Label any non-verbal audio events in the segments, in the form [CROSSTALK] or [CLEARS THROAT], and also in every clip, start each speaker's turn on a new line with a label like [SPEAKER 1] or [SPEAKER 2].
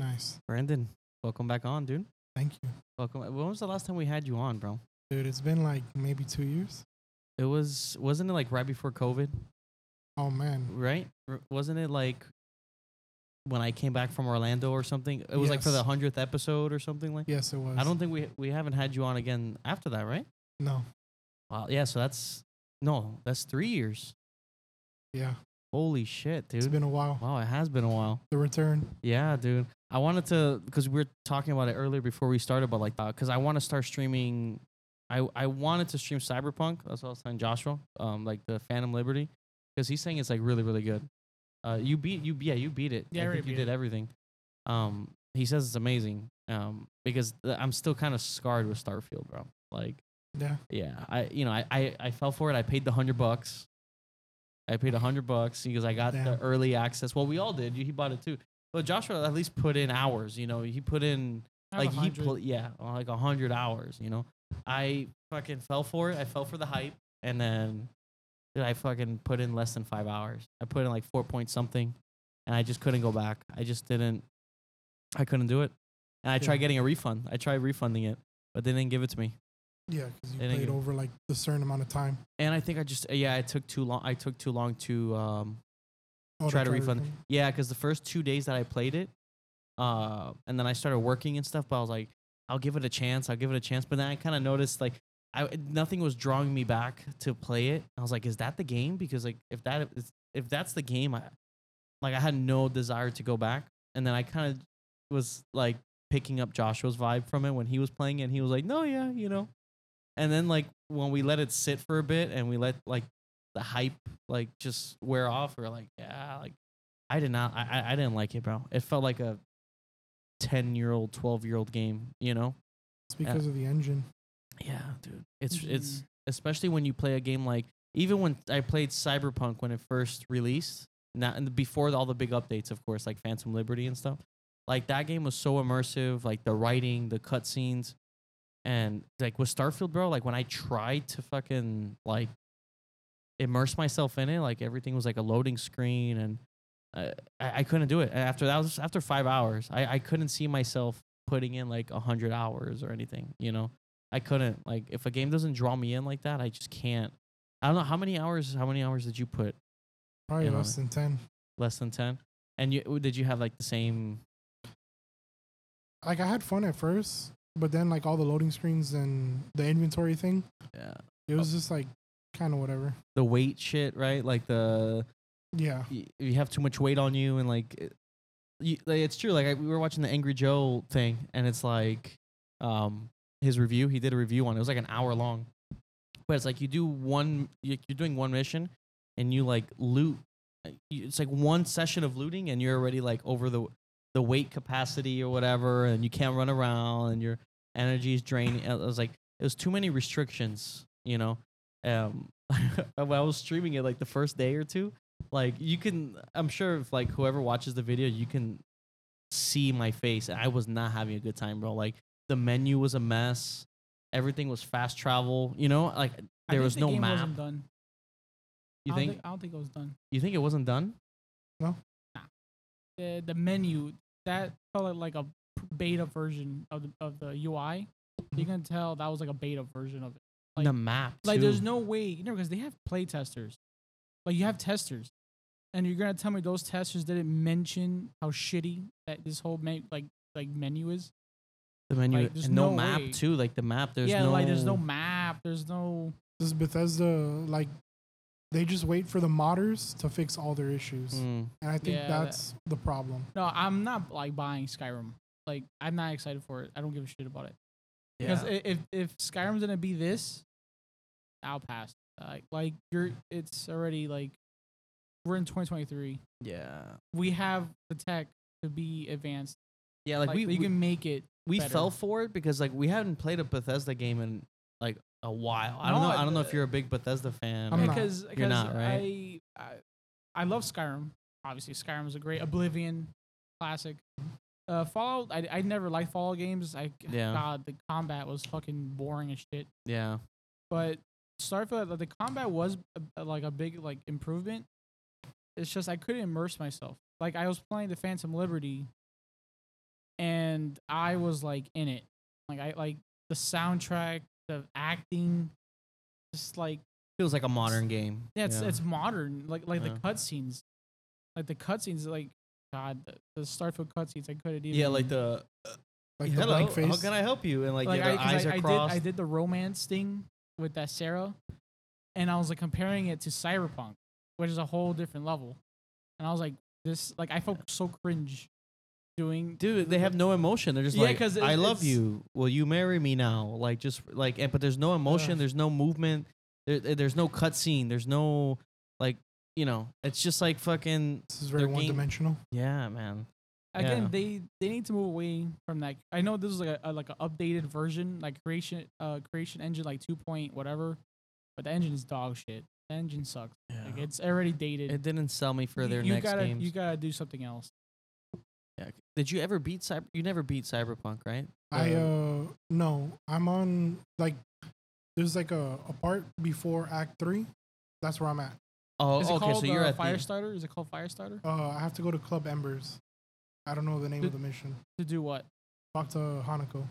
[SPEAKER 1] course.
[SPEAKER 2] Brandon, welcome back on, dude.
[SPEAKER 1] Thank you,
[SPEAKER 2] Welcome. When was the last time we had you on, bro?
[SPEAKER 1] dude. It's been like maybe two years.
[SPEAKER 2] It was wasn't it like right before COVID,
[SPEAKER 1] Oh man,
[SPEAKER 2] right? R- wasn't it like when I came back from Orlando or something? It was like for the
[SPEAKER 1] Yes.
[SPEAKER 2] hundredth episode or something like.
[SPEAKER 1] yes, it was.
[SPEAKER 2] I don't think we we haven't had you on again after that, right?
[SPEAKER 1] No,
[SPEAKER 2] Wow. Yeah. So that's no, that's three years.
[SPEAKER 1] yeah,
[SPEAKER 2] Holy shit,
[SPEAKER 1] it's
[SPEAKER 2] dude.
[SPEAKER 1] been a while.
[SPEAKER 2] wow, it has been a while.
[SPEAKER 1] The return.
[SPEAKER 2] Yeah, dude. I wanted to because we were talking about it earlier before we started, but like, because I want to start streaming. I I wanted to stream Cyberpunk. That's what I was telling Joshua. Um, like the Phantom Liberty, because he's saying it's like really really good. Uh, you beat you yeah you beat it.
[SPEAKER 3] Yeah, I
[SPEAKER 2] I
[SPEAKER 3] already
[SPEAKER 2] think you
[SPEAKER 3] beat
[SPEAKER 2] did
[SPEAKER 3] it.
[SPEAKER 2] everything. Um, he says it's amazing. Um, because th- I'm still kind of scarred with Starfield, bro. Like,
[SPEAKER 1] Yeah,
[SPEAKER 2] yeah, I you know I I, I fell for it. I paid the hundred bucks. I paid a hundred bucks because I got
[SPEAKER 1] Damn.
[SPEAKER 2] the early access. Well, we all did. You- He bought it too. But Joshua at least put in hours. You know, he put in
[SPEAKER 3] I have
[SPEAKER 2] like
[SPEAKER 3] a
[SPEAKER 2] he
[SPEAKER 3] hundred.
[SPEAKER 2] pl- yeah uh, like a hundred hours. You know, I fucking fell for it. I fell for the hype, and then dude, I fucking put in less than five hours. I put in like four point something, and I just couldn't go back. I just didn't. I couldn't do it, and I tried
[SPEAKER 1] Yeah.
[SPEAKER 2] getting a refund. I tried refunding it, but they didn't give it to me.
[SPEAKER 1] yeah, because you
[SPEAKER 2] They didn't
[SPEAKER 1] played
[SPEAKER 2] give-
[SPEAKER 1] over like a certain amount of time.
[SPEAKER 2] And I think I just yeah, I took too long. I took too long to um
[SPEAKER 1] Oh, they
[SPEAKER 2] Try to
[SPEAKER 1] tried
[SPEAKER 2] refund. yeah, because the first two days that I played it, uh, and then I started working and stuff. But I was like, I'll give it a chance. I'll give it a chance. But then I kind of noticed like I nothing was drawing me back to play it. I was like, is that the game? Because like if that is if that's the game, I like I had no desire to go back. And then I kind of was like picking up Joshua's vibe from it when he was playing it. And he was like, no, yeah, you know. And then like when we let it sit for a bit and we let like the hype like just wear off, we're like, yeah, like I did not, I, I- I didn't like it, bro. It felt like a ten year old, twelve year old game, you know.
[SPEAKER 1] It's because of the engine.
[SPEAKER 2] Yeah, dude. It's it's especially when you play a game like even when I played Cyberpunk when it first released, not and before all the big updates, of course, like Phantom Liberty and stuff. Like that game was so immersive, like the writing, the cutscenes, and like with Starfield, bro. Like when I tried to fucking like immerse myself in it, like everything was like a loading screen, and uh, I, I couldn't do it. And After that was after five hours, I, I couldn't see myself putting in like a hundred hours or anything. You know, I couldn't like if a game doesn't draw me in like that, I just can't. I don't know how many hours. How many hours did you put?
[SPEAKER 1] Probably
[SPEAKER 2] You know,
[SPEAKER 1] less than ten.
[SPEAKER 2] Less than ten. And you did you have like the same?
[SPEAKER 1] Like I had fun at first, but then like all the loading screens and the inventory thing,
[SPEAKER 2] Yeah.
[SPEAKER 1] it
[SPEAKER 2] Oh.
[SPEAKER 1] was just like kind of whatever.
[SPEAKER 2] uh, The weight shit, right? Like the
[SPEAKER 1] Yeah,
[SPEAKER 2] y- you have too much weight on you, and like, it- you, like it's true. Like I, we were watching the Angry Joe thing, and it's like, um, his review. He did a review on it. It was like an hour long, but it's like you do one. you- You're doing one mission, and you like loot. uh, you- It's like one session of looting, and you're already like over the the weight capacity or whatever, and you can't run around, and your energy is draining. I was like, it was too many restrictions, you know. Um, [LAUGHS] when I was streaming it like the first day or two, like you can, I'm sure if like whoever watches the video, you can see my face, and I was not having a good time, bro. Like the menu was a mess, everything was fast travel, you know, like
[SPEAKER 3] I
[SPEAKER 2] there
[SPEAKER 3] think
[SPEAKER 2] was
[SPEAKER 3] the
[SPEAKER 2] no
[SPEAKER 3] game
[SPEAKER 2] map.
[SPEAKER 3] Wasn't done.
[SPEAKER 2] You
[SPEAKER 3] I don't
[SPEAKER 2] think,
[SPEAKER 3] I don't think it was done.
[SPEAKER 2] you think it wasn't done?
[SPEAKER 3] The the menu that felt like a p- beta version of the of the UI.
[SPEAKER 2] Mm-hmm.
[SPEAKER 3] You can tell that was like a beta version of it. Like-
[SPEAKER 2] the map.
[SPEAKER 3] Like there's
[SPEAKER 2] too.
[SPEAKER 3] no way, you know, because they have play testers. Like you have testers, and you're gonna tell me those testers didn't mention how shitty that this whole me- like like menu is.
[SPEAKER 2] the menu
[SPEAKER 3] like, there's
[SPEAKER 2] and no,
[SPEAKER 3] no
[SPEAKER 2] map
[SPEAKER 3] way.
[SPEAKER 2] too. Like the map, there's
[SPEAKER 3] yeah,
[SPEAKER 2] no
[SPEAKER 3] like there's no map. There's no
[SPEAKER 1] this is Bethesda. Like they just wait for the modders to fix all their issues,
[SPEAKER 2] Mm.
[SPEAKER 1] and I think
[SPEAKER 3] Yeah, that-
[SPEAKER 1] that's the problem.
[SPEAKER 3] no. I'm not like buying Skyrim. Like I'm not excited for it. I don't give a shit about it. Because
[SPEAKER 2] Yeah.
[SPEAKER 3] i- if if Skyrim's gonna be this, I'll pass. Like like you're, it's already like we're in 2023.
[SPEAKER 2] yeah.
[SPEAKER 3] We have the tech to be advanced.
[SPEAKER 2] Yeah, like,
[SPEAKER 3] Like,
[SPEAKER 2] we
[SPEAKER 3] you
[SPEAKER 2] we,
[SPEAKER 3] can make it.
[SPEAKER 2] we
[SPEAKER 3] better.
[SPEAKER 2] fell for it because like we haven't played a Bethesda game in like a while. I don't
[SPEAKER 3] No,
[SPEAKER 2] know. I
[SPEAKER 3] I-
[SPEAKER 2] don't know if you're a big Bethesda fan.
[SPEAKER 1] I'm
[SPEAKER 2] or-
[SPEAKER 1] not.
[SPEAKER 3] because because
[SPEAKER 2] not,
[SPEAKER 3] I, I I love Skyrim. Obviously, Skyrim is a great Oblivion classic. Uh, Fallout. I, I never liked Fallout games. I
[SPEAKER 2] Yeah.
[SPEAKER 3] God, the combat was fucking boring as shit.
[SPEAKER 2] Yeah.
[SPEAKER 3] But Starfield, like, the combat was a- a, like a big like improvement. It's just I couldn't immerse myself. Like I was playing the Phantom Liberty, and I was like in it. Like I like the soundtrack, the acting, just like
[SPEAKER 2] Feels like a modern game.
[SPEAKER 3] yeah, it's
[SPEAKER 2] yeah.
[SPEAKER 3] it's modern. Like like
[SPEAKER 2] Yeah.
[SPEAKER 3] the cutscenes, like the cutscenes. Like God, the, the Starfield cutscenes. I couldn't even.
[SPEAKER 2] yeah, like the
[SPEAKER 1] Like the
[SPEAKER 2] hello.
[SPEAKER 1] blank face.
[SPEAKER 2] How can I help you? And like,
[SPEAKER 3] like
[SPEAKER 2] yeah, their
[SPEAKER 3] I, 'cause
[SPEAKER 2] eyes
[SPEAKER 3] I,
[SPEAKER 2] are
[SPEAKER 3] I did
[SPEAKER 2] crossed.
[SPEAKER 3] I did the romance thing with that Sarah, and I was like comparing it to Cyberpunk, which is a whole different level. And I was like, this like I felt so cringe doing
[SPEAKER 2] Dude, they have no emotion. They're just
[SPEAKER 3] Yeah,
[SPEAKER 2] like,
[SPEAKER 3] 'cause it-
[SPEAKER 2] I love
[SPEAKER 3] it's-
[SPEAKER 2] you. Will you marry me now? Like, just like, and, but there's no emotion.
[SPEAKER 3] Ugh.
[SPEAKER 2] There's no movement. There, there- there's no cutscene. There's no, like, you know, it's just like fucking,
[SPEAKER 1] This is very
[SPEAKER 2] their game-
[SPEAKER 1] one dimensional.
[SPEAKER 2] yeah, man.
[SPEAKER 3] again
[SPEAKER 2] Yeah.
[SPEAKER 3] they they need to move away from that i know this is like a, a- like an updated version like creation uh creation engine like 2 point whatever but the engine is dog shit the engine sucks like it's already dated
[SPEAKER 2] It didn't sell me for
[SPEAKER 3] You-
[SPEAKER 2] their
[SPEAKER 3] you,
[SPEAKER 2] next
[SPEAKER 3] gotta
[SPEAKER 2] games.
[SPEAKER 3] you gotta do something else
[SPEAKER 2] Yeah. Did you ever beat Cyber? You never beat Cyberpunk, right?
[SPEAKER 1] I
[SPEAKER 2] The-
[SPEAKER 1] uh no, I'm on like there's like a, a part before Act Three. That's where I'm at.
[SPEAKER 2] oh,
[SPEAKER 3] is it
[SPEAKER 2] okay.
[SPEAKER 3] called
[SPEAKER 2] So you're
[SPEAKER 3] uh,
[SPEAKER 2] at the-
[SPEAKER 3] firestarter is it called firestarter
[SPEAKER 1] Uh, I have to go to Club Embers. I don't know the name of
[SPEAKER 3] Did-
[SPEAKER 1] the mission.
[SPEAKER 3] to do what
[SPEAKER 1] Talk to Hanako.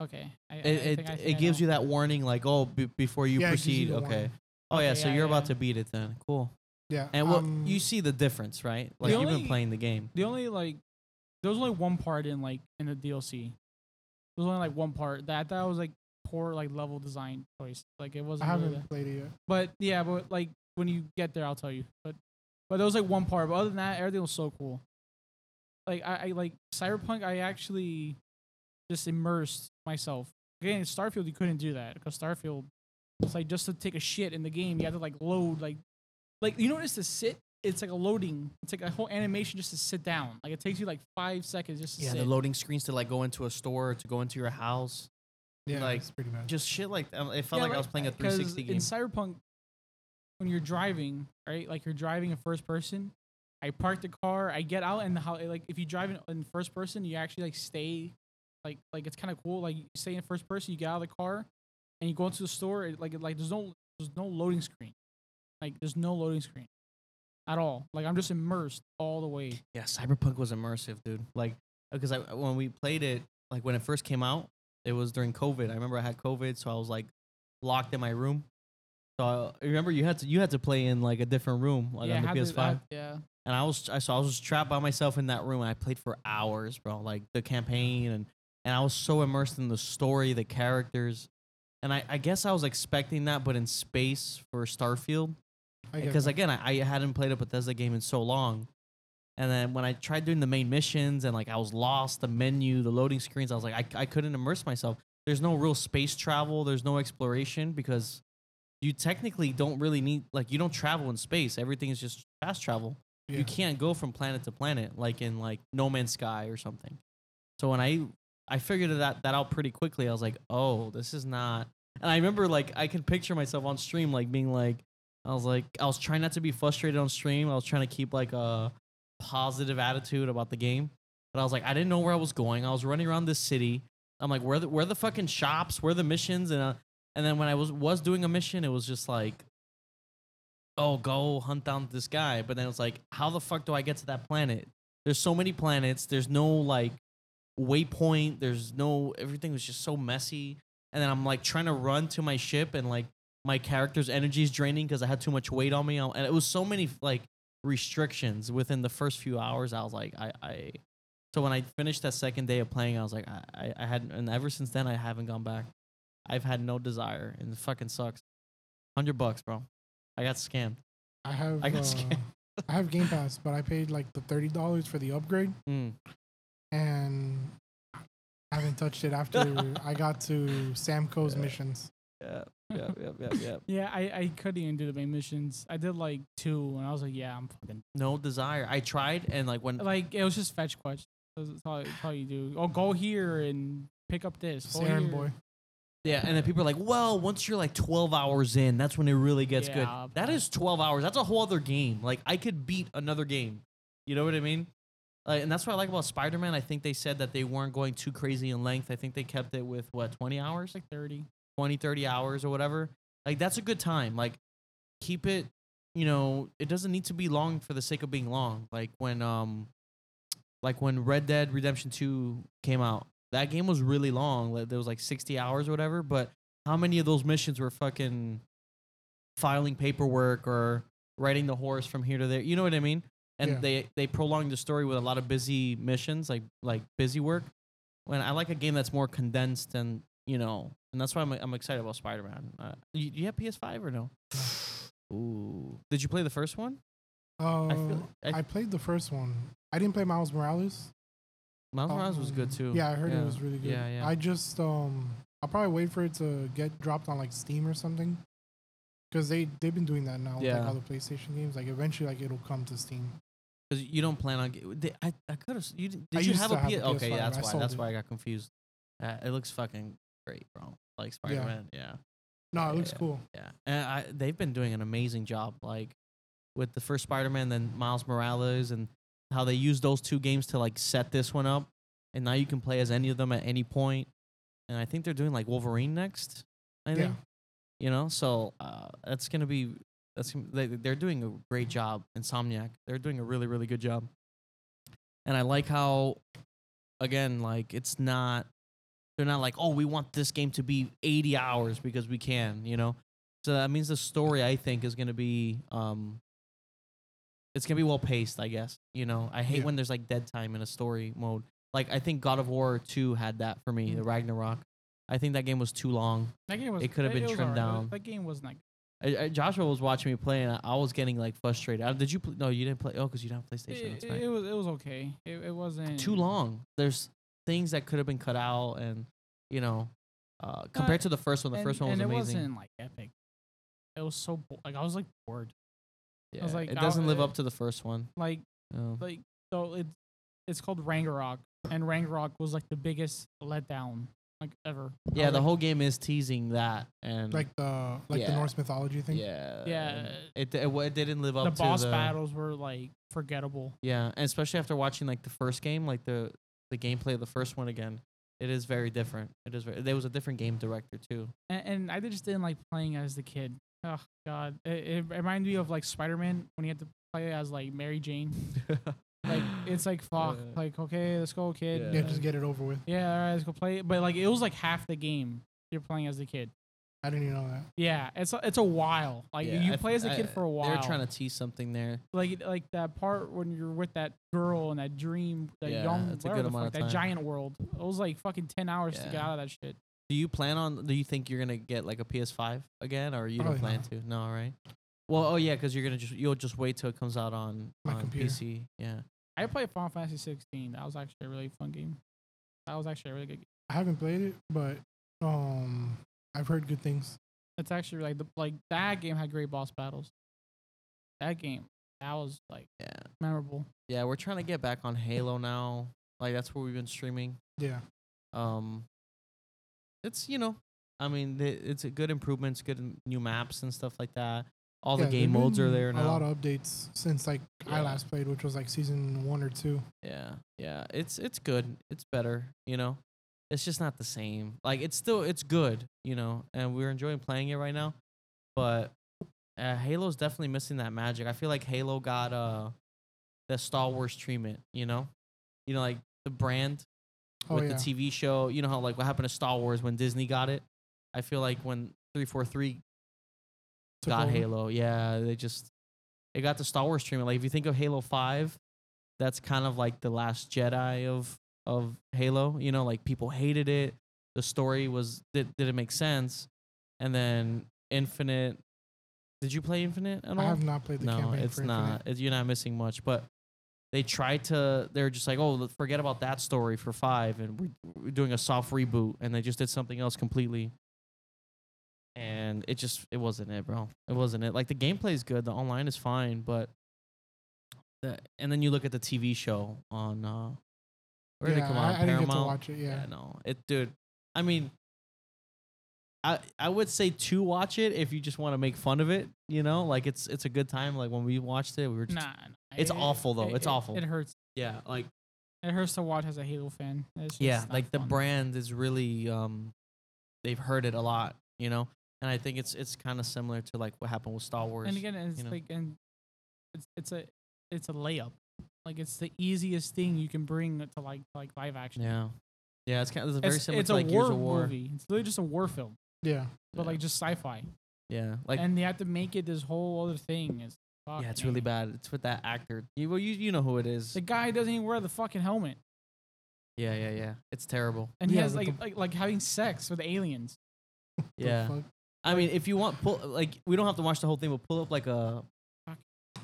[SPEAKER 3] okay I, I
[SPEAKER 2] It,
[SPEAKER 3] think I
[SPEAKER 2] it,
[SPEAKER 3] think
[SPEAKER 2] it
[SPEAKER 3] I
[SPEAKER 2] gives
[SPEAKER 3] know.
[SPEAKER 2] you that warning, like, oh, be before you
[SPEAKER 1] Yeah, it gives you
[SPEAKER 2] proceed.
[SPEAKER 1] the
[SPEAKER 2] okay.
[SPEAKER 1] warning.
[SPEAKER 2] Oh yeah,
[SPEAKER 3] Okay,
[SPEAKER 2] so
[SPEAKER 3] yeah,
[SPEAKER 2] you're about
[SPEAKER 3] yeah.
[SPEAKER 2] to beat it then. Cool.
[SPEAKER 1] Yeah.
[SPEAKER 2] And what
[SPEAKER 1] um,
[SPEAKER 2] you see the difference, right? Like you've been
[SPEAKER 3] only-
[SPEAKER 2] playing the game.
[SPEAKER 3] the only like there was only one part in like in the dlc there was only like one part that that was like poor like level design choice like it
[SPEAKER 1] I
[SPEAKER 3] wasn't really the-
[SPEAKER 1] haven't played it yet.
[SPEAKER 3] But yeah, but like when you get there, I'll tell you. But but there was like one part. But other than that, everything was so cool. Like I, I like Cyberpunk. I actually just immersed myself. Again, in Starfield, you couldn't do that because Starfield, it's like just to take a shit in the game, you had to like load like like you notice to sit. It's like a loading. It's like a whole animation just to sit down. Like it takes you like five seconds just to
[SPEAKER 2] Yeah,
[SPEAKER 3] sit.
[SPEAKER 2] the loading screens to like go into a store, to go into your house,
[SPEAKER 1] Yeah,
[SPEAKER 2] Like,
[SPEAKER 1] it's pretty bad.
[SPEAKER 2] just shit like that. It felt
[SPEAKER 3] Yeah,
[SPEAKER 2] like I was playing a
[SPEAKER 3] 'cause
[SPEAKER 2] 360 game.
[SPEAKER 3] In Cyberpunk, when you're driving, right? Like you're driving in first person. I park the car. I get out, and how like if you drive in, in first person, you actually like stay, like like it's kind of cool. Like you stay in first person, you get out of the car, and you go into the store. It, like it- like there's no there's no loading screen. Like there's no loading screen at all. Like I'm just immersed all the way.
[SPEAKER 2] yeah, Cyberpunk was immersive, dude. Like because I when we played it, like when it first came out, it was during COVID. I remember I had COVID, so I was like locked in my room. So I remember you had to you had to play in like a different room, like
[SPEAKER 3] yeah,
[SPEAKER 2] on the
[SPEAKER 3] have to-
[SPEAKER 2] PS5.
[SPEAKER 3] have- yeah.
[SPEAKER 2] and I was I so I was just trapped by myself in that room. And I played for hours, bro. Like the campaign and and I was so immersed in the story, the characters, and I, I guess I was expecting that, but in space for Starfield
[SPEAKER 1] I get
[SPEAKER 2] because
[SPEAKER 1] that.
[SPEAKER 2] again I, I hadn't played a Bethesda game in so long. And then when I tried doing the main missions and like I was lost, the menu, the loading screens, I was like I, I couldn't immerse myself. There's no real space travel. There's no exploration because you technically don't really need like you don't travel in space. Everything is just fast travel
[SPEAKER 1] yeah.
[SPEAKER 2] you can't go from planet to planet like in like no man's sky or something so when i i figured that that out pretty quickly i was like oh this is not and i remember like i can picture myself on stream like being like i was like i was trying not to be frustrated on stream i was trying to keep like a positive attitude about the game but i was like i didn't know where i was going i was running around this city i'm like where the, where the fucking shops where the missions and uh, and then when i was was doing a mission it was just like oh, go hunt down this guy. But then it's like, how the fuck do I get to that planet? There's so many planets. There's no like waypoint. There's no everything was just so messy. And then I'm like trying to run to my ship, and like my character's energy is draining because I had too much weight on me. And it was so many like restrictions within the first few hours. I was like, I, I. So when I finished that second day of playing, I was like, I, I, I hadn't, and ever since then I haven't gone back. I've had no desire, and it fucking sucks. Hundred bucks, bro. I got scammed.
[SPEAKER 1] I have
[SPEAKER 2] [LAUGHS] I got
[SPEAKER 1] uh,
[SPEAKER 2] scared.
[SPEAKER 1] I have Game Pass, but I paid like the thirty dollars for the upgrade
[SPEAKER 2] Mm.
[SPEAKER 1] and I haven't touched it
[SPEAKER 2] [LAUGHS]
[SPEAKER 1] after I got to Samco's
[SPEAKER 2] Yeah.
[SPEAKER 1] missions.
[SPEAKER 2] [LAUGHS] Yeah, yeah, yeah, yeah, yeah.
[SPEAKER 3] Yeah, I, I couldn't even do the main missions. I did like two, and I was like, yeah, I'm fucking
[SPEAKER 2] No desire. I tried, and like when
[SPEAKER 3] like it was just fetch quests. That's that's all, that's all you do. Oh, go here and pick up this.
[SPEAKER 1] Just
[SPEAKER 3] Go
[SPEAKER 1] errand
[SPEAKER 3] here.
[SPEAKER 1] boy.
[SPEAKER 2] yeah, and then people are like, "Well, once you're like 12 hours in, that's when it really gets
[SPEAKER 3] Yeah,
[SPEAKER 2] good." That
[SPEAKER 3] bro.
[SPEAKER 2] is 12 hours. That's a whole other game. Like I could beat another game. You know what I mean? Uh, and that's what I like about Spider-Man. I think they said that they weren't going too crazy in length. I think they kept it with what 20 hours.
[SPEAKER 3] It's like thirty.
[SPEAKER 2] 20 30 hours or whatever like that's a good time like keep it you know it doesn't need to be long for the sake of being long like when um like when Red Dead Redemption 2 came out, that game was really long. Like, there was like 60 hours or whatever, but how many of those missions were fucking filing paperwork or riding the horse from here to there? You know what I mean? And
[SPEAKER 1] Yeah.
[SPEAKER 2] they they prolonged the story with a lot of busy missions, like like busy work. When I like a game that's more condensed and you know, and that's why I'm I'm excited about Spider Man. Uh, you, you have PS5
[SPEAKER 1] [SIGHS]
[SPEAKER 2] or no? Ooh, did you play the first one?
[SPEAKER 1] Uh, I,
[SPEAKER 2] feel- I-
[SPEAKER 1] played the first one. I didn't play Miles Morales.
[SPEAKER 2] Miles Morales was good
[SPEAKER 1] Um,
[SPEAKER 2] too.
[SPEAKER 1] Yeah, I heard it was really good.
[SPEAKER 2] Yeah, yeah.
[SPEAKER 1] I just um, I'll probably wait for it to get dropped on like Steam or something, because they they've been doing that now. with,
[SPEAKER 2] Yeah.
[SPEAKER 1] like all the PlayStation games, like eventually, like it'll come to Steam.
[SPEAKER 2] Because you don't plan on. Get, did, I I could have. You didn't-
[SPEAKER 1] I
[SPEAKER 2] did you
[SPEAKER 1] used
[SPEAKER 2] have
[SPEAKER 1] to
[SPEAKER 2] a
[SPEAKER 1] have
[SPEAKER 2] PS?
[SPEAKER 1] a
[SPEAKER 2] Okay,
[SPEAKER 1] PS5,
[SPEAKER 2] yeah,
[SPEAKER 1] I
[SPEAKER 2] that's why.
[SPEAKER 1] sold
[SPEAKER 2] That's
[SPEAKER 1] it.
[SPEAKER 2] why I got confused. Uh, it looks fucking great, bro. Like Spider Man. Yeah.
[SPEAKER 1] No, it looks
[SPEAKER 2] Yeah.
[SPEAKER 1] cool.
[SPEAKER 2] yeah, And I, they've been doing an amazing job. Like with the first Spider Man, then Miles Morales, and how they use those two games to like set this one up, and now you can play as any of them at any point. And I think they're doing like Wolverine next. I think.
[SPEAKER 1] Yeah.
[SPEAKER 2] You know, so uh, that's gonna be that's gonna- they, they're doing a great job. Insomniac, they're doing a really really good job. And I like how, again, like it's not they're not like oh we want this game to be 80 hours because we can you know so that means the story i think is going to be um it's going to be well paced i guess you know i hate
[SPEAKER 1] Yeah.
[SPEAKER 2] when there's like dead time in a story mode like i think god of war 2 had that for me the
[SPEAKER 3] Mm.
[SPEAKER 2] ragnarok i think that game was too long
[SPEAKER 3] That game was.
[SPEAKER 2] It could have been
[SPEAKER 3] was
[SPEAKER 2] trimmed
[SPEAKER 3] alright. It was-
[SPEAKER 2] down.
[SPEAKER 3] That game was not.
[SPEAKER 2] I, I, joshua was watching me play and I, I was getting like frustrated Uh, did you pl- no you didn't play oh because you don't have playstation
[SPEAKER 3] It,
[SPEAKER 2] that's right.
[SPEAKER 3] it was. It was okay. It, it wasn't
[SPEAKER 2] too long there's things that could have been cut out and you know uh, compared to the first one the
[SPEAKER 3] and,
[SPEAKER 2] first one was
[SPEAKER 3] and it
[SPEAKER 2] amazing
[SPEAKER 3] wasn't like epic. It was so bo- like I was like bored.
[SPEAKER 2] yeah.
[SPEAKER 3] was like,
[SPEAKER 2] it
[SPEAKER 3] I-
[SPEAKER 2] doesn't live
[SPEAKER 3] uh,
[SPEAKER 2] up to the first one
[SPEAKER 3] Like
[SPEAKER 2] Oh.
[SPEAKER 3] like so it it's called Rangarok, and Rangarok was like the biggest letdown like ever. I
[SPEAKER 2] Yeah,
[SPEAKER 3] was
[SPEAKER 2] the
[SPEAKER 3] like,
[SPEAKER 2] whole game is teasing that and
[SPEAKER 1] Like the like
[SPEAKER 2] Mm. Yeah.
[SPEAKER 1] the Norse mythology thing.
[SPEAKER 2] yeah,
[SPEAKER 3] Yeah.
[SPEAKER 2] and It, it wa- it didn't live up
[SPEAKER 3] the
[SPEAKER 2] to
[SPEAKER 3] boss
[SPEAKER 2] the
[SPEAKER 3] battles were like forgettable.
[SPEAKER 2] Yeah, and especially after watching like the first game, like the the gameplay of the first one again, it is very different. It is very, there was a different game director too.
[SPEAKER 3] and, and I just didn't like playing as the kid. Oh God, it, it reminded me of like Spider Man when he had to play as like Mary Jane. [LAUGHS] Like
[SPEAKER 2] [SIGHS]
[SPEAKER 3] it's like fuck,
[SPEAKER 2] Yeah.
[SPEAKER 3] like okay, let's go, kid.
[SPEAKER 2] Yeah.
[SPEAKER 1] Yeah,
[SPEAKER 3] Uh,
[SPEAKER 1] just get it over with.
[SPEAKER 3] yeah, all right, let's go play. it. But like it was like half the game you're playing as the kid.
[SPEAKER 1] I didn't even know that.
[SPEAKER 3] Yeah, it's a, it's a while. Like
[SPEAKER 2] Yeah,
[SPEAKER 3] you
[SPEAKER 2] I-
[SPEAKER 3] play as a kid
[SPEAKER 2] I-
[SPEAKER 3] for a while.
[SPEAKER 2] They're trying to tease something there.
[SPEAKER 3] like it- like that part when you're with that girl and that dream, that
[SPEAKER 2] Yeah,
[SPEAKER 3] young,
[SPEAKER 2] that's a
[SPEAKER 3] whatever
[SPEAKER 2] good
[SPEAKER 3] the
[SPEAKER 2] amount
[SPEAKER 3] fuck,
[SPEAKER 2] of
[SPEAKER 3] that
[SPEAKER 2] time.
[SPEAKER 3] giant world. It was like fucking ten hours to
[SPEAKER 2] Yeah.
[SPEAKER 3] get out of that shit.
[SPEAKER 2] Do you plan on? Do you think you're gonna get like a PS5 again, or you don't
[SPEAKER 1] Probably
[SPEAKER 2] plan
[SPEAKER 1] not.
[SPEAKER 2] to? No, right? Well, oh yeah, because you're gonna just you'll just wait till it comes out on
[SPEAKER 1] My
[SPEAKER 2] on
[SPEAKER 1] computer.
[SPEAKER 2] PC. Yeah,
[SPEAKER 3] I played Final Fantasy 16. That was actually a really fun game. That was actually a really good. game.
[SPEAKER 1] I haven't played it, but um, I've heard good things.
[SPEAKER 3] That's actually like the like that game had great boss battles. That game that was like
[SPEAKER 2] yeah.
[SPEAKER 3] memorable.
[SPEAKER 2] Yeah, we're trying to get back on Halo now. Like that's where we've been streaming.
[SPEAKER 1] Yeah,
[SPEAKER 2] Um, it's you know, I mean, the- it's a good improvements, good n- new maps and stuff like that. All
[SPEAKER 1] Yeah,
[SPEAKER 2] the game
[SPEAKER 1] there've
[SPEAKER 2] modes are
[SPEAKER 1] been
[SPEAKER 2] there now.
[SPEAKER 1] A lot of updates since like
[SPEAKER 2] Yeah.
[SPEAKER 1] I last played, which was like season one or two.
[SPEAKER 2] yeah, yeah, it's it's good. It's better, you know. It's just not the same. Like it's still it's good, you know, and we're enjoying playing it right now. But uh, Halo's definitely missing that magic. I feel like Halo got uh the Star Wars treatment, you know, you know, like the brand
[SPEAKER 1] Oh
[SPEAKER 2] with
[SPEAKER 1] yeah,
[SPEAKER 2] the TV show. You know how like what happened to Star Wars when Disney got it. I feel like when three four three
[SPEAKER 1] took
[SPEAKER 2] got
[SPEAKER 1] over.
[SPEAKER 2] Halo, yeah, they just it got the Star Wars treatment. Like if you think of Halo Five, that's kind of like the Last Jedi of of Halo. You know, like people hated it. The story was did, didn't make sense, and then Infinite. Did you play Infinite at all?
[SPEAKER 1] I have not played the
[SPEAKER 2] no,
[SPEAKER 1] campaign.
[SPEAKER 2] it's
[SPEAKER 1] for Infinite.
[SPEAKER 2] not. It's, you're not missing much. But they tried to. They're just like, oh, let- forget about that story for five, and we're, we're doing a soft reboot, and they just did something else completely. And it just it wasn't it, bro. It wasn't it. Like the gameplay is good, the online is fine, but the and then you look at the TV show on uh where did it
[SPEAKER 1] Yeah,
[SPEAKER 2] come out?
[SPEAKER 1] I, I didn't
[SPEAKER 2] Paramount.
[SPEAKER 1] get to watch it.
[SPEAKER 2] Yeah,
[SPEAKER 1] Yeah,
[SPEAKER 2] no, it, dude. I mean, I I would say to watch it if you just want to make fun of it. You know, like it's it's a good time. Like when we watched it, we were just
[SPEAKER 3] Nah, nah,
[SPEAKER 2] It's awful, though. It's
[SPEAKER 3] it-
[SPEAKER 2] awful.
[SPEAKER 3] It hurts.
[SPEAKER 2] yeah, like
[SPEAKER 3] It hurts to watch as a Halo fan. It's just
[SPEAKER 2] yeah,
[SPEAKER 3] not
[SPEAKER 2] like the
[SPEAKER 3] fun.
[SPEAKER 2] brand is really um, they've heard it a lot. You know, and I think it's it's kind of similar to like what happened with Star Wars.
[SPEAKER 3] And again, it's
[SPEAKER 2] know.
[SPEAKER 3] like and it's it's a it's a layup. Like it's the easiest thing you can bring to like like live action.
[SPEAKER 2] Yeah. Yeah, it's kind of it's very
[SPEAKER 3] it's,
[SPEAKER 2] similar
[SPEAKER 3] it's
[SPEAKER 2] to
[SPEAKER 3] a
[SPEAKER 2] like
[SPEAKER 3] war
[SPEAKER 2] Gears of War.
[SPEAKER 3] movie. It's literally just a war film,
[SPEAKER 1] Yeah.
[SPEAKER 3] but
[SPEAKER 2] yeah.
[SPEAKER 3] like just sci-fi.
[SPEAKER 2] yeah, like
[SPEAKER 3] and they have to make it this whole other thing. It's fuck,
[SPEAKER 2] yeah, it's
[SPEAKER 3] man.
[SPEAKER 2] really bad. It's with that actor. You, well, you you know who it is.
[SPEAKER 3] The guy doesn't even wear the fucking helmet,
[SPEAKER 2] yeah, yeah, yeah. It's terrible.
[SPEAKER 3] and he
[SPEAKER 1] Yeah,
[SPEAKER 3] has
[SPEAKER 1] but
[SPEAKER 3] like, like like having sex with aliens.
[SPEAKER 1] The
[SPEAKER 2] Yeah.
[SPEAKER 1] fuck?
[SPEAKER 2] I mean, if you want, pull like we don't have to watch the whole thing, but pull up like a.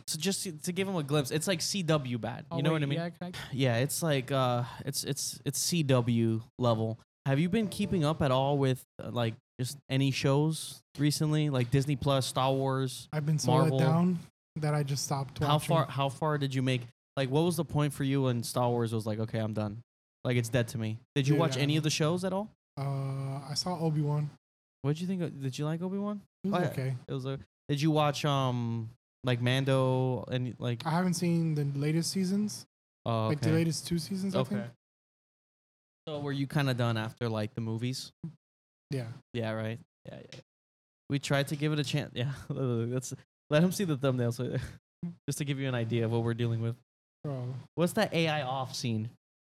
[SPEAKER 2] So just to, to give him a glimpse, it's like CW bad.
[SPEAKER 3] Oh,
[SPEAKER 2] you know
[SPEAKER 3] wait,
[SPEAKER 2] what I mean?
[SPEAKER 3] Yeah, can I-
[SPEAKER 2] Yeah, it's like uh, it's it's it's CW level. Have you been keeping up at all with uh, like just any shows recently, like Disney Plus, Star Wars?
[SPEAKER 1] I've been so
[SPEAKER 2] Marvel.
[SPEAKER 1] let down that I just stopped watching.
[SPEAKER 2] How far how far did you make? Like, what was the point for you when Star Wars was like, okay, I'm done, like it's dead to me? Did you
[SPEAKER 1] Dude,
[SPEAKER 2] watch
[SPEAKER 1] I
[SPEAKER 2] any
[SPEAKER 1] don't-
[SPEAKER 2] of the shows at all?
[SPEAKER 1] Uh, I saw Obi Wan.
[SPEAKER 2] What did you think? of- Did you like Obi Wan?
[SPEAKER 1] It was
[SPEAKER 2] Oh, yeah.
[SPEAKER 1] okay.
[SPEAKER 2] It was. A, did you watch um like Mando and like?
[SPEAKER 1] I haven't seen the latest seasons,
[SPEAKER 2] Oh,
[SPEAKER 1] like the latest two seasons. I think.
[SPEAKER 2] So were you kind of done after like the movies?
[SPEAKER 1] Yeah.
[SPEAKER 2] Yeah, right. Yeah, yeah. We tried to give it a chance. Yeah, [LAUGHS] let's let him see the thumbnail so [LAUGHS] just to give you an idea of what we're dealing with.
[SPEAKER 1] Bro.
[SPEAKER 2] What's that AI off scene?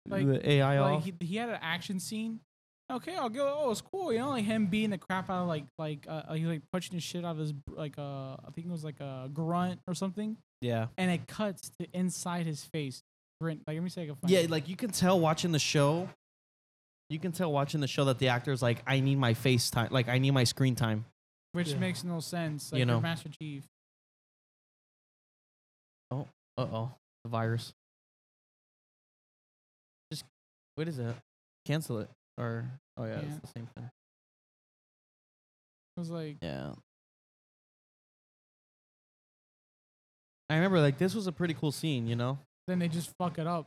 [SPEAKER 3] Like-
[SPEAKER 2] the AI
[SPEAKER 3] Like
[SPEAKER 2] off.
[SPEAKER 3] he, he had an action scene. Okay, I'll go. Oh, it's cool. You know, like him beating the crap out of like like uh, he like punching the shit out of his like uh I think it was like a grunt or something,
[SPEAKER 2] yeah.
[SPEAKER 3] and it cuts to inside his face. Grunt. Like let me see if I can find
[SPEAKER 2] Yeah,
[SPEAKER 3] it.
[SPEAKER 2] like you can tell watching the show. You can tell watching the show that the actor's like, I need my face time, like I need my screen time.
[SPEAKER 3] which
[SPEAKER 1] yeah.
[SPEAKER 3] makes no sense.
[SPEAKER 2] You
[SPEAKER 3] Like you
[SPEAKER 2] know.
[SPEAKER 3] Master Chief.
[SPEAKER 2] Uh oh, the virus. Just what is that? Cancel it or oh yeah,
[SPEAKER 3] Yeah.
[SPEAKER 2] it's the same thing.
[SPEAKER 3] It was like
[SPEAKER 2] Yeah. I remember like this was a pretty cool scene, you know?
[SPEAKER 3] then they just fuck it up.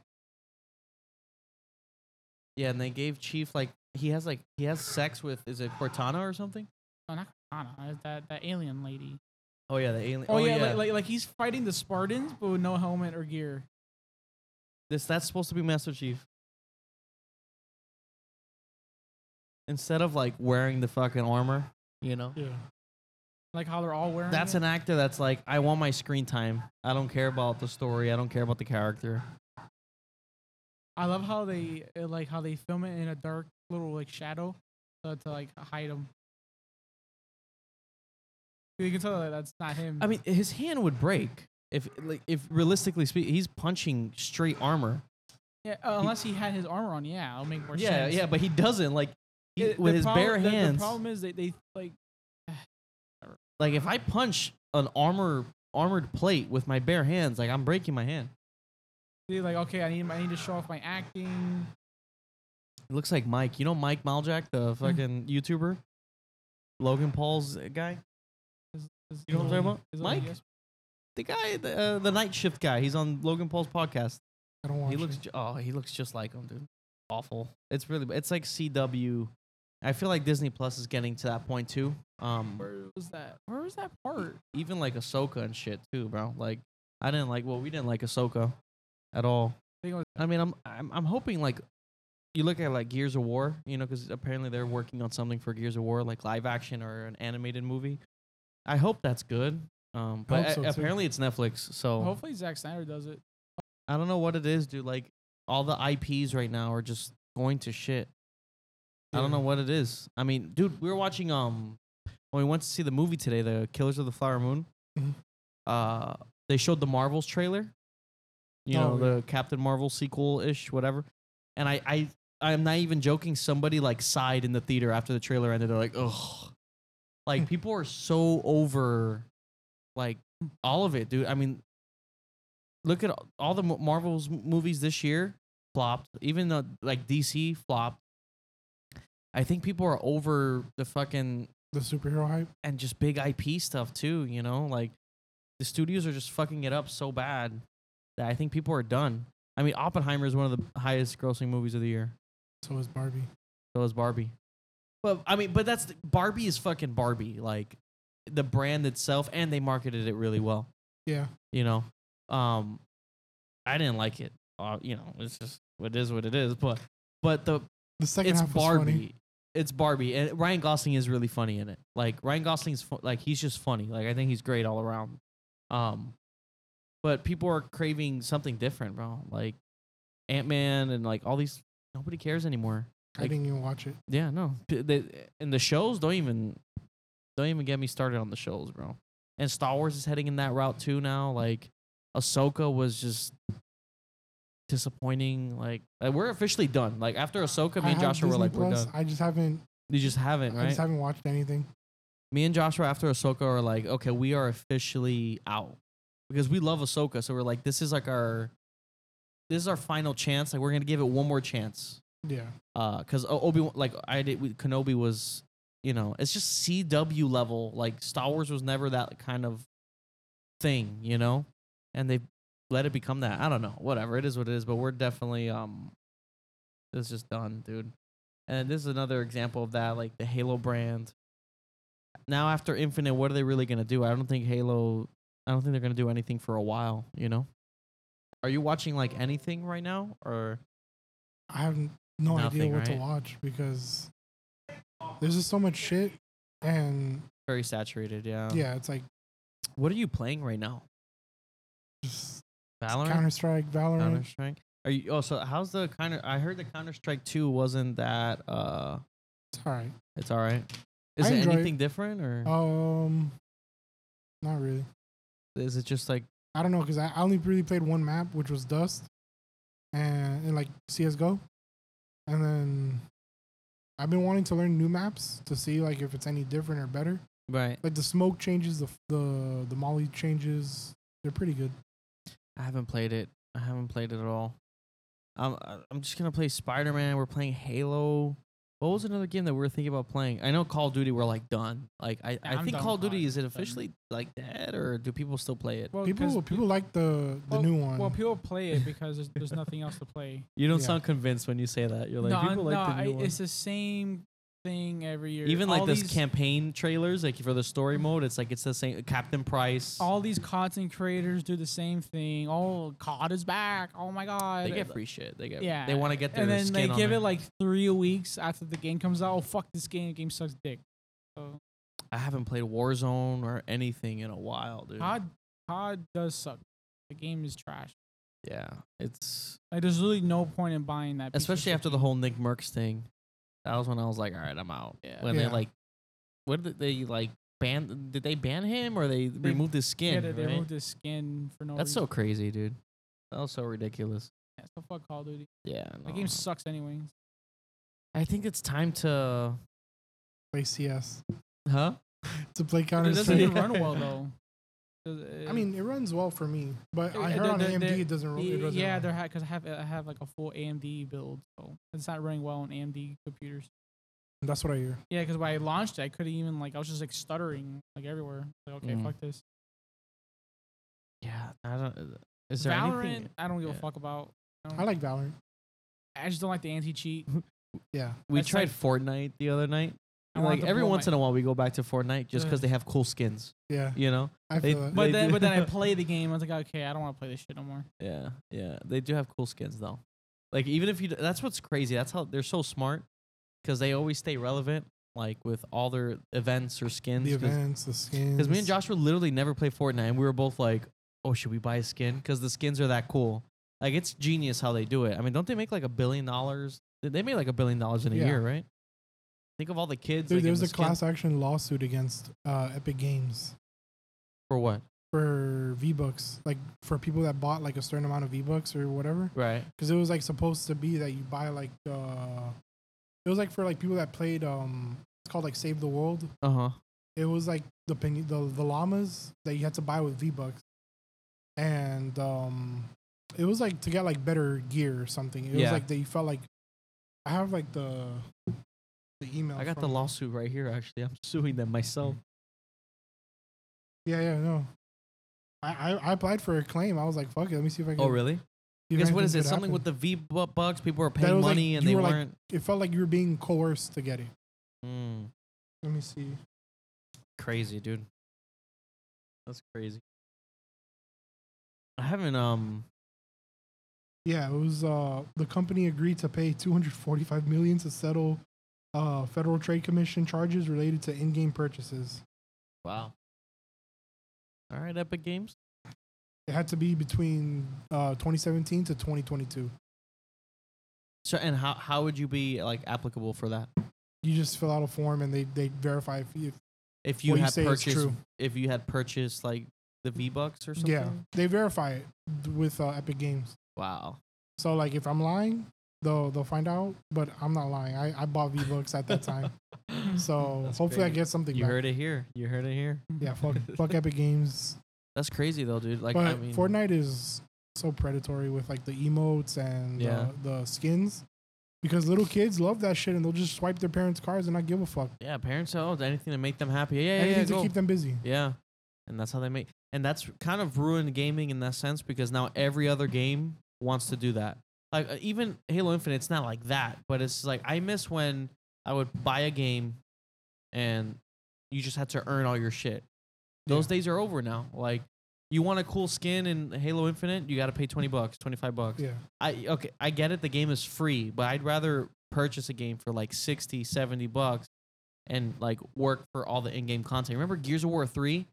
[SPEAKER 2] Yeah, and they gave Chief like he has like he has sex with is it Cortana or something?
[SPEAKER 3] No, Oh, not Katana. That that alien lady.
[SPEAKER 2] Oh yeah, the alien.
[SPEAKER 3] Oh, yeah, Like, like like he's fighting the Spartans but with no helmet or gear.
[SPEAKER 2] this that's supposed to be Master Chief. Instead of like wearing the fucking armor, you know?
[SPEAKER 1] Yeah.
[SPEAKER 3] Like how they're all wearing.
[SPEAKER 2] That's
[SPEAKER 3] it.
[SPEAKER 2] an actor that's like, I want my screen time. I don't care about the story. I don't care about the character.
[SPEAKER 3] I love how they uh, like how they film it in a dark little like shadow uh, to like hide him. You can tell that that's not him.
[SPEAKER 2] I mean, his hand would break if, like, if realistically speaking, he's punching straight armor.
[SPEAKER 3] yeah, uh, unless he had his armor on. Yeah, it'll make more
[SPEAKER 2] Yeah,
[SPEAKER 3] sense.
[SPEAKER 2] yeah, but he doesn't like he-
[SPEAKER 3] It-
[SPEAKER 2] with
[SPEAKER 3] the
[SPEAKER 2] his
[SPEAKER 3] prob-
[SPEAKER 2] bare
[SPEAKER 3] the-
[SPEAKER 2] hands.
[SPEAKER 3] The problem is they they like
[SPEAKER 2] like if I punch an armor armored plate with my bare hands, like I'm breaking my hand.
[SPEAKER 3] they like okay, I need I need to show off my acting.
[SPEAKER 2] It looks like Mike. You know Mike Maljack, the
[SPEAKER 3] Mm-hmm.
[SPEAKER 2] fucking YouTuber, Logan Paul's uh, guy,
[SPEAKER 3] Is- is-
[SPEAKER 2] You know what I'm talking about?
[SPEAKER 3] is- is-
[SPEAKER 2] Mike?
[SPEAKER 3] yes.
[SPEAKER 2] the guy, the, uh, the night shift guy. He's on Logan Paul's podcast.
[SPEAKER 1] I don't watch.
[SPEAKER 2] He looks,
[SPEAKER 1] it.
[SPEAKER 2] ju- oh, he looks just like him, dude. Awful. It's really, it's like CW. I feel like Disney Plus is getting to that point too. Um,
[SPEAKER 3] Where was that? Where was that part?
[SPEAKER 2] even like Ahsoka and shit too, bro. Like I didn't like well, we didn't like Ahsoka at all.
[SPEAKER 3] I think it was-
[SPEAKER 2] I mean, I'm I'm I'm hoping like you look at like Gears of War, you know, because apparently they're working on something for Gears of War, like live action or an animated movie. I hope that's good. Um, but
[SPEAKER 1] hope so,
[SPEAKER 2] a-
[SPEAKER 1] too.
[SPEAKER 2] apparently it's Netflix, so
[SPEAKER 3] Hopefully Zack Snyder does it.
[SPEAKER 2] I don't know what it is, dude. Like all the IPs right now are just going to shit. I don't
[SPEAKER 1] Yeah.
[SPEAKER 2] know what it is. I mean, dude, we were watching um when we went to see the movie today, the Killers of the Flower Moon.
[SPEAKER 1] Mhm.
[SPEAKER 2] Uh, they showed the Marvels trailer. You
[SPEAKER 1] Oh,
[SPEAKER 2] know, the Captain Marvel sequel ish, whatever. And I, I, I'm not even joking. Somebody like sighed in the theater after the trailer ended. They're like, ugh.
[SPEAKER 1] [LAUGHS]
[SPEAKER 2] Like people are so over, like all of it, dude. I mean, look at all- all the Mo- Marvel's m- movies this year flopped. Even though like DC flopped. I think people are over the fucking
[SPEAKER 1] the superhero hype.
[SPEAKER 2] and just big IP stuff too. You know, like the studios are just fucking it up so bad that I think people are done. I mean, Oppenheimer is one of the highest grossing movies of the year.
[SPEAKER 1] So is Barbie.
[SPEAKER 2] So is Barbie. But I mean, but that's Barbie is fucking Barbie. Like the brand itself, and they marketed it really well.
[SPEAKER 1] Yeah.
[SPEAKER 2] You know, um, I didn't like it. Uh, you know, it's just what it is what it is. But but the
[SPEAKER 1] The second
[SPEAKER 2] it's
[SPEAKER 1] half was funny.
[SPEAKER 2] Barbie. It's Barbie, and Ryan Gosling is really funny in it. Like Ryan Gosling's fu- like he's just funny. Like I think he's great all around. Um, But people are craving something different, bro. Like Ant Man and like all these. Nobody cares anymore.
[SPEAKER 1] I
[SPEAKER 2] Like-
[SPEAKER 1] didn't even watch it.
[SPEAKER 2] Yeah, no. P- The, and the shows don't even don't even get me started on the shows, bro. And Star Wars is heading in that route too now. Like Ahsoka was just disappointing. Like, uh, we're officially done. Like after Ahsoka,
[SPEAKER 1] I
[SPEAKER 2] me
[SPEAKER 1] have
[SPEAKER 2] and Joshua were
[SPEAKER 1] Disney
[SPEAKER 2] like, we're
[SPEAKER 1] Plus.
[SPEAKER 2] done.
[SPEAKER 1] I just haven't.
[SPEAKER 2] You just haven't,
[SPEAKER 1] I
[SPEAKER 2] right?
[SPEAKER 1] just haven't watched anything.
[SPEAKER 2] me and Joshua after Ahsoka are like, okay, we are officially out because we love Ahsoka. So we're like, this is like our this is our final chance. Like we're gonna give it one more chance
[SPEAKER 1] Yeah.
[SPEAKER 2] because Obi Wan, like I did, with Kenobi was, you know, it's just CW level. Like Star Wars was never that kind of thing, you know, and they let it become that. I don't know, whatever it is, what it is. But we're definitely um, it's just done, dude. And this is another example of that, like the Halo brand. Now after Infinite, what are they really gonna do? I don't think Halo. I don't think they're gonna do anything for a while, you know. Are you watching like anything right now, or?
[SPEAKER 1] I have n- no idea
[SPEAKER 2] Nothing,
[SPEAKER 1] what to
[SPEAKER 2] right?
[SPEAKER 1] watch because there's just so much shit, and
[SPEAKER 2] Very saturated, yeah.
[SPEAKER 1] yeah, it's like
[SPEAKER 2] What are you playing right now?
[SPEAKER 1] just
[SPEAKER 2] Valorant,
[SPEAKER 1] Counter Strike, Valorant.
[SPEAKER 2] Counter Strike. Are you? Oh, so how's the counter? I heard the Counter Strike Two wasn't that. Uh,
[SPEAKER 1] It's all right.
[SPEAKER 2] it's all right. Is it Uh,
[SPEAKER 1] enjoy it.
[SPEAKER 2] anything different, or
[SPEAKER 1] Um, not really.
[SPEAKER 2] is it just like
[SPEAKER 1] I don't know because I I only really played one map, which was Dust, and, and like CS:GO, and then I've been wanting to learn new maps to see like if it's any different or better.
[SPEAKER 2] right?
[SPEAKER 1] Like the smoke changes, the f- the the molly changes. They're pretty good.
[SPEAKER 2] I haven't played it. I haven't played it at all. Um, I- I'm just gonna play Spider Man. We're playing Halo. What was another game that we were thinking about playing? I know Call of Duty. We're like done. Like I, I
[SPEAKER 3] I'm
[SPEAKER 2] think
[SPEAKER 3] done
[SPEAKER 2] Call of
[SPEAKER 3] with
[SPEAKER 2] Duty
[SPEAKER 3] Call
[SPEAKER 2] is it
[SPEAKER 3] of Duty.
[SPEAKER 2] officially like dead, or do people still play it?
[SPEAKER 3] Well, 'cause
[SPEAKER 1] People people
[SPEAKER 3] pe-
[SPEAKER 1] like the the new one.
[SPEAKER 3] Well, people play it because there's, there's nothing else to play.
[SPEAKER 2] You don't
[SPEAKER 1] Yeah.
[SPEAKER 2] sound convinced when you say that. You're like
[SPEAKER 3] no,
[SPEAKER 2] people like
[SPEAKER 3] no,
[SPEAKER 2] the new
[SPEAKER 3] I,
[SPEAKER 2] one.
[SPEAKER 3] it's the same thing every year.
[SPEAKER 2] Even like
[SPEAKER 3] All
[SPEAKER 2] those
[SPEAKER 3] these- Mm-hmm.
[SPEAKER 2] campaign trailers, like for the story mode, it's like it's the same Captain Price.
[SPEAKER 3] all these content creators do the same thing. Oh, COD is back. Oh my god.
[SPEAKER 2] they get free shit. They get
[SPEAKER 3] Yeah.
[SPEAKER 2] They want to get their
[SPEAKER 3] and then
[SPEAKER 2] skin
[SPEAKER 3] they
[SPEAKER 2] on
[SPEAKER 3] give
[SPEAKER 2] there.
[SPEAKER 3] it like three weeks after the game comes out. Oh fuck this game. The game sucks dick. So
[SPEAKER 2] I haven't played Warzone or anything in a while, dude.
[SPEAKER 3] COD COD does suck. The game is trash.
[SPEAKER 2] Yeah, it's
[SPEAKER 3] Like there's really no point in buying that. piece of
[SPEAKER 2] especially
[SPEAKER 3] shit
[SPEAKER 2] after the
[SPEAKER 3] game.
[SPEAKER 2] whole Nick Merckx thing. That was when I was like, all right, I'm out.
[SPEAKER 3] Yeah.
[SPEAKER 2] When they
[SPEAKER 1] Yeah.
[SPEAKER 2] like, what did they like ban? Did they ban him or they, removed his skin?
[SPEAKER 3] yeah, they, they
[SPEAKER 2] right?
[SPEAKER 3] removed his skin for no
[SPEAKER 2] That's
[SPEAKER 3] reason.
[SPEAKER 2] so crazy, dude. That was so ridiculous.
[SPEAKER 3] Yeah, so fuck Call of Duty.
[SPEAKER 2] Yeah,
[SPEAKER 3] The
[SPEAKER 2] no.
[SPEAKER 3] game sucks anyway.
[SPEAKER 2] I think it's time to,
[SPEAKER 1] play CS
[SPEAKER 2] huh?
[SPEAKER 1] to play
[SPEAKER 3] It
[SPEAKER 1] Counter
[SPEAKER 3] doesn't
[SPEAKER 1] Strike.
[SPEAKER 3] even run
[SPEAKER 1] [LAUGHS]
[SPEAKER 3] well though. Does it-
[SPEAKER 1] I mean, it runs well for me, but I
[SPEAKER 3] Uh,
[SPEAKER 1] heard on
[SPEAKER 3] they're-
[SPEAKER 1] AMD
[SPEAKER 3] they're-
[SPEAKER 1] it doesn't. ro- It doesn't
[SPEAKER 3] yeah,
[SPEAKER 1] run.
[SPEAKER 3] they're because I have I have like a full AMD build, so it's not running well on AMD computers.
[SPEAKER 1] That's what I hear.
[SPEAKER 3] Yeah, because when I launched it, I couldn't even like I was just like stuttering like everywhere. Like okay,
[SPEAKER 2] Mm.
[SPEAKER 3] fuck this.
[SPEAKER 2] Yeah, I don't. Is there
[SPEAKER 3] Valorant,
[SPEAKER 2] anything?
[SPEAKER 3] I don't give
[SPEAKER 2] yeah.
[SPEAKER 3] a fuck about. don't-
[SPEAKER 1] I like Valorant.
[SPEAKER 3] I just don't like the anti cheat.
[SPEAKER 1] Yeah,
[SPEAKER 2] We
[SPEAKER 3] That's
[SPEAKER 2] tried
[SPEAKER 3] like-
[SPEAKER 2] Fortnite the other night. Like every once in a while, we go back to Fortnite just because they have cool skins.
[SPEAKER 1] yeah.
[SPEAKER 2] You know?
[SPEAKER 1] I
[SPEAKER 2] They-
[SPEAKER 1] feel that.
[SPEAKER 3] [LAUGHS] But
[SPEAKER 2] They
[SPEAKER 3] then,
[SPEAKER 2] do.
[SPEAKER 3] but then
[SPEAKER 1] [LAUGHS]
[SPEAKER 3] I play the game. I was like, okay, I don't want to play this shit no more.
[SPEAKER 2] Yeah, yeah. They do have cool skins though. Like even if you, d- that's what's crazy. That's how they're so smart because they always stay relevant. Like with all their events or skins.
[SPEAKER 1] the events, the skins.
[SPEAKER 2] Because me and Joshua literally never play Fortnite, and we were both like, "Oh, should we buy a skin? Because the skins are that cool." Like it's genius how they do it. I mean, don't they make like a billion dollars? They made like a billion dollars in a
[SPEAKER 1] Yeah.
[SPEAKER 2] year, right? Think of all the kids.
[SPEAKER 1] Dude,
[SPEAKER 2] like, in
[SPEAKER 1] there's
[SPEAKER 2] the
[SPEAKER 1] a
[SPEAKER 2] skin-
[SPEAKER 1] class action lawsuit against uh, Epic Games
[SPEAKER 2] for what?
[SPEAKER 1] for V Bucks, like for people that bought like a certain amount of V Bucks or whatever.
[SPEAKER 2] Right.
[SPEAKER 1] Because it was like supposed to be that you buy like uh, it was like for like people that played um, it's called like Save the World.
[SPEAKER 2] Uh huh.
[SPEAKER 1] It was like the pin- the the llamas that you had to buy with V Bucks, and um, it was like to get like better gear or something. It
[SPEAKER 2] Yeah.
[SPEAKER 1] was like that you felt like I have like the the email.
[SPEAKER 2] I got the
[SPEAKER 1] from-
[SPEAKER 2] lawsuit right here. Actually, I'm [LAUGHS] suing
[SPEAKER 1] [LAUGHS]
[SPEAKER 2] them myself.
[SPEAKER 1] Yeah, yeah, no. I, I, I applied for a claim. I was like, fuck it, let me see if I can.
[SPEAKER 2] Oh really?
[SPEAKER 1] see if
[SPEAKER 2] Because what
[SPEAKER 1] anything
[SPEAKER 2] is it?
[SPEAKER 1] could
[SPEAKER 2] Something with
[SPEAKER 1] happen.
[SPEAKER 2] the V bu- bucks. People were paying
[SPEAKER 1] was, like,
[SPEAKER 2] money and
[SPEAKER 1] you
[SPEAKER 2] they
[SPEAKER 1] were, like-
[SPEAKER 2] weren't.
[SPEAKER 1] It felt like you were being coerced to get it.
[SPEAKER 2] Mm,
[SPEAKER 1] Let me see.
[SPEAKER 2] crazy, dude. That's crazy. I haven't um.
[SPEAKER 1] Yeah, it was. Uh, the company agreed to pay 245 million to settle uh, federal trade commission charges related to in-game purchases.
[SPEAKER 2] Wow. All right, Epic Games.
[SPEAKER 1] It had to be between uh, 2017 to 2022.
[SPEAKER 2] So and how how would you be like applicable for that
[SPEAKER 1] You just fill out a form and they, they verify if, if
[SPEAKER 2] if you
[SPEAKER 1] what you
[SPEAKER 2] had
[SPEAKER 1] say is
[SPEAKER 2] purchased
[SPEAKER 1] true.
[SPEAKER 2] if you had purchased like the V Bucks or something?
[SPEAKER 1] Yeah, they verify it with uh, Epic Games.
[SPEAKER 2] Wow.
[SPEAKER 1] So like if I'm lying, they'll they'll find out. But I'm not lying. I, I bought V Bucks at that
[SPEAKER 2] [LAUGHS]
[SPEAKER 1] time. So
[SPEAKER 2] That's
[SPEAKER 1] hopefully
[SPEAKER 2] great.
[SPEAKER 1] I get something
[SPEAKER 2] You
[SPEAKER 1] back.
[SPEAKER 2] heard it here. You heard it here.
[SPEAKER 1] Yeah,
[SPEAKER 2] [LAUGHS]
[SPEAKER 1] fuck, fuck Epic Games.
[SPEAKER 2] That's crazy though, dude. Like
[SPEAKER 1] but
[SPEAKER 2] I mean,
[SPEAKER 1] Fortnite is so predatory with like the emotes and
[SPEAKER 2] Yeah.
[SPEAKER 1] the, the skins. Because little kids love that shit and they'll just swipe their parents' cards and not give a fuck.
[SPEAKER 2] Yeah, parents oh anything to make them happy. Yeah, yeah,
[SPEAKER 1] Anything
[SPEAKER 2] yeah.
[SPEAKER 1] to
[SPEAKER 2] go.
[SPEAKER 1] keep them busy.
[SPEAKER 2] yeah. And that's how they make and that's kind of ruined gaming in that sense because now every other game wants to do that. Like uh, even Halo Infinite's not like that, but it's like I miss when I would buy a game and you just had to earn all your shit. Those days are over now. Like you want a cool skin in Halo Infinite, you got to pay 20 bucks, 25 bucks.
[SPEAKER 1] Yeah.
[SPEAKER 2] I okay, I get it. The game is free, but I'd rather purchase a game for like 60, 70 bucks and like work for all the in-game content. Remember Gears of War 3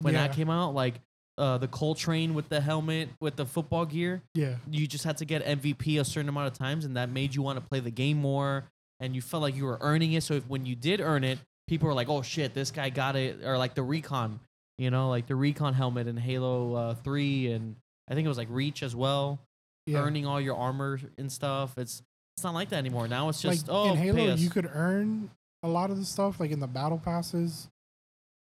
[SPEAKER 2] when
[SPEAKER 1] Yeah.
[SPEAKER 2] that came out like uh, the Coltrane with the helmet with the football gear,
[SPEAKER 1] Yeah.
[SPEAKER 2] you just had to get MVP a certain amount of times and that made you want to play the game more and you felt like you were earning it. So if, when you did earn it, people were like, "Oh shit, this guy got it." Or like the recon, you know, like the recon helmet in Halo uh, 3 and I think it was like Reach as well
[SPEAKER 1] Yeah.
[SPEAKER 2] earning all your armor and stuff. It's it's not like that anymore. Now it's just
[SPEAKER 1] like
[SPEAKER 2] oh,
[SPEAKER 1] in
[SPEAKER 2] pay
[SPEAKER 1] Halo,
[SPEAKER 2] us.
[SPEAKER 1] you could earn a lot of the stuff, like in the battle passes.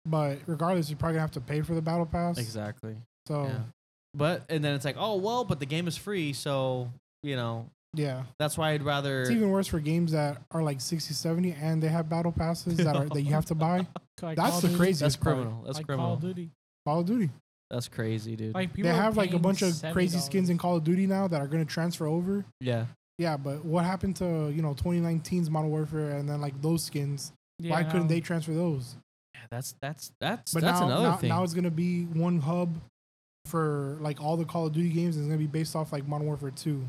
[SPEAKER 1] But regardless, you're probably gonna have to pay for the battle pass.
[SPEAKER 2] exactly.
[SPEAKER 1] So
[SPEAKER 2] Yeah. But and then it's like oh well, but the game is free, so you know
[SPEAKER 1] yeah.
[SPEAKER 2] that's why I'd rather
[SPEAKER 1] It's even worse for games that are like 60, 70 and they have battle passes that are that you have to
[SPEAKER 2] [LAUGHS]
[SPEAKER 1] buy.
[SPEAKER 3] Like
[SPEAKER 1] That's
[SPEAKER 3] Call
[SPEAKER 1] the
[SPEAKER 3] of Duty.
[SPEAKER 1] craziest
[SPEAKER 2] that's
[SPEAKER 1] part.
[SPEAKER 2] criminal. That's
[SPEAKER 3] like Call
[SPEAKER 2] criminal.
[SPEAKER 3] of Duty.
[SPEAKER 1] Call of Duty.
[SPEAKER 2] That's crazy, dude.
[SPEAKER 3] Like
[SPEAKER 1] They
[SPEAKER 3] people are
[SPEAKER 1] have like a
[SPEAKER 3] paying
[SPEAKER 1] bunch of crazy skins
[SPEAKER 3] $70.
[SPEAKER 1] in Call of Duty now that are gonna transfer over.
[SPEAKER 2] yeah,
[SPEAKER 1] Yeah, but what happened to you know 2019's Modern Warfare and then like those skins?
[SPEAKER 3] Yeah,
[SPEAKER 1] Why
[SPEAKER 3] and
[SPEAKER 1] couldn't
[SPEAKER 3] I'm-
[SPEAKER 1] they transfer those?
[SPEAKER 2] Yeah, that's that's that's
[SPEAKER 1] But
[SPEAKER 2] that's
[SPEAKER 1] now,
[SPEAKER 2] another
[SPEAKER 1] now,
[SPEAKER 2] thing.
[SPEAKER 1] now it's gonna be one hub for like all the Call of Duty games. And it's gonna be based off like Modern Warfare 2.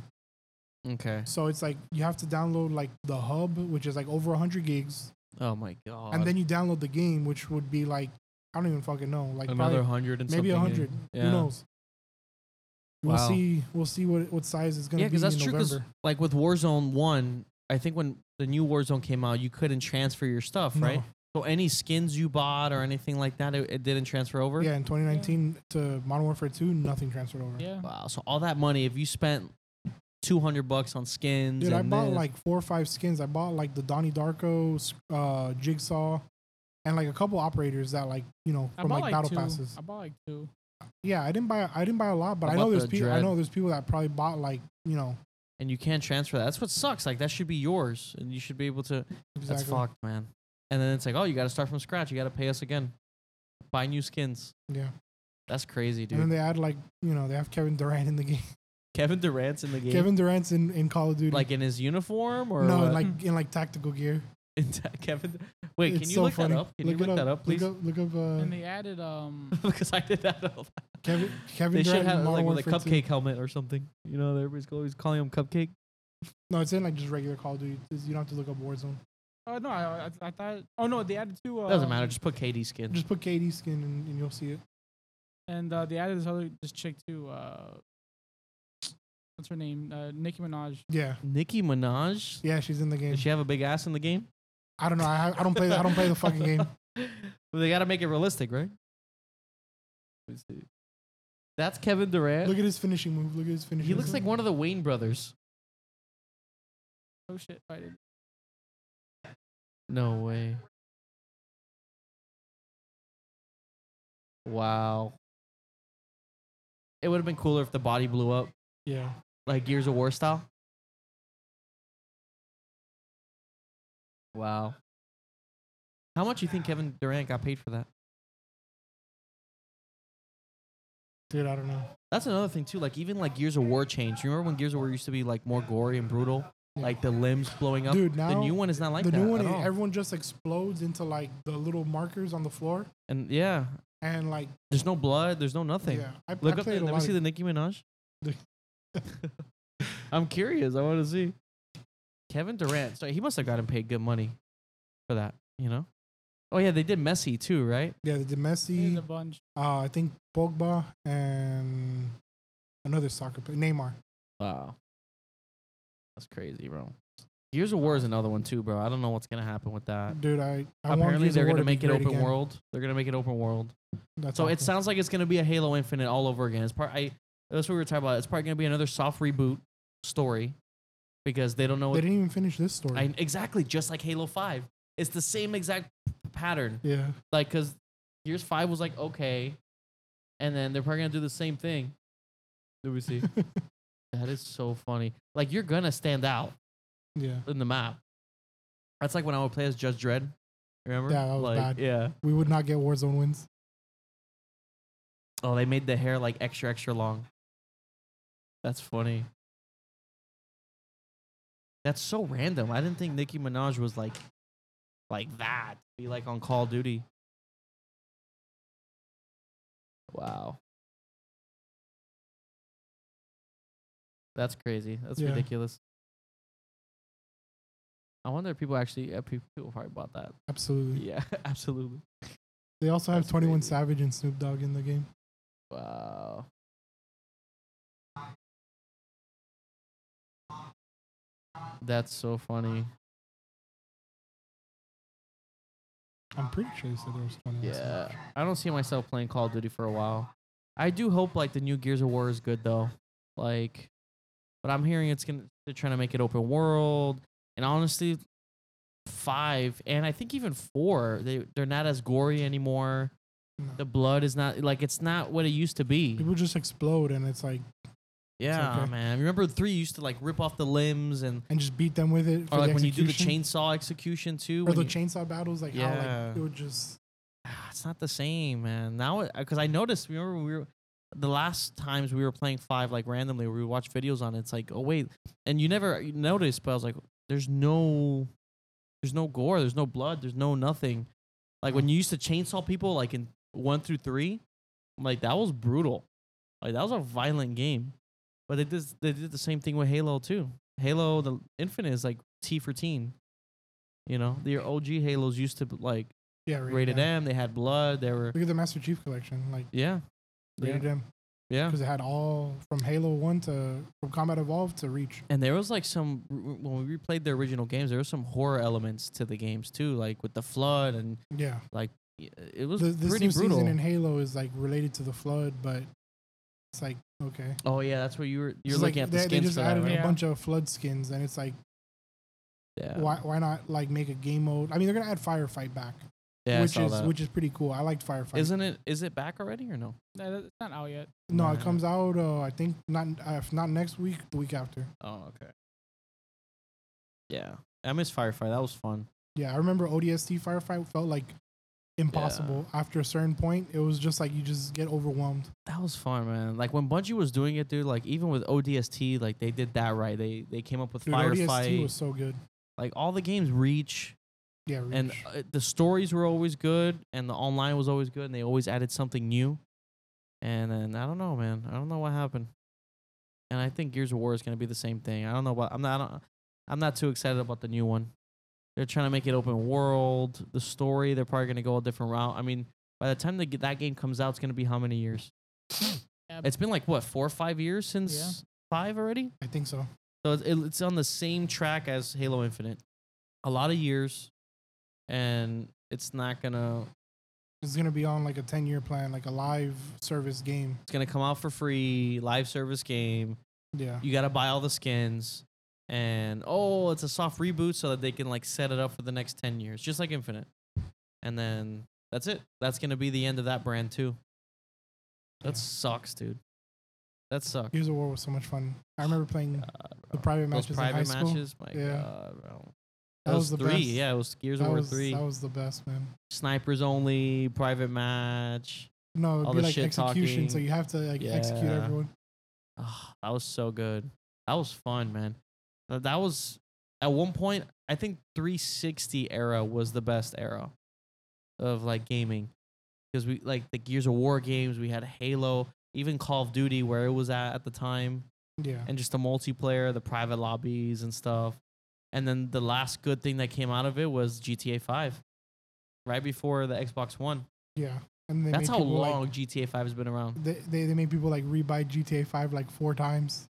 [SPEAKER 2] okay.
[SPEAKER 1] So it's like you have to download like the hub, which is like over 100 gigs,
[SPEAKER 2] Oh my god.
[SPEAKER 1] and then you download the game, which would be like I don't even fucking know, like
[SPEAKER 2] another
[SPEAKER 1] probably
[SPEAKER 2] hundred and
[SPEAKER 1] maybe
[SPEAKER 2] something,
[SPEAKER 1] 100.
[SPEAKER 2] Yeah.
[SPEAKER 1] Who knows? We'll
[SPEAKER 2] Wow.
[SPEAKER 1] see. We'll see what what size it's gonna
[SPEAKER 2] Yeah,
[SPEAKER 1] be
[SPEAKER 2] 'cause that's
[SPEAKER 1] in
[SPEAKER 2] true, 'cause-
[SPEAKER 1] November.
[SPEAKER 2] Like with Warzone One, I think when the new Warzone came out, you couldn't transfer your stuff,
[SPEAKER 1] No.
[SPEAKER 2] right? So any skins you bought or anything like that, it, it didn't transfer over.
[SPEAKER 1] Yeah, in 2019 to Modern Warfare 2, nothing transferred over. [LAUGHS]
[SPEAKER 3] Yeah.
[SPEAKER 2] Wow. So all that money, if you spent two hundred bucks on skins,
[SPEAKER 1] Dude,
[SPEAKER 2] and
[SPEAKER 1] I bought
[SPEAKER 2] this-
[SPEAKER 1] like four or five skins. I bought like the Donnie Darko, uh, Jigsaw, and like a couple operators that like you know
[SPEAKER 3] I
[SPEAKER 1] from
[SPEAKER 3] bought
[SPEAKER 1] like,
[SPEAKER 3] like,
[SPEAKER 1] battle
[SPEAKER 3] two.
[SPEAKER 1] passes.
[SPEAKER 3] I bought like two.
[SPEAKER 1] Yeah, I didn't buy I didn't buy a lot, but
[SPEAKER 2] I
[SPEAKER 1] I, know
[SPEAKER 2] bought
[SPEAKER 1] there's
[SPEAKER 2] the
[SPEAKER 1] people I
[SPEAKER 2] Dread.
[SPEAKER 1] know there's people that probably bought like you know
[SPEAKER 2] and you can't transfer that. That's what sucks. Like that should be yours, and you should be able to. That's
[SPEAKER 1] exactly.
[SPEAKER 2] fucked, man. And then it's like, oh, you got to start from scratch. You got to pay us again. Buy new skins.
[SPEAKER 1] Yeah,
[SPEAKER 2] That's crazy, dude.
[SPEAKER 1] and then they add like you know they have Kevin Durant in the game.
[SPEAKER 2] Kevin Durant's in the game,
[SPEAKER 1] Kevin Durant's in, in Call of Duty.
[SPEAKER 2] like in his uniform or
[SPEAKER 1] no,
[SPEAKER 2] what?
[SPEAKER 1] like in like tactical gear.
[SPEAKER 2] In ta- Kevin. Wait, can
[SPEAKER 1] It's
[SPEAKER 2] you
[SPEAKER 1] so
[SPEAKER 2] look
[SPEAKER 1] funny.
[SPEAKER 2] that up? Can you
[SPEAKER 1] it
[SPEAKER 2] look that up, please?
[SPEAKER 1] Look up, look up uh,
[SPEAKER 3] And they added um
[SPEAKER 2] [LAUGHS] because I did that. up. [LAUGHS]
[SPEAKER 1] Kevin Kevin
[SPEAKER 2] They should
[SPEAKER 1] Durant in
[SPEAKER 2] have
[SPEAKER 1] Modern
[SPEAKER 2] like with a
[SPEAKER 1] Warfare 2.
[SPEAKER 2] cupcake helmet or something. You know, everybody's always calling him cupcake.
[SPEAKER 1] No, it's in like just regular Call of Duty. You don't have to look up Warzone.
[SPEAKER 3] oh no, I, I, I thought oh no, they added two uh,
[SPEAKER 2] Doesn't matter. Just put KD skin.
[SPEAKER 1] Just put KD skin and, and you'll see it.
[SPEAKER 3] And uh, they added this other this chick too, uh what's her name? Uh Nicki Minaj.
[SPEAKER 1] Yeah,
[SPEAKER 2] Nicki Minaj.
[SPEAKER 1] yeah, she's in the game.
[SPEAKER 2] Does she have a big ass in the game?
[SPEAKER 1] I don't know. I, I don't play. I don't play the fucking game.
[SPEAKER 2] well, [LAUGHS] they got to make it realistic, right? Let me see. That's Kevin Durant.
[SPEAKER 1] Look at his finishing move. Look at his finishing.
[SPEAKER 2] he looks like
[SPEAKER 1] move.
[SPEAKER 2] one of the Wayne brothers.
[SPEAKER 3] Oh shit, I did
[SPEAKER 2] No way. Wow. It would have been cooler if the body blew up,
[SPEAKER 1] Yeah,
[SPEAKER 2] like Gears of War style. Wow. How much you think Kevin Durant got paid for that?
[SPEAKER 1] dude. I don't know.
[SPEAKER 2] That's another thing too. Like even like Gears of War changed. You remember when Gears of War used to be like more gory and brutal,
[SPEAKER 1] Yeah.
[SPEAKER 2] like the limbs blowing up.
[SPEAKER 1] Dude,
[SPEAKER 2] the
[SPEAKER 1] now-
[SPEAKER 2] new one is not like
[SPEAKER 1] the
[SPEAKER 2] that
[SPEAKER 1] new one,
[SPEAKER 2] at
[SPEAKER 1] is
[SPEAKER 2] all.
[SPEAKER 1] everyone just explodes into like the little markers on the floor,
[SPEAKER 2] and yeah,
[SPEAKER 1] and like
[SPEAKER 2] there's no blood. There's no nothing.
[SPEAKER 1] yeah. I,
[SPEAKER 2] Look
[SPEAKER 1] I
[SPEAKER 2] up there.
[SPEAKER 1] played a
[SPEAKER 2] Let me
[SPEAKER 1] lot.
[SPEAKER 2] see
[SPEAKER 1] of-
[SPEAKER 2] the Nicki Minaj. [LAUGHS] I'm curious. I want to see Kevin Durant. So he must have gotten paid good money for that. You know. Oh yeah, they did Messi too, right?
[SPEAKER 1] yeah, the
[SPEAKER 3] They did
[SPEAKER 1] Messi.
[SPEAKER 3] a bunch.
[SPEAKER 1] Uh, I think Pogba, and another soccer player, Neymar.
[SPEAKER 2] Wow. That's crazy, bro. Gears of War is another one too, bro. I don't know what's gonna happen with that.
[SPEAKER 1] Dude, I, I want
[SPEAKER 2] Uh, Apparently,
[SPEAKER 1] Gears of
[SPEAKER 2] they're
[SPEAKER 1] War
[SPEAKER 2] gonna
[SPEAKER 1] to be
[SPEAKER 2] make it
[SPEAKER 1] great
[SPEAKER 2] open
[SPEAKER 1] again.
[SPEAKER 2] world. They're gonna make it open world.
[SPEAKER 1] That's
[SPEAKER 2] So it
[SPEAKER 1] awful.
[SPEAKER 2] sounds like it's gonna be a Halo Infinite all over again. It's part. I that's what we were talking about. It's probably gonna be another soft reboot story because they don't know.
[SPEAKER 1] They
[SPEAKER 2] What,
[SPEAKER 1] didn't even finish this story.
[SPEAKER 2] I, exactly, just like Halo Five. It's the same exact pattern.
[SPEAKER 1] yeah,
[SPEAKER 2] Like, cause Gears Five was like okay, and then they're probably gonna do the same thing. Do
[SPEAKER 1] [LAUGHS]
[SPEAKER 2] we see? that is so funny. Like you're gonna stand out
[SPEAKER 1] yeah.
[SPEAKER 2] in the map. That's like when I would play as Judge Dredd. Remember?
[SPEAKER 1] Yeah, that was
[SPEAKER 2] like,
[SPEAKER 1] bad.
[SPEAKER 2] Yeah.
[SPEAKER 1] We would not get Warzone wins.
[SPEAKER 2] Oh, they made the hair like extra, extra long. That's funny. That's so random. I didn't think Nicki Minaj was like, like that. Be like on Call of Duty. Wow. That's crazy. That's
[SPEAKER 1] Yeah.
[SPEAKER 2] ridiculous. I wonder if people actually, yeah, peop- people probably bought that. [LAUGHS]
[SPEAKER 1] Absolutely.
[SPEAKER 2] Yeah, absolutely.
[SPEAKER 1] They also have
[SPEAKER 2] That's
[SPEAKER 1] 21
[SPEAKER 2] crazy.
[SPEAKER 1] Savage and Snoop Dogg in the game.
[SPEAKER 2] Wow. That's so funny.
[SPEAKER 1] I'm pretty sure they said there was 21
[SPEAKER 2] Yeah.
[SPEAKER 1] Savage.
[SPEAKER 2] I don't see myself playing Call of Duty for a while. I do hope like the new Gears of War is good though. Like but I'm hearing it's gonna they're trying to make it open world. And honestly, five and I think even four, they they're not as gory anymore.
[SPEAKER 1] No.
[SPEAKER 2] The blood is not like it's not what it used to be.
[SPEAKER 1] People just explode and it's like,
[SPEAKER 2] Yeah,
[SPEAKER 1] okay.
[SPEAKER 2] man. Remember three used to like rip off the limbs and
[SPEAKER 1] and just beat them with it. For
[SPEAKER 2] or like
[SPEAKER 1] the
[SPEAKER 2] when you do the
[SPEAKER 1] execution.
[SPEAKER 2] chainsaw execution too.
[SPEAKER 1] or
[SPEAKER 2] when
[SPEAKER 1] the
[SPEAKER 2] you-
[SPEAKER 1] chainsaw battles, like how
[SPEAKER 2] Yeah.
[SPEAKER 1] like it would just
[SPEAKER 2] Ah, it's not the same, man. Now, because I noticed, remember when we were the last times we were playing five like randomly, we watched videos on it. It's like, oh wait, and you never noticed, but I was like, there's no, there's no gore, there's no blood, there's no nothing. Like when you used to chainsaw people, like in one through three, I'm like that was brutal. Like that was a violent game. But it does they did the same thing with Halo too. Halo the Infinite is like T for teen. You know, your OG Halos used to like
[SPEAKER 1] yeah
[SPEAKER 2] rated
[SPEAKER 1] M.
[SPEAKER 2] M. They had blood. They were
[SPEAKER 1] Look at the Master Chief collection, like
[SPEAKER 2] yeah, yeah,
[SPEAKER 1] rated M,
[SPEAKER 2] yeah.
[SPEAKER 1] because it had all from Halo One to from Combat Evolved to Reach.
[SPEAKER 2] And there was like some when we replayed the original games. There was some horror elements to the games too, like with the flood and
[SPEAKER 1] Yeah,
[SPEAKER 2] y- it was
[SPEAKER 1] the, this
[SPEAKER 2] pretty
[SPEAKER 1] new
[SPEAKER 2] brutal.
[SPEAKER 1] season in Halo is like related to the flood, but it's like okay,
[SPEAKER 2] oh yeah, that's where you were. You're
[SPEAKER 1] It's like
[SPEAKER 2] looking at the
[SPEAKER 1] they, they
[SPEAKER 2] skins
[SPEAKER 1] just
[SPEAKER 2] for that,
[SPEAKER 1] added
[SPEAKER 2] right?
[SPEAKER 1] a
[SPEAKER 3] Yeah.
[SPEAKER 1] bunch of flood skins, and it's like
[SPEAKER 2] Yeah,
[SPEAKER 1] why why not like make a game mode? I mean, they're gonna add firefight back,
[SPEAKER 2] yeah,
[SPEAKER 1] which
[SPEAKER 2] I saw
[SPEAKER 1] is
[SPEAKER 2] that.
[SPEAKER 1] which is pretty cool. I liked firefight.
[SPEAKER 2] Isn't it? Is it back already or no?
[SPEAKER 3] Nah, that- It's not out yet.
[SPEAKER 1] no, it
[SPEAKER 2] Nah.
[SPEAKER 1] comes out uh, I think not uh, if not next week, the week after.
[SPEAKER 2] Oh okay. Yeah, I miss Firefight. That was fun.
[SPEAKER 1] Yeah, I remember ODST firefight felt like impossible after a certain point. It was just like you just get overwhelmed.
[SPEAKER 2] That was fun, man. Like when Bungie was doing it, dude. Like even with ODST, like they did that right. They they came up with
[SPEAKER 1] Dude,
[SPEAKER 2] Firefight.
[SPEAKER 1] ODST was so good.
[SPEAKER 2] like all the games, Reach.
[SPEAKER 1] Yeah, Reach.
[SPEAKER 2] and uh, the stories were always good and the online was always good and they always added something new and then i don't know man i don't know what happened and i think gears of war is going to be the same thing i don't know about i'm not I don't, i'm not too excited about the new one they're trying to make it open world the story they're probably going to go a different route i mean by the time the, g- that game comes out it's going to be how many years
[SPEAKER 3] Yeah,
[SPEAKER 2] it's been like what four or five years since five already
[SPEAKER 1] I think so.
[SPEAKER 2] so it's, it- it's on the same track as Halo Infinite. A lot of years, and it's not gonna.
[SPEAKER 1] It's gonna be on like a ten year plan, like a live service game.
[SPEAKER 2] It's gonna come out for free, live service game.
[SPEAKER 1] Yeah.
[SPEAKER 2] You gotta buy all the skins, and oh, it's a soft reboot so that they can like set it up for the next ten years, just like Infinite. And then that's it. That's gonna be the end of that brand too. That
[SPEAKER 1] Yeah.
[SPEAKER 2] sucks, dude. That sucks.
[SPEAKER 1] Gears of War was so much fun. I remember playing
[SPEAKER 2] God,
[SPEAKER 1] the
[SPEAKER 2] bro.
[SPEAKER 1] private matches
[SPEAKER 2] Those
[SPEAKER 1] in high
[SPEAKER 2] private
[SPEAKER 1] school.
[SPEAKER 2] matches, my
[SPEAKER 1] Yeah.
[SPEAKER 2] god, bro.
[SPEAKER 1] That
[SPEAKER 2] Those
[SPEAKER 1] was the
[SPEAKER 2] three.
[SPEAKER 1] best.
[SPEAKER 2] Yeah, it was Gears
[SPEAKER 1] That
[SPEAKER 2] of War
[SPEAKER 1] was
[SPEAKER 2] three.
[SPEAKER 1] that was the best, man.
[SPEAKER 2] snipers only, private match.
[SPEAKER 1] No, it'd
[SPEAKER 2] All
[SPEAKER 1] be
[SPEAKER 2] the
[SPEAKER 1] like
[SPEAKER 2] shit
[SPEAKER 1] execution, so
[SPEAKER 2] talking.
[SPEAKER 1] you have to like execute
[SPEAKER 2] Yeah.
[SPEAKER 1] everyone.
[SPEAKER 2] Oh, that was so good. That was fun, man. Th- That was at one point. I think 360 era was the best era of like gaming because we like the Gears of War games. We had Halo, even Call of Duty, where it was at at the time.
[SPEAKER 1] Yeah.
[SPEAKER 2] and just the multiplayer, the private lobbies and stuff. And then the last good thing that came out of it was GTA 5 right before the Xbox One.
[SPEAKER 1] yeah. and they
[SPEAKER 2] That's
[SPEAKER 1] made
[SPEAKER 2] how
[SPEAKER 1] people, like-
[SPEAKER 2] long GTA 5 has been around.
[SPEAKER 1] they, they they made people like rebuy GTA Five like four times.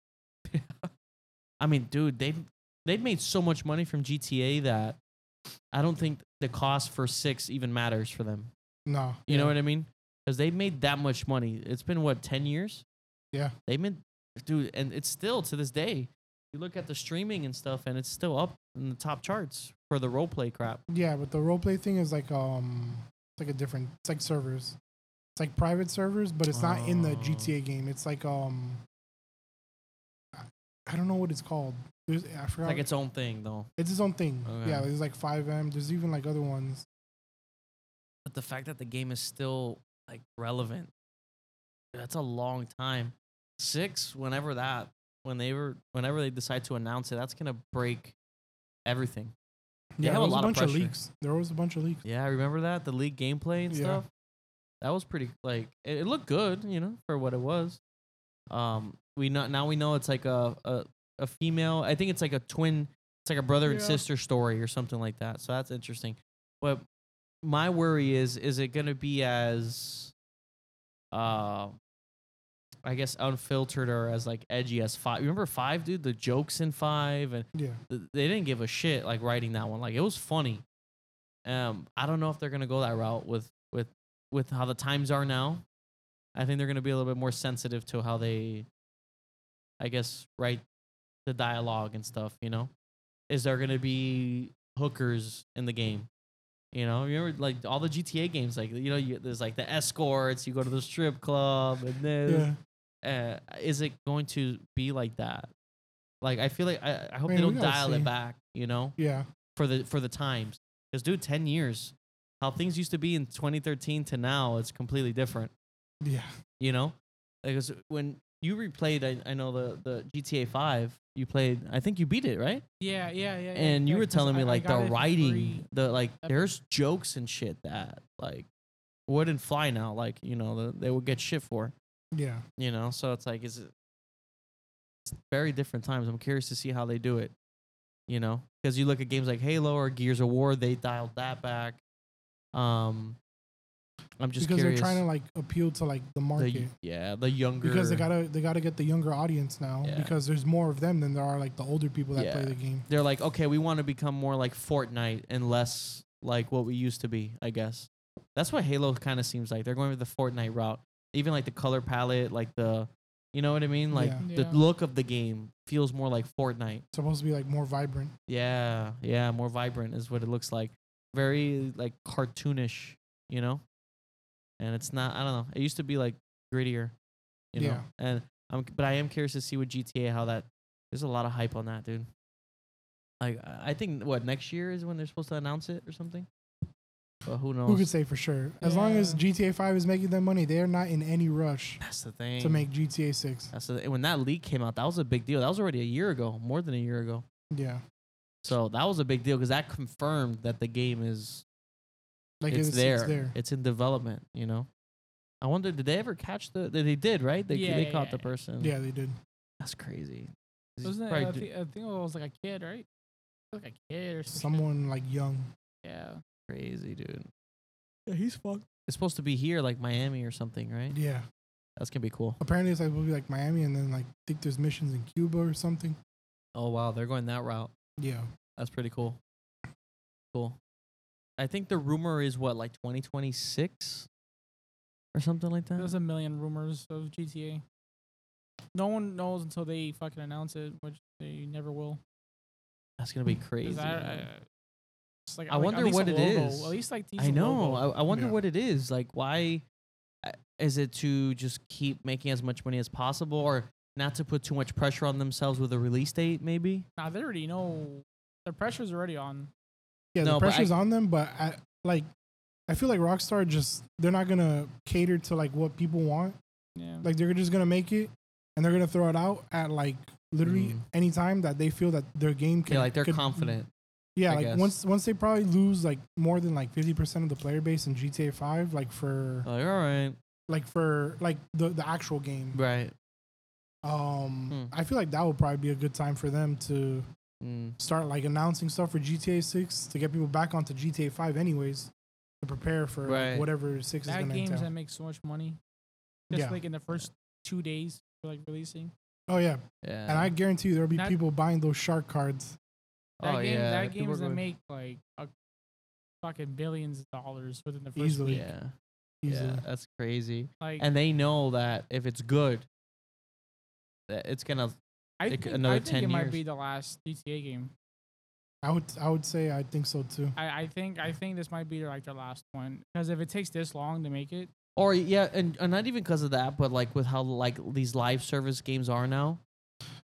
[SPEAKER 2] I mean, dude, they've they've made so much money from GTA that I don't think the cost for six even matters for them.
[SPEAKER 1] No,
[SPEAKER 2] You know what I mean? Because they've made that much money. It's been what ten years.
[SPEAKER 1] Yeah.
[SPEAKER 2] they made, dude, and it's still to this day. You look at the streaming and stuff, and it's still up in the top charts for the roleplay crap.
[SPEAKER 1] yeah, but the roleplay thing is like um, it's like a different. It's like servers. It's like private servers, but it's not in the
[SPEAKER 2] Oh.
[SPEAKER 1] GTA game. It's like um, I, I don't know what it's called. There's, I forgot.
[SPEAKER 2] Like its own thing, though.
[SPEAKER 1] it's its own thing.
[SPEAKER 2] Okay.
[SPEAKER 1] Yeah, there's like 5M. There's even like other ones.
[SPEAKER 2] But the fact that the game is still like relevant, that's a long time. Six, whenever that, when they were, whenever they decide to announce it, that's gonna break everything. They
[SPEAKER 1] Yeah,
[SPEAKER 2] have
[SPEAKER 1] there
[SPEAKER 2] a
[SPEAKER 1] was
[SPEAKER 2] lot of
[SPEAKER 1] bunch of,
[SPEAKER 2] pressure.
[SPEAKER 1] leaks. There was a bunch of leaks.
[SPEAKER 2] Yeah, I remember that the league gameplay and
[SPEAKER 1] Yeah.
[SPEAKER 2] stuff. That was pretty like it, it looked good, you know, for what it was. Um, we know now we know it's like a a, a female. I think it's like a twin. It's like a brother and
[SPEAKER 1] Yeah.
[SPEAKER 2] sister story or something like that. So that's interesting. But my worry is, is it going to be as, uh, I guess unfiltered or as like edgy as five? Remember five, dude? The jokes in five and
[SPEAKER 1] Yeah,
[SPEAKER 2] th- they didn't give a shit like writing that one. Like it was funny. Um, I don't know if they're gonna go that route with with with how the times are now. I think they're gonna be a little bit more sensitive to how they, I guess, write the dialogue and stuff. You know, is there gonna be hookers in the game? You know, you remember like all the GTA games, like you know, you, there's like the escorts. You go to the strip club and this
[SPEAKER 1] yeah.
[SPEAKER 2] uh, is it going to be like that? Like I feel like I, I hope
[SPEAKER 1] Man,
[SPEAKER 2] they
[SPEAKER 1] we
[SPEAKER 2] don't
[SPEAKER 1] gotta
[SPEAKER 2] dial
[SPEAKER 1] see.
[SPEAKER 2] it back, you know,
[SPEAKER 1] Yeah,
[SPEAKER 2] for the for the times. Because dude, ten years, how things used to be in 2013 to now, it's completely different,
[SPEAKER 1] yeah,
[SPEAKER 2] you know. Because when you replayed, I, I know the the GTA Five, you played. I think you beat it, right?
[SPEAKER 1] Oh,
[SPEAKER 3] Yeah, yeah, yeah. yeah,
[SPEAKER 2] And you
[SPEAKER 3] yeah,
[SPEAKER 2] were
[SPEAKER 3] 'cause
[SPEAKER 2] telling
[SPEAKER 3] I-
[SPEAKER 2] me
[SPEAKER 3] I
[SPEAKER 2] like
[SPEAKER 3] got
[SPEAKER 2] the
[SPEAKER 3] it for
[SPEAKER 2] writing,
[SPEAKER 3] free.
[SPEAKER 2] the like
[SPEAKER 3] Epic.
[SPEAKER 2] there's jokes and shit that like wouldn't fly now. Like you know, the, they would get shit for
[SPEAKER 1] yeah.
[SPEAKER 2] you know so it's like is it it's very different times i'm curious to see how they do it you know because you look at games like halo or gears of war they dialed that back um i'm just
[SPEAKER 1] because
[SPEAKER 2] curious
[SPEAKER 1] they're trying to like appeal to like the
[SPEAKER 2] the,
[SPEAKER 1] market.
[SPEAKER 2] yeah the younger
[SPEAKER 1] because they gotta they gotta get the younger audience now
[SPEAKER 2] Yeah.
[SPEAKER 1] because there's more of them than there are like the older people that play
[SPEAKER 2] Yeah.
[SPEAKER 1] the game.
[SPEAKER 2] they're like okay we want to become more like fortnite and less like what we used to be i guess that's what halo kind of seems like they're going with the fortnite route even like the color palette like the you know what i mean like
[SPEAKER 1] Yeah.
[SPEAKER 3] Yeah.
[SPEAKER 2] the look of the game feels more like fortnite
[SPEAKER 1] It's supposed to be like more vibrant.
[SPEAKER 2] Yeah, yeah, more vibrant is what it looks like. Very like cartoonish, you know? And it's not I don't know. It used to be like grittier, you know.
[SPEAKER 1] Yeah.
[SPEAKER 2] And I'm but I am curious to see with GTA how that there's a lot of hype on that, dude. Like I I think what next year is when they're supposed to announce it or something. But who knows?
[SPEAKER 1] Who could say for sure? As long as
[SPEAKER 3] Yeah.
[SPEAKER 1] GTA Five is making them money, they are not in any rush
[SPEAKER 2] That's the thing.
[SPEAKER 1] to make GTA Six.
[SPEAKER 2] That's the, when that leak came out, that was a big deal. That was already a year ago, more than a year ago.
[SPEAKER 1] Yeah,
[SPEAKER 2] So that was a big deal because that confirmed that the game is
[SPEAKER 1] like
[SPEAKER 2] it's,
[SPEAKER 1] it's,
[SPEAKER 2] there.
[SPEAKER 1] It's
[SPEAKER 2] it's
[SPEAKER 1] there.
[SPEAKER 2] in development. You know. I wonder, did they ever catch the? They, they did, right? They
[SPEAKER 3] Yeah,
[SPEAKER 2] they
[SPEAKER 3] yeah,
[SPEAKER 2] caught the
[SPEAKER 3] yeah.
[SPEAKER 2] person.
[SPEAKER 1] yeah, they did.
[SPEAKER 2] that's crazy. He's
[SPEAKER 3] Wasn't it, uh,
[SPEAKER 2] probably
[SPEAKER 3] I,
[SPEAKER 2] do-
[SPEAKER 3] thi- I think it was like a kid, right? Like a kid or something.
[SPEAKER 1] Someone like young.
[SPEAKER 3] Yeah.
[SPEAKER 2] crazy, dude.
[SPEAKER 3] Yeah, he's fucked.
[SPEAKER 2] It's supposed to be here, like Miami or something, right?
[SPEAKER 1] Yeah.
[SPEAKER 2] That's gonna be cool.
[SPEAKER 1] Apparently, it's like will be like Miami, and then like think there's missions in Cuba or something.
[SPEAKER 2] Oh wow, they're going that route.
[SPEAKER 1] Yeah.
[SPEAKER 2] That's pretty cool. Cool. I think the rumor is what, like 2026 or something like that.
[SPEAKER 3] There's a million rumors of GTA. No one knows until they fucking announce it, which they never will.
[SPEAKER 2] That's gonna be
[SPEAKER 3] 'Cause
[SPEAKER 2] crazy.
[SPEAKER 3] I,
[SPEAKER 2] man.
[SPEAKER 3] I- it's like,
[SPEAKER 2] I
[SPEAKER 3] like, at
[SPEAKER 2] wonder
[SPEAKER 3] least a
[SPEAKER 2] what it
[SPEAKER 3] logo.
[SPEAKER 2] is.
[SPEAKER 3] At least like
[SPEAKER 2] I
[SPEAKER 3] decent
[SPEAKER 2] know.
[SPEAKER 3] logo.
[SPEAKER 2] I, I wonder
[SPEAKER 1] Yeah.
[SPEAKER 2] what it is. Like, why uh, is it to just keep making as much money as possible, or not to put too much pressure on themselves with a release date? Maybe.
[SPEAKER 3] Nah, they already know. Their pressure's already on.
[SPEAKER 1] Yeah,
[SPEAKER 2] No,
[SPEAKER 1] the
[SPEAKER 2] but I-
[SPEAKER 1] pressure's on them, but I like. I feel like Rockstar just they're not gonna cater to like what people want.
[SPEAKER 3] Yeah.
[SPEAKER 1] Like they're just gonna make it, and they're gonna throw it out at like literally
[SPEAKER 2] Mm.
[SPEAKER 1] any time that they feel that their game can.
[SPEAKER 2] yeah, like they're
[SPEAKER 1] could-
[SPEAKER 2] confident.
[SPEAKER 1] Yeah,
[SPEAKER 2] I
[SPEAKER 1] like
[SPEAKER 2] guess.
[SPEAKER 1] once once they probably lose like more than like fifty percent of the player base in GTA Five, like for
[SPEAKER 2] Like, all right,
[SPEAKER 1] like for like the the actual game.
[SPEAKER 2] right. Hmm.
[SPEAKER 1] Um, I feel like that would probably be a good time for them to
[SPEAKER 2] Mm.
[SPEAKER 1] start like announcing stuff for GTA Six to get people back onto GTA Five, anyways. to prepare for like,
[SPEAKER 2] Right.
[SPEAKER 1] whatever six is
[SPEAKER 3] That
[SPEAKER 1] going to
[SPEAKER 3] games
[SPEAKER 1] entail.
[SPEAKER 3] that make so much money, just
[SPEAKER 1] Yeah.
[SPEAKER 3] like in the first two days for like releasing.
[SPEAKER 1] oh yeah,
[SPEAKER 2] Yeah.
[SPEAKER 1] and I guarantee you there'll be
[SPEAKER 3] That-
[SPEAKER 1] people buying those shark cards.
[SPEAKER 3] That
[SPEAKER 2] oh
[SPEAKER 3] game,
[SPEAKER 2] yeah.
[SPEAKER 3] that
[SPEAKER 2] people
[SPEAKER 3] games
[SPEAKER 2] are
[SPEAKER 3] that
[SPEAKER 2] going-
[SPEAKER 3] make like a fucking billions of dollars within the first
[SPEAKER 1] Easily.
[SPEAKER 3] week.
[SPEAKER 2] Yeah.
[SPEAKER 1] Easily.
[SPEAKER 2] Yeah. That's crazy.
[SPEAKER 3] Like
[SPEAKER 2] And they know that if it's good, that it's gonna.
[SPEAKER 3] I
[SPEAKER 2] it could-
[SPEAKER 3] think,
[SPEAKER 2] another
[SPEAKER 3] I think
[SPEAKER 2] 10
[SPEAKER 3] it might
[SPEAKER 2] years.
[SPEAKER 3] be the last GTA game.
[SPEAKER 1] I would I would say I think so too.
[SPEAKER 3] I, I think I think this might be like their last one because if it takes this long to make it,
[SPEAKER 2] Or yeah, and, and not even because of that, but like with how like these live service games are now.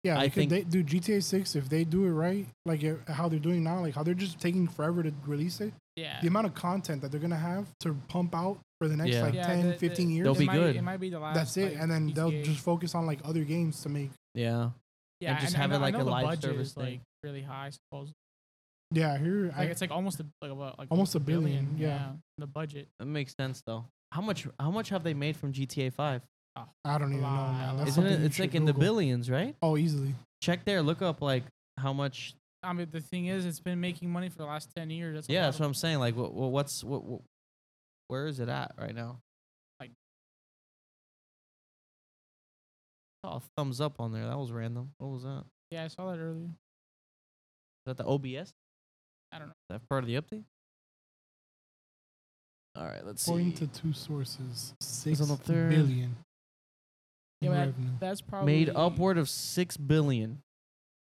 [SPEAKER 1] Yeah,
[SPEAKER 2] I
[SPEAKER 1] I think
[SPEAKER 2] think-
[SPEAKER 1] they do GTA Six if they do it right, like uh, how they're doing now, like how they're just taking forever to release it.
[SPEAKER 3] yeah,
[SPEAKER 1] The amount of content that they're gonna have to pump out for the next
[SPEAKER 2] Yeah.
[SPEAKER 1] like
[SPEAKER 3] yeah,
[SPEAKER 1] 10,
[SPEAKER 3] the- the-
[SPEAKER 1] 15 years.
[SPEAKER 2] They'll
[SPEAKER 3] it
[SPEAKER 2] be
[SPEAKER 3] might,
[SPEAKER 2] good.
[SPEAKER 3] It might be the last.
[SPEAKER 1] that's it,
[SPEAKER 3] like,
[SPEAKER 1] and then they'll
[SPEAKER 3] GTA.
[SPEAKER 1] just focus on like other games to make.
[SPEAKER 2] Yeah.
[SPEAKER 3] yeah,
[SPEAKER 2] and just
[SPEAKER 3] I
[SPEAKER 2] have
[SPEAKER 3] know-
[SPEAKER 2] it like
[SPEAKER 3] I
[SPEAKER 2] a
[SPEAKER 3] know the
[SPEAKER 2] live
[SPEAKER 3] budget
[SPEAKER 2] service
[SPEAKER 3] is,
[SPEAKER 2] thing.
[SPEAKER 3] like really high. I suppose
[SPEAKER 1] Yeah, here I,
[SPEAKER 3] like it's like almost a, like what like
[SPEAKER 1] Almost a billion, yeah.
[SPEAKER 3] the budget.
[SPEAKER 2] That makes sense though. How much? How much have they made from GTA Five?
[SPEAKER 1] I don't even know.
[SPEAKER 3] Wow.
[SPEAKER 1] Man. That's
[SPEAKER 2] Isn't
[SPEAKER 1] something
[SPEAKER 2] it?
[SPEAKER 1] you
[SPEAKER 2] It's
[SPEAKER 1] should
[SPEAKER 2] like in the
[SPEAKER 1] Google.
[SPEAKER 2] billions, right?
[SPEAKER 1] Oh, easily.
[SPEAKER 2] Check there. Look up like how much.
[SPEAKER 3] I mean, the thing is, it's been making money for the last ten years. That's a
[SPEAKER 2] yeah,
[SPEAKER 3] lot
[SPEAKER 2] that's
[SPEAKER 3] of-
[SPEAKER 2] what I'm saying. Like, what, what, what's what, what? Where is it at right now?
[SPEAKER 3] Like-
[SPEAKER 2] Oh, thumbs up on there. That was random. What was that? Is
[SPEAKER 3] yeah, I saw that earlier.
[SPEAKER 2] that the OBS?
[SPEAKER 3] I don't know.
[SPEAKER 2] Is that part of the update? All right, let's
[SPEAKER 1] According
[SPEAKER 2] see.
[SPEAKER 1] to two sources, six
[SPEAKER 2] on the third.
[SPEAKER 1] billion.
[SPEAKER 3] Yeah,
[SPEAKER 1] in
[SPEAKER 3] but
[SPEAKER 1] revenue.
[SPEAKER 3] That's probably
[SPEAKER 2] Made upward of six billion.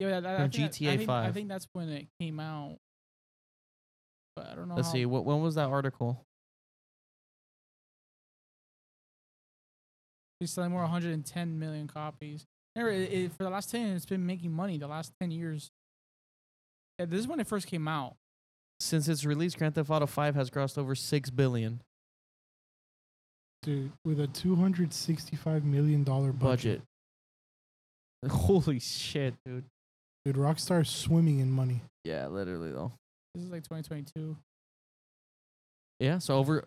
[SPEAKER 3] yeah, that, that, I
[SPEAKER 2] from
[SPEAKER 3] think that-
[SPEAKER 2] GTA
[SPEAKER 3] I think, I
[SPEAKER 2] 5.
[SPEAKER 3] think that's when it came out. But I don't know.
[SPEAKER 2] Let's
[SPEAKER 1] Uh-huh.
[SPEAKER 3] how,
[SPEAKER 2] see. What when was that article?
[SPEAKER 3] He's selling more 110 million copies. Remember, it, it, for the last 10, it's been making money the last 10 years. Yeah, this is when it first came out.
[SPEAKER 2] Since its release, Grand Theft Auto Five has crossed over six billion
[SPEAKER 1] Dude, with a two hundred sixty-five million dollar budget,
[SPEAKER 2] budget. [LAUGHS] Holy shit, dude.
[SPEAKER 1] dude, Rockstar is swimming in money.
[SPEAKER 2] Yeah, literally though.
[SPEAKER 3] This is like 2022.
[SPEAKER 2] Yeah, so over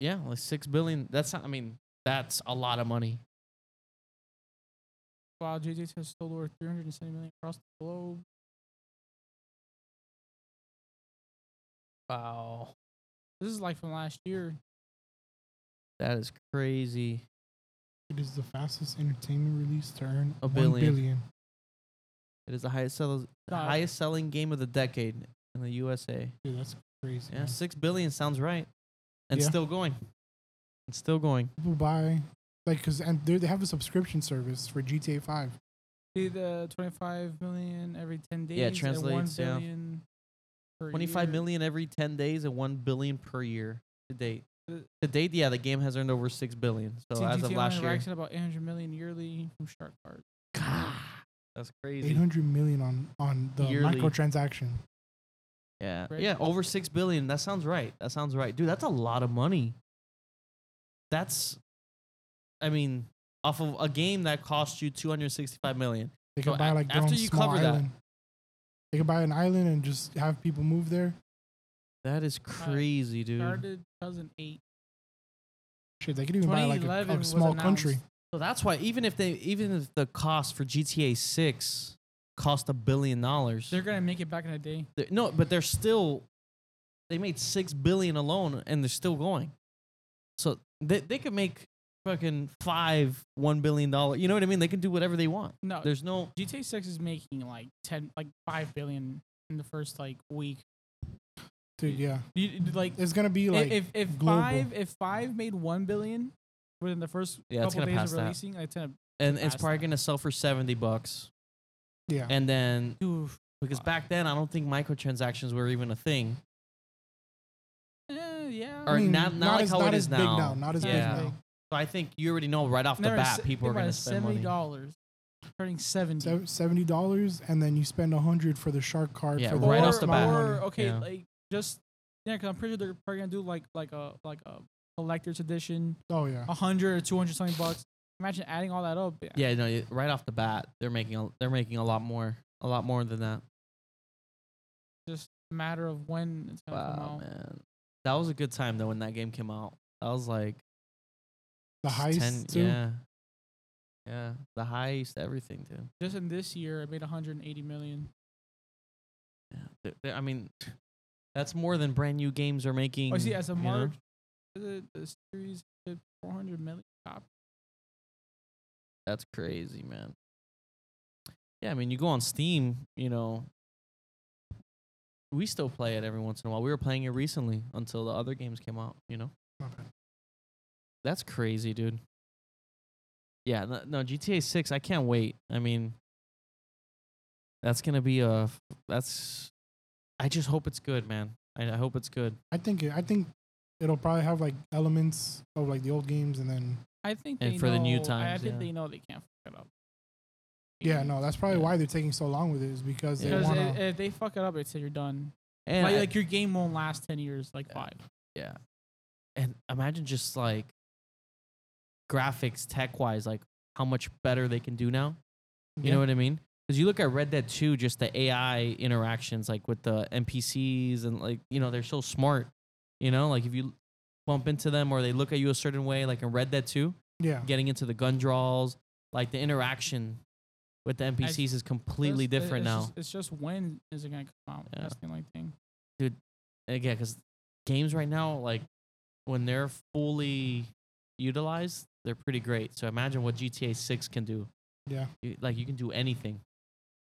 [SPEAKER 2] yeah, like six billion. That's not I mean, that's a lot of money.
[SPEAKER 3] Wow, GTA has sold over 370 million across the globe.
[SPEAKER 2] Wow.
[SPEAKER 3] This is like from last year.
[SPEAKER 2] That is crazy.
[SPEAKER 1] It is the fastest entertainment release to earn
[SPEAKER 2] A
[SPEAKER 1] one
[SPEAKER 2] billion.
[SPEAKER 1] billion.
[SPEAKER 2] It is the highest sell- the
[SPEAKER 3] Nah.
[SPEAKER 2] highest selling game of the decade in the USA.
[SPEAKER 1] Dude, that's crazy.
[SPEAKER 2] Yeah,
[SPEAKER 1] man.
[SPEAKER 2] six billion sounds right. And
[SPEAKER 1] Yeah.
[SPEAKER 2] still going. And still going.
[SPEAKER 1] People buy like because and they they have a subscription service for GTA Five.
[SPEAKER 3] See the 25 million every 10 days.
[SPEAKER 2] Yeah,
[SPEAKER 3] and 1
[SPEAKER 2] translates, yeah.
[SPEAKER 3] billion per
[SPEAKER 2] Twenty five
[SPEAKER 3] year.
[SPEAKER 2] million every ten days and one billion per year to date. To date, yeah, the game has earned over six billion. So
[SPEAKER 3] See,
[SPEAKER 2] as
[SPEAKER 3] GTA
[SPEAKER 2] of last
[SPEAKER 3] only
[SPEAKER 2] year.
[SPEAKER 3] racks in about 800 million yearly from Shark Card.
[SPEAKER 2] God, that's
[SPEAKER 1] Eight
[SPEAKER 2] crazy.
[SPEAKER 1] hundred million on on the
[SPEAKER 2] Yearly.
[SPEAKER 1] microtransaction.
[SPEAKER 2] Yeah.
[SPEAKER 3] Right?
[SPEAKER 2] Yeah, over 6 billion. That sounds right. That sounds right. Dude, that's a lot of money. That's I mean, off of a game that cost you 265 million.
[SPEAKER 1] They
[SPEAKER 2] So
[SPEAKER 1] could buy
[SPEAKER 2] a-
[SPEAKER 1] like their
[SPEAKER 2] after
[SPEAKER 1] own
[SPEAKER 2] you
[SPEAKER 1] small
[SPEAKER 2] cover that-
[SPEAKER 1] island. They could buy an island and just have people move there.
[SPEAKER 2] That is crazy, dude.
[SPEAKER 3] Started 2008.
[SPEAKER 1] Shit, they could even buy like a-
[SPEAKER 3] 2011
[SPEAKER 1] a,
[SPEAKER 3] was
[SPEAKER 1] small country.
[SPEAKER 3] announced.
[SPEAKER 2] So that's why even if they even if the cost for GTA 6 cost a billion dollars.
[SPEAKER 3] They're going to make it back in a day.
[SPEAKER 2] they're- No, but they're still they made 6 billion alone and they're still going. So they they could make fucking 5 1 billion dollar. You know what I mean? They can do whatever they want.
[SPEAKER 3] No,
[SPEAKER 2] There's no
[SPEAKER 3] GTA Six is making like ten, like five billion in the first like week.
[SPEAKER 1] Dude, yeah,
[SPEAKER 3] You, you- like,
[SPEAKER 1] it's gonna be like
[SPEAKER 3] if if
[SPEAKER 1] global.
[SPEAKER 3] five if five made one billion within the first
[SPEAKER 2] Yeah, it's
[SPEAKER 3] couple
[SPEAKER 2] gonna
[SPEAKER 3] days
[SPEAKER 2] pass
[SPEAKER 3] of
[SPEAKER 2] that.
[SPEAKER 3] releasing, like ten,
[SPEAKER 2] and it's
[SPEAKER 3] past
[SPEAKER 2] probably
[SPEAKER 3] that.
[SPEAKER 2] gonna sell for seventy bucks.
[SPEAKER 1] yeah.
[SPEAKER 2] And then
[SPEAKER 3] two,
[SPEAKER 2] because
[SPEAKER 3] Wow.
[SPEAKER 2] back then I don't think microtransactions were even a thing.
[SPEAKER 3] eh, yeah.
[SPEAKER 2] Or not- not like
[SPEAKER 1] as,
[SPEAKER 2] how it
[SPEAKER 1] not
[SPEAKER 2] is
[SPEAKER 1] as big
[SPEAKER 2] now.
[SPEAKER 1] now. Not as
[SPEAKER 2] Yeah.
[SPEAKER 1] big now.
[SPEAKER 2] So I think you already know right off the
[SPEAKER 3] They're
[SPEAKER 2] bat
[SPEAKER 3] at se-
[SPEAKER 2] people are
[SPEAKER 3] they're at
[SPEAKER 2] gonna spend
[SPEAKER 3] seventy
[SPEAKER 2] money.
[SPEAKER 3] dollars, turning seventy.
[SPEAKER 1] Se- Seventy dollars, and then you spend a hundred for the shark card.
[SPEAKER 2] Yeah,
[SPEAKER 1] for
[SPEAKER 2] right
[SPEAKER 1] the
[SPEAKER 2] off the
[SPEAKER 1] small
[SPEAKER 2] bat.
[SPEAKER 1] money.
[SPEAKER 3] Or okay,
[SPEAKER 2] Yeah.
[SPEAKER 3] like just yeah, because I'm pretty sure they're probably gonna do like like a like a collector's edition,
[SPEAKER 1] Oh yeah,
[SPEAKER 3] a hundred or two hundred something bucks. Imagine adding all that up.
[SPEAKER 2] Yeah, no, you- right off the bat they're making a, they're making a lot more a lot more than that.
[SPEAKER 3] Just a matter of when it's gonna come
[SPEAKER 2] Wow,
[SPEAKER 3] out.
[SPEAKER 2] man, that was a good time though when that game came out. That was like
[SPEAKER 1] the heist
[SPEAKER 2] 10
[SPEAKER 1] too.
[SPEAKER 2] yeah, yeah, the heist, everything, dude.
[SPEAKER 3] Just in this year, it made 180 million.
[SPEAKER 2] Yeah, th- th- I mean, That's more than brand new games are making.
[SPEAKER 3] Oh, see, as a
[SPEAKER 2] you know?
[SPEAKER 3] March, the, the series did 400 million copies.
[SPEAKER 2] That's crazy, man. Yeah, I mean, you go on Steam, you know. We still play it every once in a while. We were playing it recently until the other games came out, you know.
[SPEAKER 1] Not bad.
[SPEAKER 2] That's crazy, dude. Yeah, no, no GTA 6, I can't wait. I mean, that's going to be a f- that's I just hope it's good, man. I, I hope it's good.
[SPEAKER 1] I think it, I think it'll probably have like elements of like the old games, and then
[SPEAKER 3] I think
[SPEAKER 2] And
[SPEAKER 3] they
[SPEAKER 2] for the new
[SPEAKER 3] know- I
[SPEAKER 2] times,
[SPEAKER 3] think
[SPEAKER 2] yeah.
[SPEAKER 3] they know they can't fuck it up.
[SPEAKER 1] yeah, no, that's probably
[SPEAKER 2] Yeah.
[SPEAKER 1] why they're taking so long with it is because they
[SPEAKER 2] Yeah.
[SPEAKER 3] Because
[SPEAKER 1] want
[SPEAKER 3] i-
[SPEAKER 1] to.
[SPEAKER 3] if they fuck it up, it's you're done.
[SPEAKER 2] And
[SPEAKER 3] like,
[SPEAKER 2] I-
[SPEAKER 3] like your game won't last ten years, like
[SPEAKER 2] Yeah.
[SPEAKER 3] five.
[SPEAKER 2] Yeah. And imagine just like graphics tech wise, like how much better they can do now. You know what I mean? Because you look at Red Dead 2, just the AI interactions, like with the NPCs and like, you know, they're so smart. You know, like if you bump into them or they look at you a certain way, like in Red Dead 2,
[SPEAKER 1] Yeah,
[SPEAKER 2] getting into the gun draws, like the interaction with the NPCs is completely
[SPEAKER 3] That's- it-
[SPEAKER 2] different
[SPEAKER 3] it's
[SPEAKER 2] now.
[SPEAKER 3] uh, Just, it's just when is it gonna come out?
[SPEAKER 2] Yeah.
[SPEAKER 3] That's the only thing.
[SPEAKER 2] again, because games right now, like when they're fully utilized, they're pretty great. So imagine what GTA Six can do.
[SPEAKER 1] yeah.
[SPEAKER 2] You- Like you can do anything.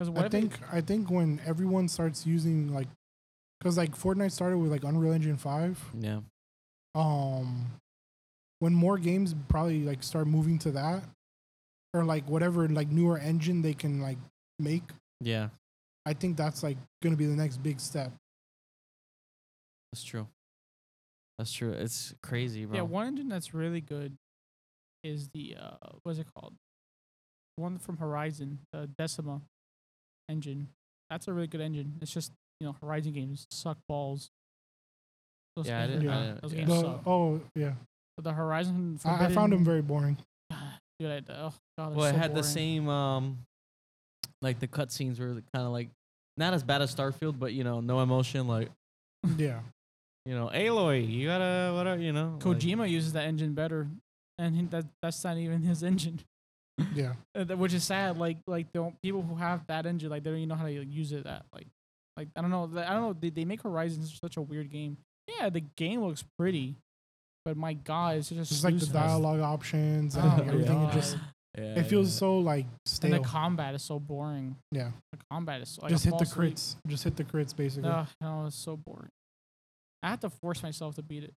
[SPEAKER 3] Because what
[SPEAKER 1] I
[SPEAKER 3] if they-
[SPEAKER 1] think I think when everyone starts using like, because like Fortnite started with like Unreal Engine five.
[SPEAKER 2] Yeah.
[SPEAKER 1] Um, when more games probably like start moving to that, or like whatever like newer engine they can like make,
[SPEAKER 2] Yeah,
[SPEAKER 1] I think that's like gonna be the next big step.
[SPEAKER 2] that's true. That's true. It's crazy, bro.
[SPEAKER 3] yeah, one engine that's really good is the uh, what's it called? One from Horizon, the Decima engine. That's a really good engine. It's just you know Horizon games suck balls. Those
[SPEAKER 2] Yeah, I
[SPEAKER 3] games,
[SPEAKER 1] didn't-
[SPEAKER 3] are-
[SPEAKER 1] I
[SPEAKER 2] didn't-
[SPEAKER 3] those
[SPEAKER 2] yeah.
[SPEAKER 3] games
[SPEAKER 1] The-
[SPEAKER 3] suck.
[SPEAKER 1] oh yeah,
[SPEAKER 3] But the Horizon.
[SPEAKER 1] I, I found them very boring.
[SPEAKER 3] Dude, I, oh god, they're
[SPEAKER 2] well, it
[SPEAKER 3] so
[SPEAKER 2] had the
[SPEAKER 3] boring.
[SPEAKER 2] same, um, like the cutscenes were kind of like not as bad as Starfield, but you know, no emotion. Like
[SPEAKER 1] Yeah,
[SPEAKER 2] you know, Aloy, you gotta whatever, you know. like-
[SPEAKER 3] Kojima uses that engine better, and he, that that's not even his engine,
[SPEAKER 1] yeah.
[SPEAKER 3] Uh, that- which is sad. Like like the people who have that engine, like they don't even know how to like, use it. That like like I don't know. like, I don't know. They, they make Horizon such a weird game. Yeah, the game looks pretty, but my god, it's just
[SPEAKER 1] Just like the
[SPEAKER 3] useless.
[SPEAKER 1] dialogue options and
[SPEAKER 3] Oh
[SPEAKER 1] like,
[SPEAKER 2] my
[SPEAKER 1] everything. It
[SPEAKER 3] God.
[SPEAKER 1] just
[SPEAKER 2] Yeah,
[SPEAKER 1] it feels
[SPEAKER 2] yeah.
[SPEAKER 1] so like
[SPEAKER 3] and the
[SPEAKER 1] stale.
[SPEAKER 3] combat is so boring.
[SPEAKER 1] Yeah.
[SPEAKER 3] the combat is so, like, I
[SPEAKER 1] just hit
[SPEAKER 3] fall
[SPEAKER 1] the
[SPEAKER 3] asleep.
[SPEAKER 1] crits. Just hit the crits basically.
[SPEAKER 3] Ugh, no, it's so boring. I have to force myself to beat it.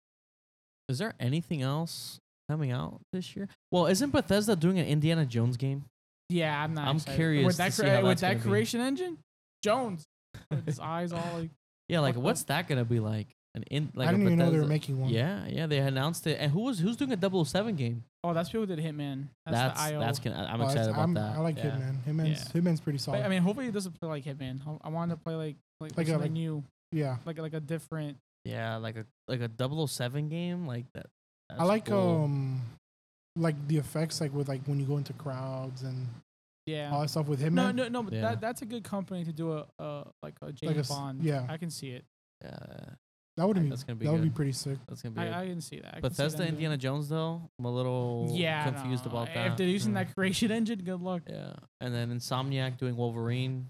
[SPEAKER 2] Is there anything else coming out this year? Well, isn't Bethesda doing an Indiana Jones game?
[SPEAKER 3] Yeah, I'm not.
[SPEAKER 2] I'm
[SPEAKER 3] excited.
[SPEAKER 2] curious
[SPEAKER 3] with that
[SPEAKER 2] to see how
[SPEAKER 3] with
[SPEAKER 2] that's
[SPEAKER 3] that
[SPEAKER 2] gonna be.
[SPEAKER 3] creation engine, Jones, with his [LAUGHS] eyes all like.
[SPEAKER 2] Yeah, like
[SPEAKER 3] What the-
[SPEAKER 2] what's that gonna be like? An in like
[SPEAKER 1] I
[SPEAKER 2] a
[SPEAKER 1] didn't even know they were
[SPEAKER 2] Bethesda-
[SPEAKER 1] making one.
[SPEAKER 2] Yeah, yeah, they announced it. And who was who's doing a 007 game?
[SPEAKER 3] Oh, that's people that did Hitman. That's,
[SPEAKER 2] That's
[SPEAKER 3] the IO.
[SPEAKER 2] that's gonna. I'm
[SPEAKER 1] Oh, that's-
[SPEAKER 2] excited about
[SPEAKER 1] I'm-
[SPEAKER 2] that.
[SPEAKER 1] I like
[SPEAKER 2] yeah.
[SPEAKER 1] Hitman. Hitman's Hitman's pretty solid.
[SPEAKER 3] But, I mean, hopefully it doesn't play like Hitman. I, I wanted to play like like,
[SPEAKER 1] Like a-
[SPEAKER 3] something
[SPEAKER 1] like-
[SPEAKER 3] new,
[SPEAKER 1] yeah,
[SPEAKER 3] like like a different.
[SPEAKER 2] Yeah, like a like a 007 game like that.
[SPEAKER 1] I
[SPEAKER 2] that's
[SPEAKER 1] like
[SPEAKER 2] cool.
[SPEAKER 1] um, like the effects like with like when you go into crowds and
[SPEAKER 3] Yeah.
[SPEAKER 1] all that stuff with Hitman.
[SPEAKER 3] no, no, no. But
[SPEAKER 2] Yeah.
[SPEAKER 3] that, that's a good company to do a, a like a James
[SPEAKER 1] Like a s-
[SPEAKER 3] Bond.
[SPEAKER 1] yeah.
[SPEAKER 3] I can see it.
[SPEAKER 1] um,
[SPEAKER 2] Yeah,
[SPEAKER 1] that would
[SPEAKER 2] like,
[SPEAKER 1] be
[SPEAKER 2] that's gonna be
[SPEAKER 1] that would be
[SPEAKER 2] good.
[SPEAKER 1] pretty sick.
[SPEAKER 2] that's gonna be.
[SPEAKER 3] I,
[SPEAKER 2] good.
[SPEAKER 3] I can see that. I can see
[SPEAKER 2] Bethesda
[SPEAKER 3] them doing
[SPEAKER 2] Indiana
[SPEAKER 3] it.
[SPEAKER 2] Jones though, I'm a little
[SPEAKER 3] Yeah.
[SPEAKER 2] confused
[SPEAKER 3] no,
[SPEAKER 2] about that.
[SPEAKER 3] If they're
[SPEAKER 1] Mm.
[SPEAKER 3] using
[SPEAKER 2] yeah.
[SPEAKER 1] Hmm.
[SPEAKER 3] that creation engine, good luck.
[SPEAKER 2] Yeah, and then Insomniac doing Wolverine.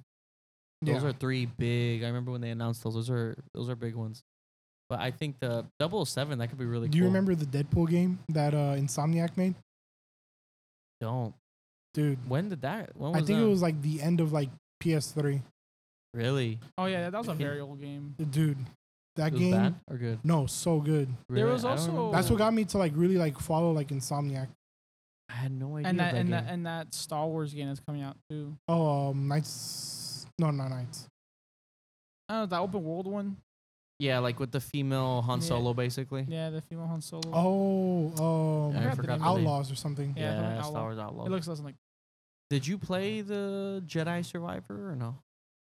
[SPEAKER 2] Those
[SPEAKER 1] Yeah,
[SPEAKER 2] are three big. I remember when they announced those. Those are those are big ones. But I think the 007 that could be really.
[SPEAKER 1] Do you
[SPEAKER 2] cool.
[SPEAKER 1] remember the Deadpool game that uh, Insomniac made?
[SPEAKER 2] Don't.
[SPEAKER 1] Dude,
[SPEAKER 2] When did that? When
[SPEAKER 1] I
[SPEAKER 2] was
[SPEAKER 1] think
[SPEAKER 2] that?
[SPEAKER 1] it was like the end of like PS3.
[SPEAKER 2] really.
[SPEAKER 3] Oh yeah, that, that was a
[SPEAKER 2] [LAUGHS] Yeah.
[SPEAKER 3] very old game.
[SPEAKER 1] Dude, that
[SPEAKER 2] It was
[SPEAKER 1] game.
[SPEAKER 2] bad or good?
[SPEAKER 1] No, so good.
[SPEAKER 3] There
[SPEAKER 2] Really?
[SPEAKER 3] was
[SPEAKER 2] I don't
[SPEAKER 3] also-
[SPEAKER 2] remember.
[SPEAKER 1] That's what got me to like really like follow like Insomniac.
[SPEAKER 2] I had no idea.
[SPEAKER 3] And that, and
[SPEAKER 2] game.
[SPEAKER 3] that and that Star Wars game that's coming out too.
[SPEAKER 1] Oh, um, Knights. No, not Knights.
[SPEAKER 3] I don't know that open world one.
[SPEAKER 2] yeah, like with the female Han
[SPEAKER 3] Yeah.
[SPEAKER 2] Solo, basically.
[SPEAKER 3] Yeah, the female Han Solo.
[SPEAKER 1] Oh, um,
[SPEAKER 2] Yeah,
[SPEAKER 3] I
[SPEAKER 1] I
[SPEAKER 3] forgot the name.
[SPEAKER 1] Outlaws or something.
[SPEAKER 3] Yeah, the one
[SPEAKER 2] Yeah, Star
[SPEAKER 3] Outlaw.
[SPEAKER 2] Wars Outlaw.
[SPEAKER 3] it looks less like.
[SPEAKER 2] Did you play the Jedi Survivor or no?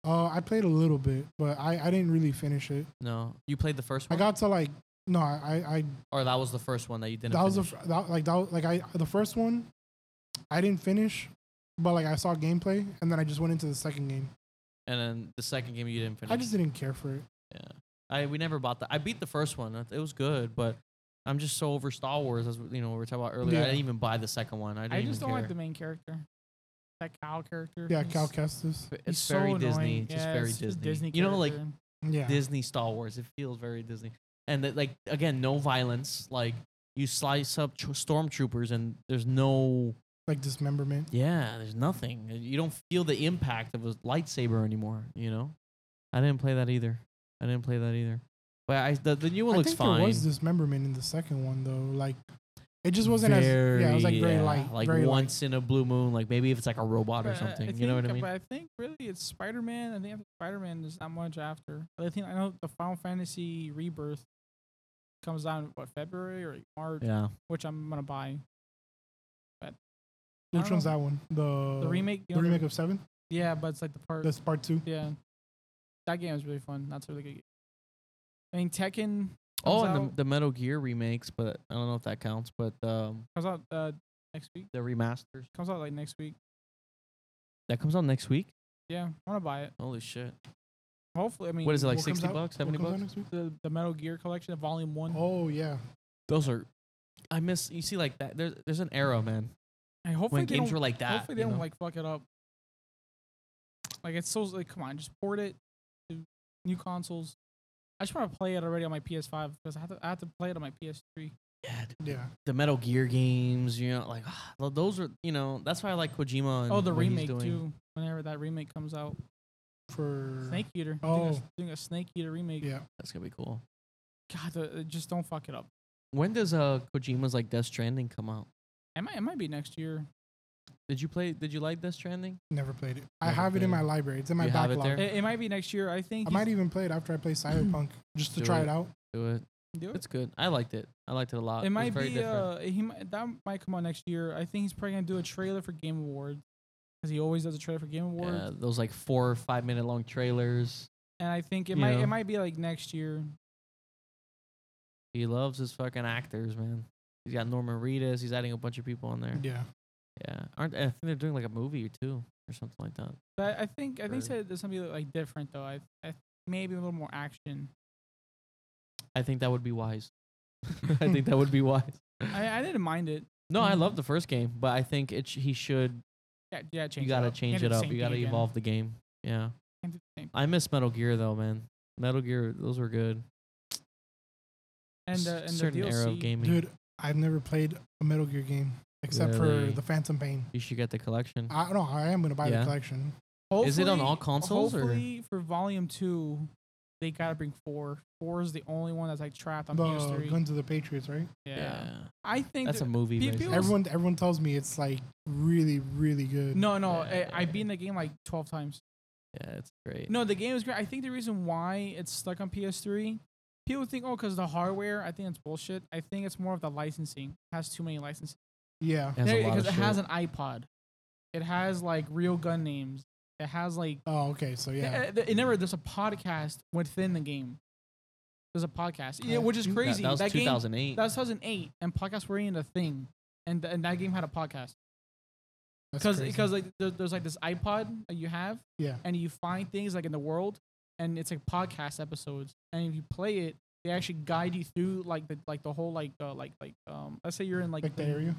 [SPEAKER 1] Uh, I played a little bit, but I, I didn't really finish it.
[SPEAKER 2] No, you played the first
[SPEAKER 1] I
[SPEAKER 2] one.
[SPEAKER 1] got to like no, I I, I
[SPEAKER 2] or that was the first one that you didn't.
[SPEAKER 1] that was the
[SPEAKER 2] finish.
[SPEAKER 1] fir- that, like that was- like I the first one, I didn't finish, but like I saw gameplay and then I just went into the second game.
[SPEAKER 2] and then the second game you didn't finish.
[SPEAKER 1] I just didn't care for it.
[SPEAKER 2] Yeah. I we never bought that. I beat the first one. It- It was good, but I'm just so over Star Wars as we- you know we were talking about earlier. I
[SPEAKER 1] Yeah.
[SPEAKER 2] didn't even buy the second one. I, didn't
[SPEAKER 3] I just
[SPEAKER 2] even
[SPEAKER 3] don't
[SPEAKER 2] care.
[SPEAKER 3] like the main character. That Cal character.
[SPEAKER 1] Yeah,
[SPEAKER 3] he's-
[SPEAKER 1] Cal Kestis.
[SPEAKER 2] F-
[SPEAKER 3] he's
[SPEAKER 2] It's very
[SPEAKER 3] so
[SPEAKER 2] Disney.
[SPEAKER 3] annoying.
[SPEAKER 2] It's Just
[SPEAKER 3] Yeah,
[SPEAKER 2] very
[SPEAKER 3] it's a
[SPEAKER 2] Disney.
[SPEAKER 3] Disney
[SPEAKER 2] you know, like
[SPEAKER 3] character.
[SPEAKER 1] Yeah.
[SPEAKER 2] Disney Star Wars. It feels very Disney. And that, like again, no violence. Like you slice up tr- stormtroopers, and there's no
[SPEAKER 1] like dismemberment.
[SPEAKER 2] yeah, there's nothing. You don't feel the impact of a lightsaber anymore. You know, I didn't play that either. I didn't play that either. But I the, the new one
[SPEAKER 1] I
[SPEAKER 2] looks
[SPEAKER 1] think
[SPEAKER 2] fine.
[SPEAKER 1] there was dismemberment in the second one though. Like it just wasn't as yeah. It was like very
[SPEAKER 2] yeah,
[SPEAKER 1] light. uh,
[SPEAKER 2] like
[SPEAKER 1] very light.
[SPEAKER 2] once in a blue moon. Like maybe if it's like a robot or
[SPEAKER 3] But I- I
[SPEAKER 2] something. you know what I
[SPEAKER 3] think-
[SPEAKER 2] mean?
[SPEAKER 3] But I think really it's Spider Man. I think after Spider Man, there's not much after. I think I know the Final Fantasy Rebirth comes out in what February or March,
[SPEAKER 2] Yeah.
[SPEAKER 3] which I'm gonna buy. I
[SPEAKER 1] Which
[SPEAKER 3] don't
[SPEAKER 1] one's
[SPEAKER 3] know.
[SPEAKER 1] that one? The
[SPEAKER 3] The remake, you
[SPEAKER 1] Uh, The
[SPEAKER 3] know,
[SPEAKER 1] remake of seven.
[SPEAKER 3] yeah, but it's like the part.
[SPEAKER 1] That's part two.
[SPEAKER 3] yeah, that game is really fun. That's a really good game. I mean Tekken.
[SPEAKER 2] Oh,
[SPEAKER 3] comes
[SPEAKER 2] and the,
[SPEAKER 3] out-
[SPEAKER 2] the Metal Gear remakes, but I don't know if that counts. But um,
[SPEAKER 3] comes out uh, next week.
[SPEAKER 2] the remasters
[SPEAKER 3] Comes out like next week.
[SPEAKER 2] that comes out next week.
[SPEAKER 3] Yeah, I want to buy it.
[SPEAKER 2] Holy shit!
[SPEAKER 3] Hopefully, I mean,
[SPEAKER 2] What is it like
[SPEAKER 1] What comes
[SPEAKER 2] sixty
[SPEAKER 1] out-
[SPEAKER 2] bucks,
[SPEAKER 1] what
[SPEAKER 2] seventy
[SPEAKER 1] comes out next
[SPEAKER 2] bucks?
[SPEAKER 1] week?
[SPEAKER 3] the the Metal Gear collection, Volume One.
[SPEAKER 1] Oh yeah.
[SPEAKER 2] Those are. I miss you see like that. There's there's an era, man.
[SPEAKER 3] And hopefully
[SPEAKER 2] When
[SPEAKER 3] they
[SPEAKER 2] games
[SPEAKER 3] don't-
[SPEAKER 2] were like that.
[SPEAKER 3] Hopefully they
[SPEAKER 2] you
[SPEAKER 3] don't
[SPEAKER 2] know?
[SPEAKER 3] like fuck it up. Like it's so like come on, just port it to new consoles. I just want to play it already on my PS5 because I have to I have to play it on my PS3.
[SPEAKER 2] Yeah,
[SPEAKER 1] Yeah.
[SPEAKER 2] the Metal Gear games, you know, like well, those are, you know, that's why I like Kojima. And
[SPEAKER 3] oh, the
[SPEAKER 2] what he's
[SPEAKER 3] remake
[SPEAKER 2] doing.
[SPEAKER 3] too. Whenever that remake comes out,
[SPEAKER 1] For
[SPEAKER 3] Snake Eater. I think
[SPEAKER 1] Oh.
[SPEAKER 3] they're doing a Snake Eater remake.
[SPEAKER 1] Yeah.
[SPEAKER 2] That's gonna be cool.
[SPEAKER 3] God, the, uh, just don't fuck it up.
[SPEAKER 2] When does uh Kojima's like Death Stranding come out?
[SPEAKER 3] It might it might be next year.
[SPEAKER 2] Did you play? Did you like Death Stranding?
[SPEAKER 1] Never played it. I
[SPEAKER 2] Never
[SPEAKER 1] have it in
[SPEAKER 2] played
[SPEAKER 1] my
[SPEAKER 2] it.
[SPEAKER 1] library. It's in my
[SPEAKER 2] You have it
[SPEAKER 1] backlog.
[SPEAKER 2] there?
[SPEAKER 3] It, it might be next year. I think.
[SPEAKER 1] I
[SPEAKER 3] he's-
[SPEAKER 1] might even play it after I play
[SPEAKER 2] [LAUGHS]
[SPEAKER 1] Cyberpunk just to
[SPEAKER 2] Do
[SPEAKER 1] try
[SPEAKER 2] it.
[SPEAKER 1] it out.
[SPEAKER 2] Do it.
[SPEAKER 3] do it.
[SPEAKER 2] It's good. I liked it. I liked it a lot.
[SPEAKER 3] It
[SPEAKER 2] was
[SPEAKER 3] might
[SPEAKER 2] very
[SPEAKER 3] be.
[SPEAKER 2] different.
[SPEAKER 3] Uh, he might that might come out next year. I think he's probably gonna do a trailer for Game Awards because he always does a trailer for Game Awards.
[SPEAKER 2] yeah, those like four or five minute long trailers.
[SPEAKER 3] And I think it
[SPEAKER 2] You
[SPEAKER 3] might
[SPEAKER 2] know.
[SPEAKER 3] it might be like next year.
[SPEAKER 2] He loves his fucking actors, man. He's got Norman Reedus. He's adding a bunch of people on there.
[SPEAKER 1] Yeah.
[SPEAKER 2] Yeah, aren't I think they're doing like a movie or two or something like that.
[SPEAKER 3] But I think I think
[SPEAKER 2] Sure.
[SPEAKER 3] said there's something like different though. I, I maybe a little more action.
[SPEAKER 2] I think that would be wise.
[SPEAKER 1] [LAUGHS]
[SPEAKER 2] I think that would be wise.
[SPEAKER 3] I, I didn't mind it.
[SPEAKER 2] [LAUGHS] No, I love the first game, but I think it sh- he should
[SPEAKER 3] Yeah, yeah change.
[SPEAKER 2] you gotta
[SPEAKER 3] it up.
[SPEAKER 2] change
[SPEAKER 3] Can't do
[SPEAKER 2] it
[SPEAKER 3] the
[SPEAKER 2] up.
[SPEAKER 3] same
[SPEAKER 2] You gotta
[SPEAKER 3] thing again.
[SPEAKER 2] evolve the game. Yeah,
[SPEAKER 3] Can't do the same.
[SPEAKER 2] I miss Metal Gear though, man. Metal Gear, those were good.
[SPEAKER 3] And
[SPEAKER 2] S-
[SPEAKER 3] uh, and
[SPEAKER 2] certain
[SPEAKER 3] the DLC,
[SPEAKER 2] era of gaming.
[SPEAKER 1] Dude, I've never played a Metal Gear game except
[SPEAKER 2] Really?
[SPEAKER 1] for the Phantom Pain.
[SPEAKER 2] You should get the collection.
[SPEAKER 1] I no, I am gonna buy
[SPEAKER 2] Yeah.
[SPEAKER 1] the collection.
[SPEAKER 2] Is it on all
[SPEAKER 3] hopefully-
[SPEAKER 2] consoles, or-
[SPEAKER 3] Hopefully for Volume Two, they gotta bring four. Four is the only one that's like trapped on
[SPEAKER 1] the
[SPEAKER 3] PS3.
[SPEAKER 1] Guns of the Patriots, right?
[SPEAKER 3] yeah. I think
[SPEAKER 2] that's a
[SPEAKER 3] that-
[SPEAKER 2] movie.
[SPEAKER 3] Pe-
[SPEAKER 2] basically.
[SPEAKER 3] people-
[SPEAKER 1] Everyone everyone tells me it's like really, really good.
[SPEAKER 3] no, no,
[SPEAKER 2] Yeah,
[SPEAKER 3] I, I
[SPEAKER 2] yeah.
[SPEAKER 3] beat the game like twelve times.
[SPEAKER 2] yeah, it's great.
[SPEAKER 3] No, the game is great. I think the reason why it's stuck on PS3, people think, oh, because the hardware. I think it's bullshit. I think it's more of the licensing. It has too many licenses.
[SPEAKER 1] Yeah.
[SPEAKER 2] It has a lot
[SPEAKER 3] because
[SPEAKER 2] of
[SPEAKER 3] it has
[SPEAKER 2] shit.
[SPEAKER 3] an iPod. It has like real gun names. It has like
[SPEAKER 1] Oh, okay. So yeah.
[SPEAKER 3] yeah. it never. There's a podcast within the game. There's a podcast, yeah,
[SPEAKER 1] Uh,
[SPEAKER 3] which is
[SPEAKER 1] you- that-
[SPEAKER 3] crazy.
[SPEAKER 2] That, that was
[SPEAKER 3] game, that
[SPEAKER 2] 2008.
[SPEAKER 3] was 2008, and podcasts were in a thing, and th- and that game had a podcast
[SPEAKER 1] That's
[SPEAKER 3] because
[SPEAKER 1] crazy.
[SPEAKER 3] because like there, there's like this iPod that you have,
[SPEAKER 1] Yeah.
[SPEAKER 3] and you find things like in the world, and it's like podcast episodes, and if you play it, they actually guide you through like the like the whole like uh, like like um let's say you're in like
[SPEAKER 1] like the
[SPEAKER 3] the-
[SPEAKER 1] area.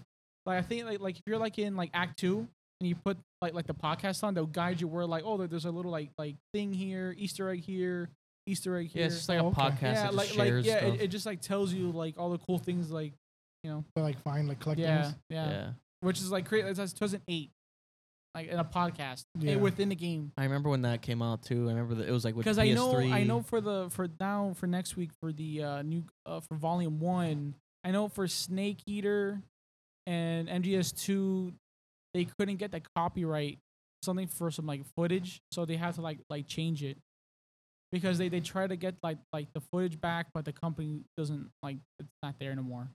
[SPEAKER 3] like I think like like if you're like in like Act Two and you put like like the podcast on, they'll guide you where like oh there- there's a little like like thing here, Easter egg here, Easter egg here.
[SPEAKER 2] yeah, it's just like a
[SPEAKER 1] Oh, okay.
[SPEAKER 2] podcast.
[SPEAKER 3] yeah,
[SPEAKER 2] that just
[SPEAKER 3] like like
[SPEAKER 2] shares
[SPEAKER 3] yeah,
[SPEAKER 2] stuff.
[SPEAKER 3] it, it just like tells you like all the cool things like
[SPEAKER 1] To like find like collectibles.
[SPEAKER 3] yeah, yeah
[SPEAKER 2] yeah.
[SPEAKER 3] which is like great. That's 2008, like in a podcast eh,
[SPEAKER 1] Yeah.
[SPEAKER 3] within the game.
[SPEAKER 2] I remember when that came out too. I remember that it was like with
[SPEAKER 3] Because
[SPEAKER 2] PS3.
[SPEAKER 3] I know I know for the for now for next week for the uh, new uh, for Volume One, I know for Snake Eater and MGS Two, they couldn't get the copyright something for some like footage, so they had to like like change it because they they try to get like like the footage back, but the company doesn't like it's not there anymore.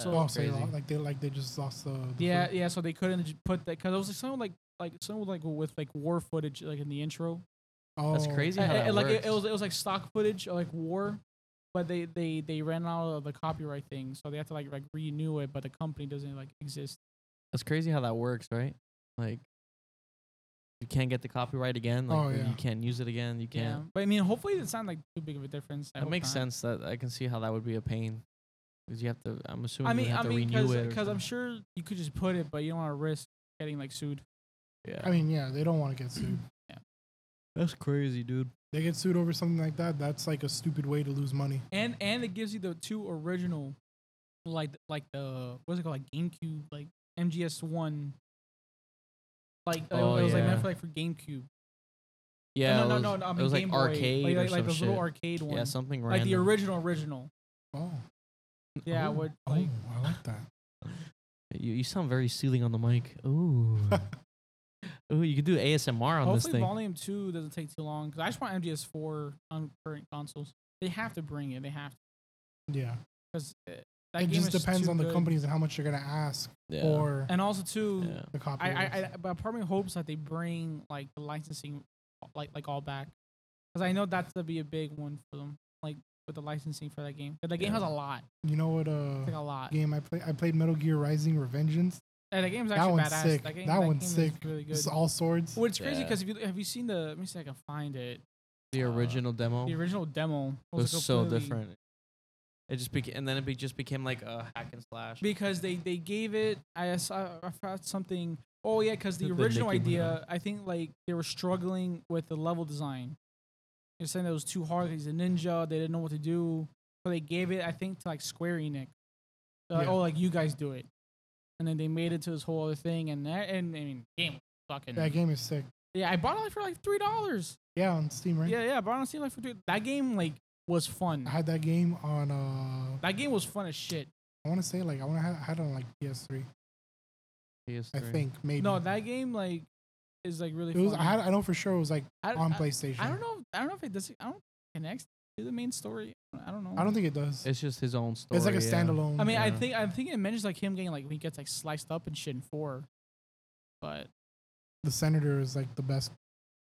[SPEAKER 2] so
[SPEAKER 1] Oh, so they lo- like they like they just lost the, the
[SPEAKER 3] Yeah,
[SPEAKER 1] footage.
[SPEAKER 3] yeah. So they couldn't j- put that because it was like someone like like someone like with like war footage like in the intro.
[SPEAKER 1] Oh,
[SPEAKER 2] That's crazy. how
[SPEAKER 3] Uh,
[SPEAKER 2] that
[SPEAKER 3] uh, like it, it
[SPEAKER 2] works.
[SPEAKER 3] was it was like stock footage of like war, but they they they ran out of the copyright thing, so they have to like like renew it. But the company doesn't like exist.
[SPEAKER 2] That's crazy how that works, right? Like, you can't get the copyright again. Like,
[SPEAKER 1] Oh,
[SPEAKER 2] or
[SPEAKER 1] yeah.
[SPEAKER 2] you can't use it again. You can't.
[SPEAKER 3] But I mean, hopefully it's not like too big of a difference. I
[SPEAKER 2] That
[SPEAKER 3] hope
[SPEAKER 2] makes
[SPEAKER 3] not.
[SPEAKER 2] sense. That I can see how that would be a pain because you have to. I'm assuming
[SPEAKER 3] I mean,
[SPEAKER 2] you
[SPEAKER 3] I
[SPEAKER 2] have to
[SPEAKER 3] mean,
[SPEAKER 2] renew it. or
[SPEAKER 3] because I'm
[SPEAKER 2] something.
[SPEAKER 3] sure you could just put it, but you don't want to risk getting like sued.
[SPEAKER 2] Yeah,
[SPEAKER 3] [CLEARS THROAT]
[SPEAKER 1] I mean, yeah, they don't want to get sued.
[SPEAKER 2] that's crazy, dude.
[SPEAKER 1] They get sued over something like that. That's like a stupid way to lose money.
[SPEAKER 3] and and it gives you the two original, like like the what's it called like GameCube like MGS one. Like uh,
[SPEAKER 2] Oh,
[SPEAKER 3] it was like meant
[SPEAKER 2] yeah.
[SPEAKER 3] for like for GameCube.
[SPEAKER 2] Yeah,
[SPEAKER 3] no, no,
[SPEAKER 2] it was,
[SPEAKER 3] no, no, I mean
[SPEAKER 2] it was like
[SPEAKER 3] Game Boy.
[SPEAKER 2] arcade
[SPEAKER 3] like,
[SPEAKER 2] or
[SPEAKER 3] like,
[SPEAKER 2] some
[SPEAKER 3] like those
[SPEAKER 2] shit.
[SPEAKER 3] little arcade ones.
[SPEAKER 2] yeah, something
[SPEAKER 3] like
[SPEAKER 2] random.
[SPEAKER 3] the original, original.
[SPEAKER 1] Oh,
[SPEAKER 3] Yeah,
[SPEAKER 1] oh,
[SPEAKER 3] what
[SPEAKER 1] Oh,
[SPEAKER 3] like
[SPEAKER 1] I like that.
[SPEAKER 2] You, you sound very soothing on the mic.
[SPEAKER 3] [LAUGHS]
[SPEAKER 2] Ooh, ooh, you can do ASMR on this
[SPEAKER 3] Hopefully,
[SPEAKER 2] thing.
[SPEAKER 3] Volume Two doesn't take too long because I just want MGS4 on current consoles. They have to bring it. They have to
[SPEAKER 1] yeah,
[SPEAKER 3] because [SIGHS] that
[SPEAKER 1] it
[SPEAKER 3] game
[SPEAKER 1] just
[SPEAKER 3] is
[SPEAKER 1] depends
[SPEAKER 3] too
[SPEAKER 1] on the
[SPEAKER 3] good.
[SPEAKER 1] companies and how much you're gonna ask
[SPEAKER 2] yeah.
[SPEAKER 1] for
[SPEAKER 3] And also, too,
[SPEAKER 2] yeah.
[SPEAKER 1] the copy.
[SPEAKER 3] I, I, I but part of me hopes that they bring like the licensing, like like all back, because I know that's to be a big one for them. Like with the licensing for that game, 'Cause that game has a
[SPEAKER 2] Yeah.
[SPEAKER 3] lot,
[SPEAKER 1] you know what?
[SPEAKER 3] it's like a
[SPEAKER 1] Uh,
[SPEAKER 3] lot.
[SPEAKER 1] game I played. I played Metal Gear Rising: Revengeance.
[SPEAKER 3] And the game's
[SPEAKER 1] That
[SPEAKER 3] actually
[SPEAKER 1] one's
[SPEAKER 3] badass.
[SPEAKER 1] sick.
[SPEAKER 3] That, game,
[SPEAKER 1] That one's
[SPEAKER 3] game
[SPEAKER 1] sick.
[SPEAKER 3] Is really good.
[SPEAKER 1] It's all swords.
[SPEAKER 3] well, it's crazy
[SPEAKER 2] Yeah.
[SPEAKER 3] because if you have you seen the let me see if I can find it.
[SPEAKER 2] the
[SPEAKER 3] uh,
[SPEAKER 2] original demo
[SPEAKER 3] The original demo
[SPEAKER 2] Oh. was
[SPEAKER 3] a
[SPEAKER 2] so
[SPEAKER 3] completely-
[SPEAKER 2] different. It just became, and then it be- just became like a hack and slash.
[SPEAKER 3] because they they gave it I saw I found something oh yeah because the
[SPEAKER 2] The
[SPEAKER 3] original
[SPEAKER 2] Nicki
[SPEAKER 3] idea I think like they were struggling with the level design they're saying it was too hard 'cause he's a ninja they didn't know what to do so they gave it I think to like Square Enix They're like
[SPEAKER 1] Yeah.
[SPEAKER 3] oh like you guys do it and then they made it to this whole other thing and that and I mean game was fucking
[SPEAKER 1] That game is sick.
[SPEAKER 3] yeah I bought it like for like three dollars
[SPEAKER 1] Yeah, on Steam, right?
[SPEAKER 3] yeah yeah I bought it on Steam like for three that game like was
[SPEAKER 1] I
[SPEAKER 3] fun
[SPEAKER 1] had that game on. uh
[SPEAKER 3] that game was fun as shit
[SPEAKER 1] I want to say like I want to had it on like PS3.
[SPEAKER 2] PS3.
[SPEAKER 1] I think maybe.
[SPEAKER 3] no that game like is like really
[SPEAKER 1] it was.
[SPEAKER 3] fun
[SPEAKER 1] I had. I know for sure it was like
[SPEAKER 3] I-
[SPEAKER 1] on
[SPEAKER 3] I-
[SPEAKER 1] PlayStation.
[SPEAKER 3] I don't know. I don't know if it does. I don't connects to the main story. I don't know.
[SPEAKER 1] I don't think it does.
[SPEAKER 2] it's just his own story.
[SPEAKER 1] It's like a
[SPEAKER 2] yeah.
[SPEAKER 1] standalone.
[SPEAKER 3] I mean, I
[SPEAKER 2] yeah.
[SPEAKER 3] think I think it mentions like him getting like when he gets like sliced up and shit in four, but
[SPEAKER 1] the senator is like the best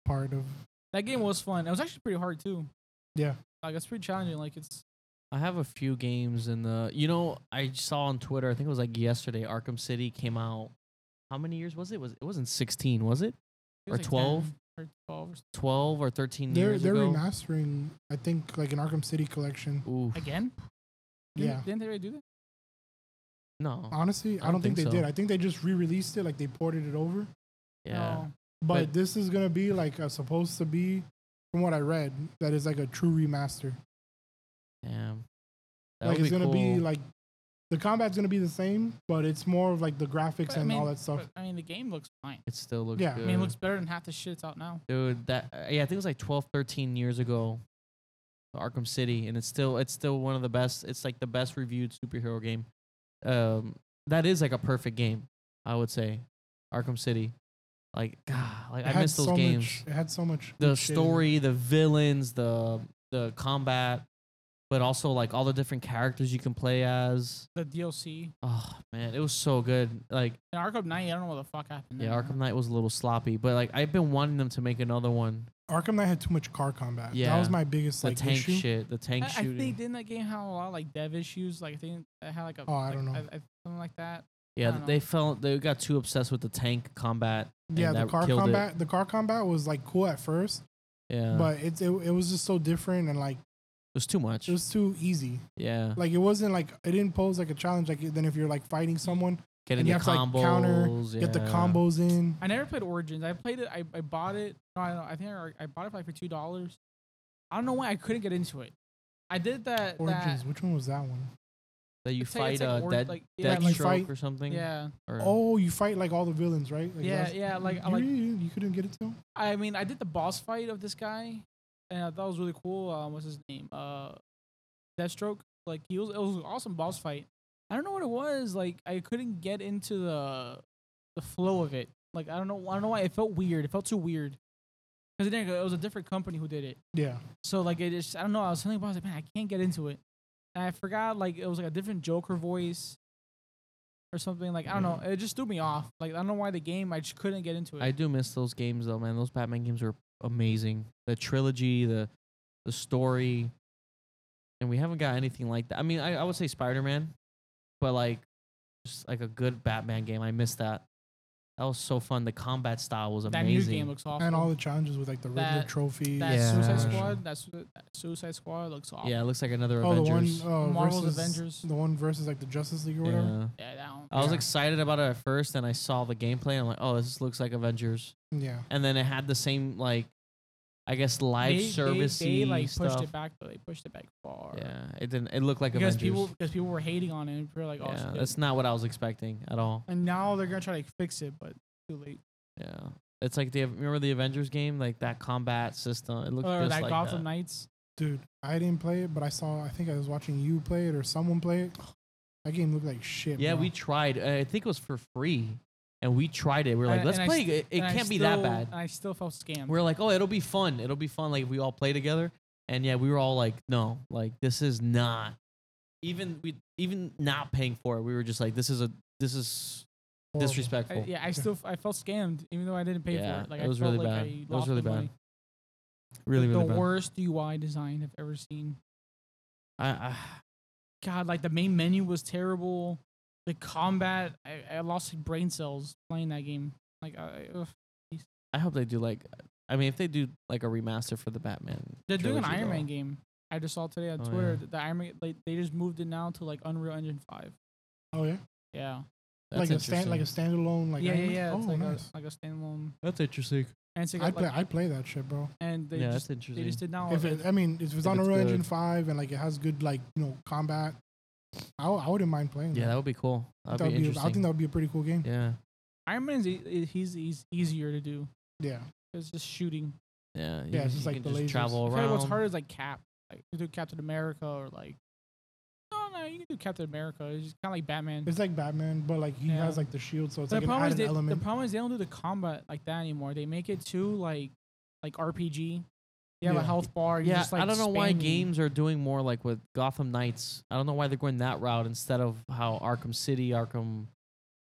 [SPEAKER 1] part of.
[SPEAKER 3] that game was fun. It was actually pretty hard too.
[SPEAKER 1] Yeah.
[SPEAKER 3] Like it's pretty challenging. Like it's
[SPEAKER 2] I have a few games in the. You know, I saw on Twitter. I think it was like yesterday. Arkham City came out. How many years was it? Was it wasn't sixteen? Was it
[SPEAKER 3] it was,
[SPEAKER 2] Or
[SPEAKER 3] like,
[SPEAKER 2] 12?
[SPEAKER 3] 10 or twelve or s-
[SPEAKER 2] twelve or thirteen
[SPEAKER 1] They're
[SPEAKER 2] years
[SPEAKER 1] they're
[SPEAKER 2] ago?
[SPEAKER 1] remastering. I think like an Arkham City collection.
[SPEAKER 2] Ooh,
[SPEAKER 3] again. Didn't-
[SPEAKER 1] Yeah.
[SPEAKER 3] Didn't they already do that?
[SPEAKER 2] no.
[SPEAKER 1] Honestly, I don't, think, they
[SPEAKER 2] so.
[SPEAKER 1] did. I think they just re-released it. Like they ported it over.
[SPEAKER 2] Yeah.
[SPEAKER 3] No.
[SPEAKER 1] But,
[SPEAKER 2] But-
[SPEAKER 1] this is gonna be like a, supposed to be, from what I read, that is like a true remaster.
[SPEAKER 2] Damn. That
[SPEAKER 1] like
[SPEAKER 2] would
[SPEAKER 1] it's gonna be
[SPEAKER 2] cool.
[SPEAKER 1] like, the combat's gonna be the same, but it's more of like the graphics
[SPEAKER 3] But,
[SPEAKER 1] and
[SPEAKER 3] I mean,
[SPEAKER 1] all that stuff.
[SPEAKER 3] but, I mean, the game looks fine.
[SPEAKER 2] It still looks
[SPEAKER 1] Yeah. I
[SPEAKER 2] good.
[SPEAKER 3] I mean, it looks better than half the shit's out now.
[SPEAKER 2] Dude, that uh, yeah, I think it was like 12, 13 years ago. Arkham City, and it's still it's still one of the best. It's like the best reviewed superhero game. Um, that is like a perfect game, I would say. Arkham City, like [SIGHS] God, like
[SPEAKER 1] It
[SPEAKER 2] I
[SPEAKER 1] had
[SPEAKER 2] miss those
[SPEAKER 1] so
[SPEAKER 2] games.
[SPEAKER 1] Much, it had so much.
[SPEAKER 2] the
[SPEAKER 1] good shit in it.
[SPEAKER 2] story, the villains, the the combat, but also like all the different characters you can play as.
[SPEAKER 3] The DLC
[SPEAKER 2] Oh man, it was so good. Like
[SPEAKER 3] and Arkham Knight. I don't know what the fuck happened.
[SPEAKER 1] Mm-hmm.
[SPEAKER 2] yeah,
[SPEAKER 3] there.
[SPEAKER 2] Arkham Knight was a little sloppy, but like I've been wanting them to make another one.
[SPEAKER 1] Arkham Knight had too much car combat. that
[SPEAKER 2] Yeah.
[SPEAKER 1] was my biggest
[SPEAKER 2] The
[SPEAKER 1] like
[SPEAKER 2] tank
[SPEAKER 1] issue.
[SPEAKER 2] shit, the tank
[SPEAKER 3] I, I
[SPEAKER 2] shooting.
[SPEAKER 3] think didn't that game have a lot of like dev issues? Like I think it had like a
[SPEAKER 1] Oh, I
[SPEAKER 3] like,
[SPEAKER 1] don't know.
[SPEAKER 3] a- a- something like that.
[SPEAKER 2] Yeah,
[SPEAKER 3] don't
[SPEAKER 2] they
[SPEAKER 3] know.
[SPEAKER 2] felt they got too obsessed with the tank combat. and
[SPEAKER 1] Yeah, the
[SPEAKER 2] that
[SPEAKER 1] car
[SPEAKER 2] killed it. Uh.
[SPEAKER 1] combat. The car combat was like cool at first,
[SPEAKER 2] Yeah, but
[SPEAKER 1] but it's it, it was just so different and like
[SPEAKER 2] it was too much.
[SPEAKER 1] it was too easy.
[SPEAKER 2] yeah,
[SPEAKER 1] Like it wasn't like it didn't pose like a challenge. Like then if you're like fighting someone,
[SPEAKER 2] getting
[SPEAKER 1] and
[SPEAKER 2] the
[SPEAKER 1] you have to, like,
[SPEAKER 2] combos.
[SPEAKER 1] counter,
[SPEAKER 2] yeah.
[SPEAKER 1] get the combos in.
[SPEAKER 3] I never played Origins. I played it. I, I bought it. No, I don't. know. I think I, I bought it for like for two dollars. I don't know why I couldn't get into it. I did that.
[SPEAKER 1] Origins.
[SPEAKER 3] that
[SPEAKER 1] Which one was that one?
[SPEAKER 2] That you
[SPEAKER 3] it's like-
[SPEAKER 2] fight
[SPEAKER 3] it's
[SPEAKER 2] a
[SPEAKER 3] like
[SPEAKER 2] uh,
[SPEAKER 3] or-
[SPEAKER 2] dead,
[SPEAKER 3] like- yeah,
[SPEAKER 2] dead
[SPEAKER 1] like-
[SPEAKER 2] stroke
[SPEAKER 1] fight-
[SPEAKER 2] or something.
[SPEAKER 3] yeah,
[SPEAKER 2] Or,
[SPEAKER 1] Oh, you fight like all the villains, right? Like,
[SPEAKER 3] yeah,
[SPEAKER 1] that's-
[SPEAKER 3] yeah. Like I
[SPEAKER 1] you,
[SPEAKER 3] like.
[SPEAKER 1] you, you couldn't get it to.
[SPEAKER 3] I mean, I did the boss fight of this guy, and I thought it was really cool. Um, what's his name? Uh, Deathstroke. Like he was. It was an awesome boss fight. I don't know what it was. Like I couldn't get into the the flow of it. Like I don't know. I don't know why it felt weird. It felt too weird. Cause it, didn't, it was a different company who did it.
[SPEAKER 1] Yeah,
[SPEAKER 3] So like it just I don't know. I was telling about it, man, I can't get into it. And I forgot like it was like a different Joker voice or something. Like I don't know. It just threw me off. Like I don't know why the game I just couldn't get into it.
[SPEAKER 2] I do miss those games though, man. Those Batman games were amazing. The trilogy, the the story, and we haven't got anything like that. I mean, I, I would say Spider Man, but like just like a good Batman game. I miss that. That was so fun. The combat style was
[SPEAKER 3] that
[SPEAKER 2] amazing.
[SPEAKER 3] new game looks awesome.
[SPEAKER 1] and all the challenges with like the Riddler
[SPEAKER 3] That-
[SPEAKER 1] trophy.
[SPEAKER 3] that
[SPEAKER 2] Yeah.
[SPEAKER 3] Suicide
[SPEAKER 2] Yeah.
[SPEAKER 3] Squad. That, su- that Suicide Squad looks awesome.
[SPEAKER 2] yeah, it looks like another
[SPEAKER 1] Oh,
[SPEAKER 2] Avengers.
[SPEAKER 1] the one uh,
[SPEAKER 3] Marvel's
[SPEAKER 1] versus,
[SPEAKER 3] Avengers.
[SPEAKER 1] The one versus like the Justice League or whatever.
[SPEAKER 2] Yeah.
[SPEAKER 3] Yeah, that one.
[SPEAKER 2] I was
[SPEAKER 1] Yeah.
[SPEAKER 2] excited about it at first, and I saw the gameplay, and I'm like, oh, this looks like Avengers.
[SPEAKER 1] Yeah,
[SPEAKER 2] And then it had the same like I guess live
[SPEAKER 3] they,
[SPEAKER 2] service
[SPEAKER 3] They, they like
[SPEAKER 2] stuff.
[SPEAKER 3] pushed it back, though. They pushed it back far.
[SPEAKER 2] Yeah, it didn't. It looked like
[SPEAKER 3] because
[SPEAKER 2] Avengers.
[SPEAKER 3] people because people were hating on it. and People were like, oh,
[SPEAKER 2] yeah,
[SPEAKER 3] shit.
[SPEAKER 2] that's not what I was expecting at all.
[SPEAKER 3] and now they're gonna try to fix it, but too late.
[SPEAKER 2] Yeah, it's like the remember the Avengers game, like that combat system. It looked
[SPEAKER 3] Or
[SPEAKER 2] just
[SPEAKER 3] that
[SPEAKER 2] like
[SPEAKER 3] Gotham
[SPEAKER 2] that.
[SPEAKER 3] Knights.
[SPEAKER 1] Dude, I didn't play it, but I saw. I think I was watching you play it or someone play it. That game looked like shit.
[SPEAKER 2] Yeah,
[SPEAKER 1] bro.
[SPEAKER 2] we tried. uh, I think it was for free, and we tried it. We were like,
[SPEAKER 3] And-
[SPEAKER 2] let's
[SPEAKER 3] and I
[SPEAKER 2] play.
[SPEAKER 3] st-
[SPEAKER 2] it it
[SPEAKER 3] and I
[SPEAKER 2] can't be that
[SPEAKER 3] still-
[SPEAKER 2] bad.
[SPEAKER 3] and I still felt scammed.
[SPEAKER 2] We are like, oh, it'll be fun. It'll be fun. Like if we all play together. And yeah, we were all like, no, like this is not. Even we even not paying for it, we were just like, this is a this is
[SPEAKER 1] Horrible.
[SPEAKER 2] disrespectful.
[SPEAKER 3] I, yeah, I still f- I felt scammed even though I didn't pay
[SPEAKER 2] Yeah,
[SPEAKER 3] for it. Like
[SPEAKER 2] it
[SPEAKER 3] I
[SPEAKER 2] was
[SPEAKER 3] felt
[SPEAKER 2] really
[SPEAKER 3] like
[SPEAKER 2] bad.
[SPEAKER 3] I
[SPEAKER 2] It was
[SPEAKER 3] lost
[SPEAKER 2] really
[SPEAKER 3] the
[SPEAKER 2] bad.
[SPEAKER 3] money.
[SPEAKER 2] Really, really
[SPEAKER 3] the
[SPEAKER 2] bad.
[SPEAKER 3] worst UI design I've ever seen.
[SPEAKER 2] I, I,
[SPEAKER 3] God, like the main menu was terrible. The combat, I, I lost like, brain cells playing that game. Like I, I- ugh.
[SPEAKER 2] I hope they do like. I mean, if they do like a remaster for the Batman,
[SPEAKER 3] they're doing an
[SPEAKER 2] trilogy,
[SPEAKER 3] Iron
[SPEAKER 2] though.
[SPEAKER 3] Man game. I just saw today on
[SPEAKER 2] Oh,
[SPEAKER 3] Twitter
[SPEAKER 2] yeah.
[SPEAKER 3] that the Iron Man like, they just moved it now to like Unreal Engine five.
[SPEAKER 1] Oh yeah,
[SPEAKER 3] Yeah,
[SPEAKER 2] That's
[SPEAKER 1] like a stand, like a
[SPEAKER 2] interesting.
[SPEAKER 1] standalone, like
[SPEAKER 3] yeah,
[SPEAKER 1] anime?
[SPEAKER 3] yeah, yeah.
[SPEAKER 1] Oh,
[SPEAKER 3] It's like,
[SPEAKER 1] nice.
[SPEAKER 3] a, like a standalone.
[SPEAKER 2] That's interesting.
[SPEAKER 3] And it's like, Oh,
[SPEAKER 1] I
[SPEAKER 3] a-
[SPEAKER 1] play,
[SPEAKER 3] like
[SPEAKER 1] I play that shit, bro.
[SPEAKER 3] and they
[SPEAKER 2] yeah,
[SPEAKER 3] just
[SPEAKER 2] that's interesting.
[SPEAKER 3] they just did now.
[SPEAKER 1] If it, I mean, if it's
[SPEAKER 2] If
[SPEAKER 1] on
[SPEAKER 2] it's
[SPEAKER 1] Unreal Engine
[SPEAKER 2] good.
[SPEAKER 1] Five and like it has good like you know combat, I, w- I wouldn't mind playing.
[SPEAKER 2] yeah,
[SPEAKER 1] that.
[SPEAKER 2] that would be cool. That'd
[SPEAKER 1] That
[SPEAKER 2] be
[SPEAKER 1] would be a- I
[SPEAKER 2] interesting.
[SPEAKER 1] think that would be a pretty cool game.
[SPEAKER 2] yeah,
[SPEAKER 3] Iron Man's e- e- he's he's easier to do.
[SPEAKER 1] Yeah,
[SPEAKER 3] It's just shooting.
[SPEAKER 2] yeah,
[SPEAKER 1] Yeah,
[SPEAKER 2] you can-
[SPEAKER 1] it's just
[SPEAKER 2] you
[SPEAKER 1] like
[SPEAKER 2] can
[SPEAKER 1] the
[SPEAKER 2] just
[SPEAKER 1] lasers.
[SPEAKER 2] travel
[SPEAKER 3] I feel
[SPEAKER 2] around.
[SPEAKER 3] like what's hard is like Cap, like you do Captain America or like. No, no, you can do Captain America. It's just kind of like Batman.
[SPEAKER 1] it's like Batman, but like he
[SPEAKER 3] Yeah.
[SPEAKER 1] has like the shield, so it's
[SPEAKER 3] the
[SPEAKER 1] like an
[SPEAKER 3] problem is
[SPEAKER 1] added
[SPEAKER 3] they, the
[SPEAKER 1] element.
[SPEAKER 3] problem is they don't do the combat like that anymore. They make it too like like RPG. You have
[SPEAKER 1] Yeah.
[SPEAKER 3] a health bar. You
[SPEAKER 2] Yeah,
[SPEAKER 3] just, like,
[SPEAKER 2] I don't know why
[SPEAKER 3] spamming.
[SPEAKER 2] games are doing more like with Gotham Knights. I don't know why they're going that route instead of how Arkham City, Arkham.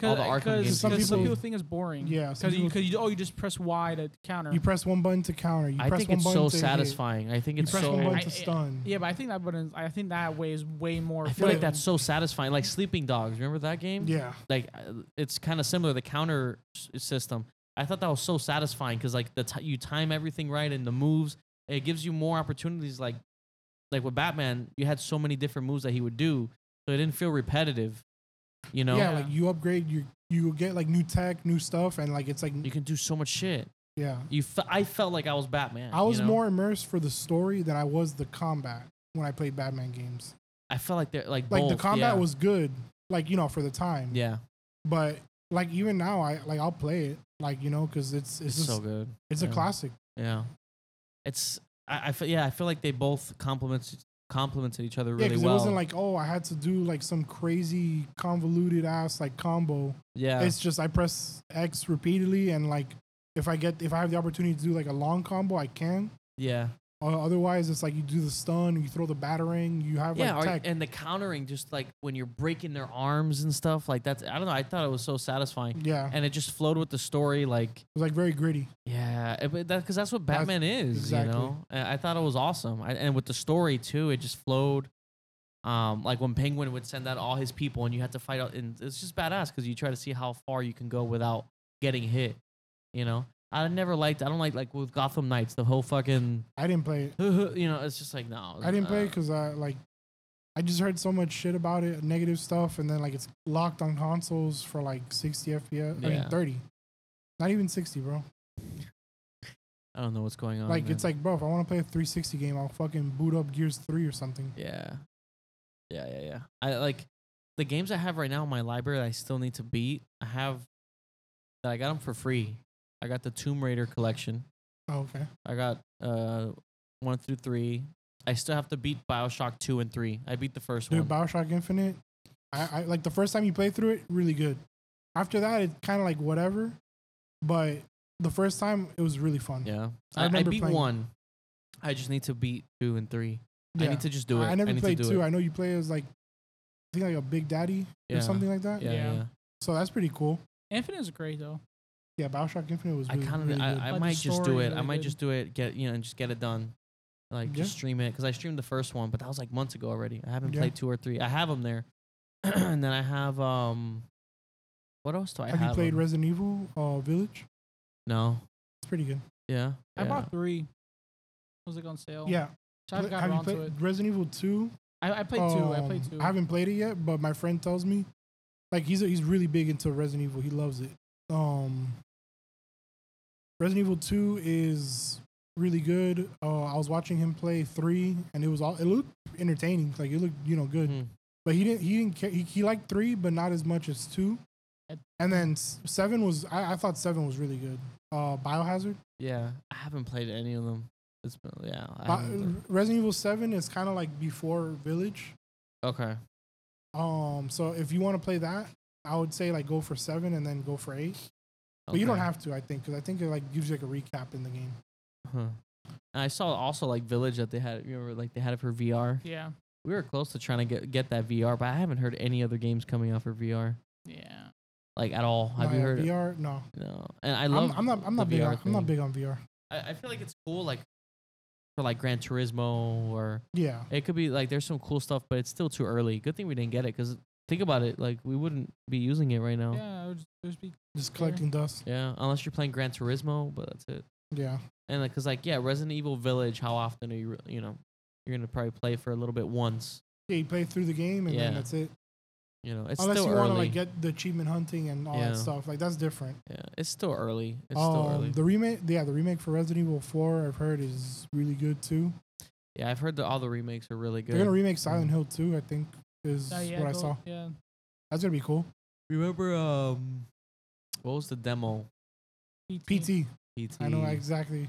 [SPEAKER 2] all the Arkham
[SPEAKER 3] because
[SPEAKER 2] games
[SPEAKER 3] some,
[SPEAKER 1] are so-
[SPEAKER 3] people, think it's boring.
[SPEAKER 1] yeah, some
[SPEAKER 3] because
[SPEAKER 1] people-
[SPEAKER 3] you, cause you oh you just press Y to counter.
[SPEAKER 1] you press one button to counter. You
[SPEAKER 2] I
[SPEAKER 1] press
[SPEAKER 2] think
[SPEAKER 1] one
[SPEAKER 2] it's
[SPEAKER 1] button
[SPEAKER 2] so
[SPEAKER 1] to hit.
[SPEAKER 2] satisfying. I think
[SPEAKER 1] You
[SPEAKER 2] it's
[SPEAKER 1] press
[SPEAKER 2] so.
[SPEAKER 1] one button
[SPEAKER 2] I,
[SPEAKER 1] to
[SPEAKER 3] I-
[SPEAKER 1] stun.
[SPEAKER 3] yeah, but I think that button. I think that way is way more.
[SPEAKER 2] feel like
[SPEAKER 1] Yeah.
[SPEAKER 2] that's so satisfying. Like Sleeping Dogs. Remember that game?
[SPEAKER 1] Yeah,
[SPEAKER 2] Like uh, it's kind of similar. The counter s- system. I thought that was so satisfying because like the t- you time everything right and the moves. It gives you more opportunities. Like like with Batman, you had so many different moves that he would do, so it didn't feel repetitive. You know.
[SPEAKER 1] yeah,
[SPEAKER 3] Yeah.
[SPEAKER 1] like you upgrade, you you get like new tech, new stuff, and like it's like
[SPEAKER 2] You can do so much shit.
[SPEAKER 1] yeah.
[SPEAKER 2] You, fe- I felt like I was Batman.
[SPEAKER 1] I
[SPEAKER 2] you
[SPEAKER 1] was
[SPEAKER 2] know?
[SPEAKER 1] more immersed for the story than I was the combat when I played Batman games.
[SPEAKER 2] I felt like they're like
[SPEAKER 1] Like the
[SPEAKER 2] both,
[SPEAKER 1] combat
[SPEAKER 2] yeah.
[SPEAKER 1] was good, like you know for the time.
[SPEAKER 2] yeah,
[SPEAKER 1] But like even now, I like I'll play it, like you know, because it's it's
[SPEAKER 2] it's,
[SPEAKER 1] just,
[SPEAKER 2] so good.
[SPEAKER 1] it's
[SPEAKER 2] yeah.
[SPEAKER 1] a classic.
[SPEAKER 2] Yeah, it's I, I feel yeah I feel like they both complement complemented each other really
[SPEAKER 1] yeah, because
[SPEAKER 2] well.
[SPEAKER 1] it wasn't like oh I had to do like some crazy convoluted ass like combo.
[SPEAKER 2] yeah,
[SPEAKER 1] It's just I press X repeatedly and like if I get if I have the opportunity to do like a long combo, I can.
[SPEAKER 2] yeah,
[SPEAKER 1] O- Otherwise, it's like you do the stun, you throw the battering, you have
[SPEAKER 2] yeah,
[SPEAKER 1] like
[SPEAKER 2] or-
[SPEAKER 1] tech.
[SPEAKER 2] and the countering just like when you're breaking their arms and stuff like that's I don't know I thought it was so satisfying
[SPEAKER 1] yeah, it
[SPEAKER 2] and it just flowed with the story like
[SPEAKER 1] was like very gritty.
[SPEAKER 2] yeah it- but that because that's what
[SPEAKER 1] That's-
[SPEAKER 2] Batman is
[SPEAKER 1] exactly.
[SPEAKER 2] you know And I thought it was awesome I, and with the story too it just flowed. Um, like when Penguin would send out all his people, and you had to fight out, and it's just badass because you try to see how far you can go without getting hit. You know, I never liked. I don't like like with Gotham Knights the whole fucking. [LAUGHS]
[SPEAKER 1] I didn't play it.
[SPEAKER 2] You know, it's just like no.
[SPEAKER 1] I didn't play
[SPEAKER 2] uh,
[SPEAKER 1] it because I like I just heard so much shit about it, negative stuff, and then like it's locked on consoles for like 60 FPS. I mean
[SPEAKER 2] Yeah.
[SPEAKER 1] 30, not even 60, bro.
[SPEAKER 2] I don't know what's going on.
[SPEAKER 1] like it's
[SPEAKER 2] Oh, man.
[SPEAKER 1] like, bro, if I want to play a 360 game, I'll fucking boot up Gears 3 or something.
[SPEAKER 2] Yeah, yeah, yeah, yeah. I like the games I have right now in my library. That I still need to beat. I have. I got them for free. I got the Tomb Raider collection.
[SPEAKER 1] Oh, okay.
[SPEAKER 2] I got uh one through three. I still have to beat Bioshock two and three. I beat the first
[SPEAKER 1] Dude,
[SPEAKER 2] one.
[SPEAKER 1] Bioshock Infinite, I, I like the first time you play through it, really good. After that, it's kind of like whatever, but the first time it was really fun.
[SPEAKER 2] yeah,
[SPEAKER 1] I
[SPEAKER 2] I, I,
[SPEAKER 1] remember
[SPEAKER 2] beat
[SPEAKER 1] playing-
[SPEAKER 2] one. I just need to beat two and three. I
[SPEAKER 1] Yeah.
[SPEAKER 2] need to just do it.
[SPEAKER 1] I never
[SPEAKER 2] need
[SPEAKER 1] played
[SPEAKER 2] to do
[SPEAKER 1] two.
[SPEAKER 2] It.
[SPEAKER 1] I know you play as like, I think like a Big Daddy
[SPEAKER 2] Yeah.
[SPEAKER 1] or something like that.
[SPEAKER 2] Yeah, yeah.
[SPEAKER 3] Yeah.
[SPEAKER 1] So that's pretty cool.
[SPEAKER 3] Infinite is great though.
[SPEAKER 1] Yeah, Bioshock Infinite was
[SPEAKER 2] I
[SPEAKER 1] really,
[SPEAKER 2] kind of.
[SPEAKER 1] really good.
[SPEAKER 2] I,
[SPEAKER 3] But
[SPEAKER 2] I
[SPEAKER 3] the
[SPEAKER 2] might just do
[SPEAKER 3] story
[SPEAKER 2] it. I
[SPEAKER 3] really
[SPEAKER 2] might
[SPEAKER 3] good.
[SPEAKER 2] just do it. Get you know, and just get it done. Like just
[SPEAKER 1] Yeah.
[SPEAKER 2] stream it because I streamed the first one, but that was like months ago already. I haven't
[SPEAKER 1] Yeah.
[SPEAKER 2] played two or three. I have them there, [CLEARS THROAT] and then I have um. What else do I
[SPEAKER 1] have you played
[SPEAKER 2] 'em?
[SPEAKER 1] Resident Evil uh, Village?
[SPEAKER 2] no.
[SPEAKER 1] It's pretty good.
[SPEAKER 2] Yeah.
[SPEAKER 3] I
[SPEAKER 2] yeah.
[SPEAKER 3] bought three. It was like on sale.
[SPEAKER 1] Yeah.
[SPEAKER 3] so I've
[SPEAKER 1] Pl-
[SPEAKER 3] gotten
[SPEAKER 1] you Oh,
[SPEAKER 3] around to
[SPEAKER 1] played
[SPEAKER 3] it.
[SPEAKER 1] Resident Evil 2?
[SPEAKER 3] I, I played two. I played two.
[SPEAKER 1] Um, I haven't played it yet, but my friend tells me, like he's he's really big into Resident Evil. He loves it. Um, Resident Evil Two is really good. Uh, I was watching him play three, and it was all it looked entertaining. Like it looked, you know,
[SPEAKER 3] Mm.
[SPEAKER 1] good.
[SPEAKER 2] Mhm.
[SPEAKER 1] But he didn't. He didn't. Care, he, he liked three, but not as much as two.
[SPEAKER 3] At-
[SPEAKER 1] And then s- seven was. I, I thought seven was really good. Uh, Biohazard.
[SPEAKER 2] Yeah, I haven't played any of them. It's been, yeah. I
[SPEAKER 1] Bi-
[SPEAKER 2] haven't played-
[SPEAKER 1] Resident Evil Seven is kind of like before Village.
[SPEAKER 2] okay.
[SPEAKER 1] Um, so if you want to play that, I would say like go for seven and then go for eight. But you don't
[SPEAKER 2] okay.
[SPEAKER 1] have to, I think, because I think it like gives you like a recap in the game.
[SPEAKER 2] Huh. And I saw also like Village that they had. Remember, like they had it for VR.
[SPEAKER 3] Yeah.
[SPEAKER 2] We were close to trying to get get that VR, but I haven't heard any other games coming out for VR
[SPEAKER 3] Yeah.
[SPEAKER 2] like at all. Have
[SPEAKER 1] No, yeah,
[SPEAKER 2] you heard? it?
[SPEAKER 1] VR? No,
[SPEAKER 2] No. And I
[SPEAKER 1] I'm,
[SPEAKER 2] love.
[SPEAKER 1] I'm not. I'm
[SPEAKER 2] the
[SPEAKER 1] not big.
[SPEAKER 2] VR
[SPEAKER 1] On, I'm not
[SPEAKER 2] thing.
[SPEAKER 1] big on VR.
[SPEAKER 2] I, I feel like it's cool, like for like Gran Turismo, or
[SPEAKER 1] Yeah,
[SPEAKER 2] it could be like there's some cool stuff, but it's still too early. Good thing we didn't get it because think about it, like we wouldn't be using it right now. Yeah.
[SPEAKER 3] Yeah. It would just, it would just be
[SPEAKER 1] just
[SPEAKER 3] Yeah.
[SPEAKER 1] collecting dust.
[SPEAKER 2] unless you're playing Gran Turismo, but that's it.
[SPEAKER 1] Yeah,
[SPEAKER 2] And like, cause like yeah, Resident Evil Village. How often are you? re- You know, you're gonna probably play for a little bit once.
[SPEAKER 1] yeah. You play through the game and then
[SPEAKER 2] Yeah.
[SPEAKER 1] that's it.
[SPEAKER 2] You know, it's
[SPEAKER 1] Unless
[SPEAKER 2] still
[SPEAKER 1] you
[SPEAKER 2] early.
[SPEAKER 1] want to like get the achievement hunting and all
[SPEAKER 2] Yeah.
[SPEAKER 1] that stuff, like that's different.
[SPEAKER 2] yeah, it's still early. It's still
[SPEAKER 1] Um,
[SPEAKER 2] early.
[SPEAKER 1] the remake, yeah, the remake for Resident Evil Four, I've heard is really good too.
[SPEAKER 2] yeah, I've heard that all the remakes are really good. Mm.
[SPEAKER 1] They're gonna remake Silent Hill 2, I think, is
[SPEAKER 3] Oh, yeah,
[SPEAKER 1] what I
[SPEAKER 3] go-
[SPEAKER 1] saw.
[SPEAKER 3] Yeah.
[SPEAKER 1] That's gonna be cool.
[SPEAKER 2] Remember, um, what was the demo? E
[SPEAKER 1] PT,
[SPEAKER 2] PT.
[SPEAKER 1] I know exactly.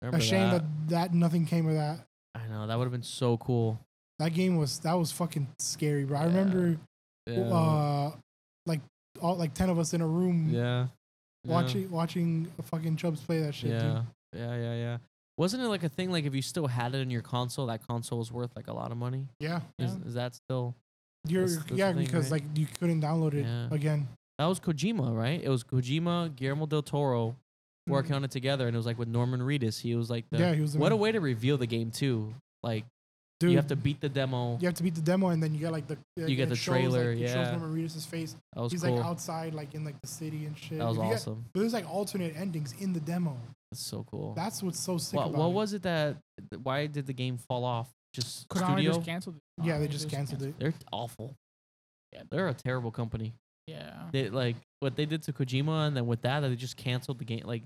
[SPEAKER 2] Remember
[SPEAKER 1] A shame
[SPEAKER 2] that?
[SPEAKER 1] that. that nothing came of that.
[SPEAKER 2] I know that would have been so cool.
[SPEAKER 1] That game was that was fucking scary, bro. I
[SPEAKER 2] Yeah.
[SPEAKER 1] remember
[SPEAKER 2] Yeah.
[SPEAKER 1] uh like all like ten of us in a room
[SPEAKER 2] yeah.
[SPEAKER 1] um, watching watching fucking Chubbs play that shit.
[SPEAKER 2] Yeah.
[SPEAKER 1] Dude.
[SPEAKER 2] yeah. Yeah. Yeah. Yeah. Wasn't it like a thing? Like if you still had it in your console, that console was worth like a lot of money.
[SPEAKER 1] Yeah.
[SPEAKER 2] Is,
[SPEAKER 3] Yeah.
[SPEAKER 2] is that still?
[SPEAKER 1] You're,
[SPEAKER 2] That's- that's the
[SPEAKER 1] yeah,
[SPEAKER 2] thing,
[SPEAKER 1] because
[SPEAKER 2] right?
[SPEAKER 1] like you couldn't download it
[SPEAKER 2] Yeah.
[SPEAKER 1] again.
[SPEAKER 2] That was Kojima, right? It was Kojima, Guillermo del Toro working on it together, and it was like with Norman Reedus. He was like the.
[SPEAKER 1] Mm-hmm. yeah, he was the
[SPEAKER 2] what a
[SPEAKER 1] man.
[SPEAKER 2] way to reveal the game too. Like
[SPEAKER 1] dude.
[SPEAKER 2] you have to beat the demo.
[SPEAKER 1] you have to beat the demo and then you get like the
[SPEAKER 2] You get
[SPEAKER 1] it
[SPEAKER 2] the
[SPEAKER 1] shows, like,
[SPEAKER 2] trailer,
[SPEAKER 1] it
[SPEAKER 2] yeah.
[SPEAKER 1] shows Norman Reedus' face.
[SPEAKER 2] That was
[SPEAKER 1] He's
[SPEAKER 2] cool.
[SPEAKER 1] like outside, like in like the city and shit.
[SPEAKER 2] that was
[SPEAKER 1] If you get-
[SPEAKER 2] awesome.
[SPEAKER 1] but there's like alternate endings in the demo.
[SPEAKER 2] That's so cool.
[SPEAKER 1] That's what's so sick.
[SPEAKER 2] What,
[SPEAKER 1] about
[SPEAKER 2] what
[SPEAKER 1] it.
[SPEAKER 2] was it that? Why did the game fall off? Just
[SPEAKER 3] Konami
[SPEAKER 2] studio.
[SPEAKER 3] just canceled it.
[SPEAKER 1] Yeah,
[SPEAKER 3] Konami
[SPEAKER 1] they just canceled it.
[SPEAKER 2] They're awful.
[SPEAKER 3] Yeah.
[SPEAKER 2] They're a terrible company.
[SPEAKER 3] Yeah.
[SPEAKER 2] They like what they did to Kojima, and then with that, they just canceled the game. Like,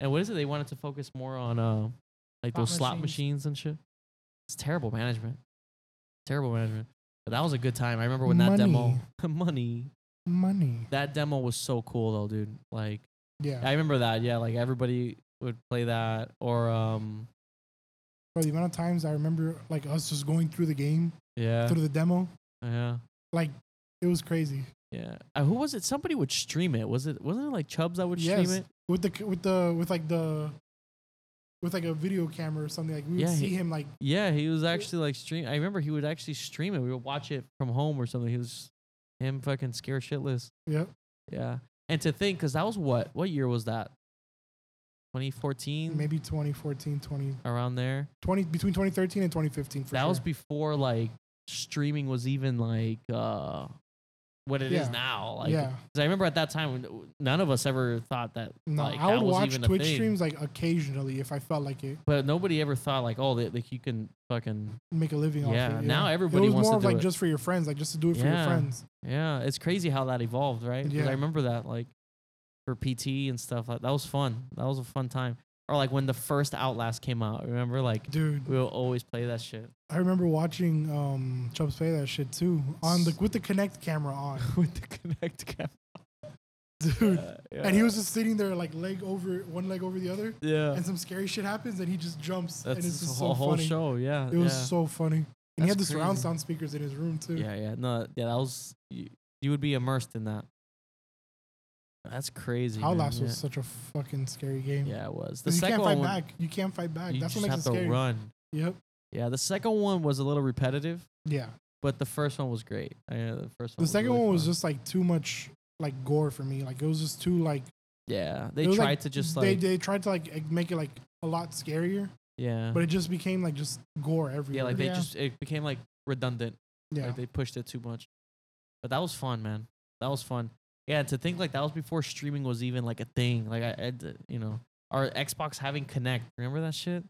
[SPEAKER 2] and what is it? They wanted to focus more on uh, like those
[SPEAKER 3] Slot
[SPEAKER 2] slot
[SPEAKER 3] machines.
[SPEAKER 2] machines and shit. It's terrible management. Terrible management. But that was a good time. I remember when that demo, [LAUGHS] money.
[SPEAKER 1] money?
[SPEAKER 2] That demo was so cool though, dude. Like,
[SPEAKER 1] Yeah,
[SPEAKER 2] I remember that. Yeah, like everybody would play that, or um,
[SPEAKER 1] bro. The amount of times I remember like us just going through the game
[SPEAKER 2] yeah,
[SPEAKER 1] through the demo,
[SPEAKER 2] yeah.
[SPEAKER 1] like it was crazy.
[SPEAKER 2] Yeah. Uh, who was it? Somebody would stream it. Was it wasn't it like Chubbs that would
[SPEAKER 1] Yes.
[SPEAKER 2] stream it?
[SPEAKER 1] with the c- with the with like the with like a video camera or something. Like we would
[SPEAKER 2] Yeah,
[SPEAKER 1] see
[SPEAKER 2] he-
[SPEAKER 1] him like
[SPEAKER 2] Yeah, he was actually like stream. I remember he would actually stream it. We would watch it from home or something. He was him fucking scared shitless.
[SPEAKER 1] yeah,
[SPEAKER 2] Yeah. And to think, because that was what? What year was that? 2014,
[SPEAKER 1] maybe 2014, 20,
[SPEAKER 2] around there.
[SPEAKER 1] 20 between 2013 and 2015. For
[SPEAKER 2] that
[SPEAKER 1] sure.
[SPEAKER 2] was before like streaming was even like uh what it is
[SPEAKER 1] Yeah.
[SPEAKER 2] now. Like,
[SPEAKER 1] yeah.
[SPEAKER 2] 'cause I remember at that time none of us ever thought that.
[SPEAKER 1] No,
[SPEAKER 2] like,
[SPEAKER 1] I
[SPEAKER 2] that
[SPEAKER 1] would
[SPEAKER 2] was
[SPEAKER 1] watch
[SPEAKER 2] even a
[SPEAKER 1] Twitch
[SPEAKER 2] thing.
[SPEAKER 1] streams like occasionally if I felt like it,
[SPEAKER 2] but nobody ever thought like, oh, that like you can fucking
[SPEAKER 1] make a living off
[SPEAKER 2] Yeah,
[SPEAKER 1] it.
[SPEAKER 2] now
[SPEAKER 1] it
[SPEAKER 2] everybody
[SPEAKER 1] was
[SPEAKER 2] wants to
[SPEAKER 1] more of
[SPEAKER 2] do
[SPEAKER 1] like
[SPEAKER 2] it.
[SPEAKER 1] just for your friends, like just to do it for your
[SPEAKER 2] Yeah.
[SPEAKER 1] friends.
[SPEAKER 2] Yeah, it's crazy how that evolved, right? 'Cause
[SPEAKER 1] Yeah.
[SPEAKER 2] I remember that, like, for PT and stuff. Like, that was fun. That was a fun time. Or like when the first Outlast came out. Remember, like,
[SPEAKER 1] Dude,
[SPEAKER 2] we will always play that shit [LAUGHS]
[SPEAKER 1] I remember watching um Chubbs play that shit too on the with the Kinect camera on,
[SPEAKER 2] [LAUGHS] with the Connect cap.
[SPEAKER 1] dude. And he was just sitting there like leg over one leg over the other,
[SPEAKER 2] yeah.
[SPEAKER 1] and some scary shit happens, and he just jumps, and
[SPEAKER 2] That's
[SPEAKER 1] it's
[SPEAKER 2] his
[SPEAKER 1] just
[SPEAKER 2] whole,
[SPEAKER 1] so
[SPEAKER 2] whole
[SPEAKER 1] funny.
[SPEAKER 2] show. Yeah.
[SPEAKER 1] It was
[SPEAKER 2] yeah.
[SPEAKER 1] so funny. And he had the
[SPEAKER 2] That's
[SPEAKER 1] surround
[SPEAKER 2] crazy.
[SPEAKER 1] sound speakers in his room too.
[SPEAKER 2] Yeah, yeah. No, yeah. That was you, you would be immersed in that. That's crazy. man,
[SPEAKER 1] Outlast
[SPEAKER 2] yeah.
[SPEAKER 1] was such a fucking scary game.
[SPEAKER 2] Yeah, it was. The
[SPEAKER 1] And you
[SPEAKER 2] second
[SPEAKER 1] can't fight
[SPEAKER 2] one,
[SPEAKER 1] back. You can't fight back.
[SPEAKER 2] you
[SPEAKER 1] That's
[SPEAKER 2] just
[SPEAKER 1] what makes
[SPEAKER 2] have
[SPEAKER 1] it
[SPEAKER 2] to
[SPEAKER 1] scary.
[SPEAKER 2] run.
[SPEAKER 1] Yep.
[SPEAKER 2] Yeah, the second one was a little repetitive.
[SPEAKER 1] Yeah.
[SPEAKER 2] But the first one was great. I know the first one.
[SPEAKER 1] The second
[SPEAKER 2] really
[SPEAKER 1] one was
[SPEAKER 2] fun.
[SPEAKER 1] just like too much like gore for me. Like it was just too like
[SPEAKER 2] yeah. They
[SPEAKER 1] it was,
[SPEAKER 2] tried
[SPEAKER 1] like,
[SPEAKER 2] to just
[SPEAKER 1] they
[SPEAKER 2] like
[SPEAKER 1] they tried to like eg- make it like a lot scarier,
[SPEAKER 2] yeah,
[SPEAKER 1] but it just became like just gore everywhere.
[SPEAKER 2] yeah. Like they
[SPEAKER 3] Yeah.
[SPEAKER 2] just it became like redundant.
[SPEAKER 1] yeah.
[SPEAKER 2] Like they pushed it too much. But that was fun, man. That was fun. Yeah, to think like that was before streaming was even like a thing. Like I, I d- you know, our Xbox having Connect. Remember that shit?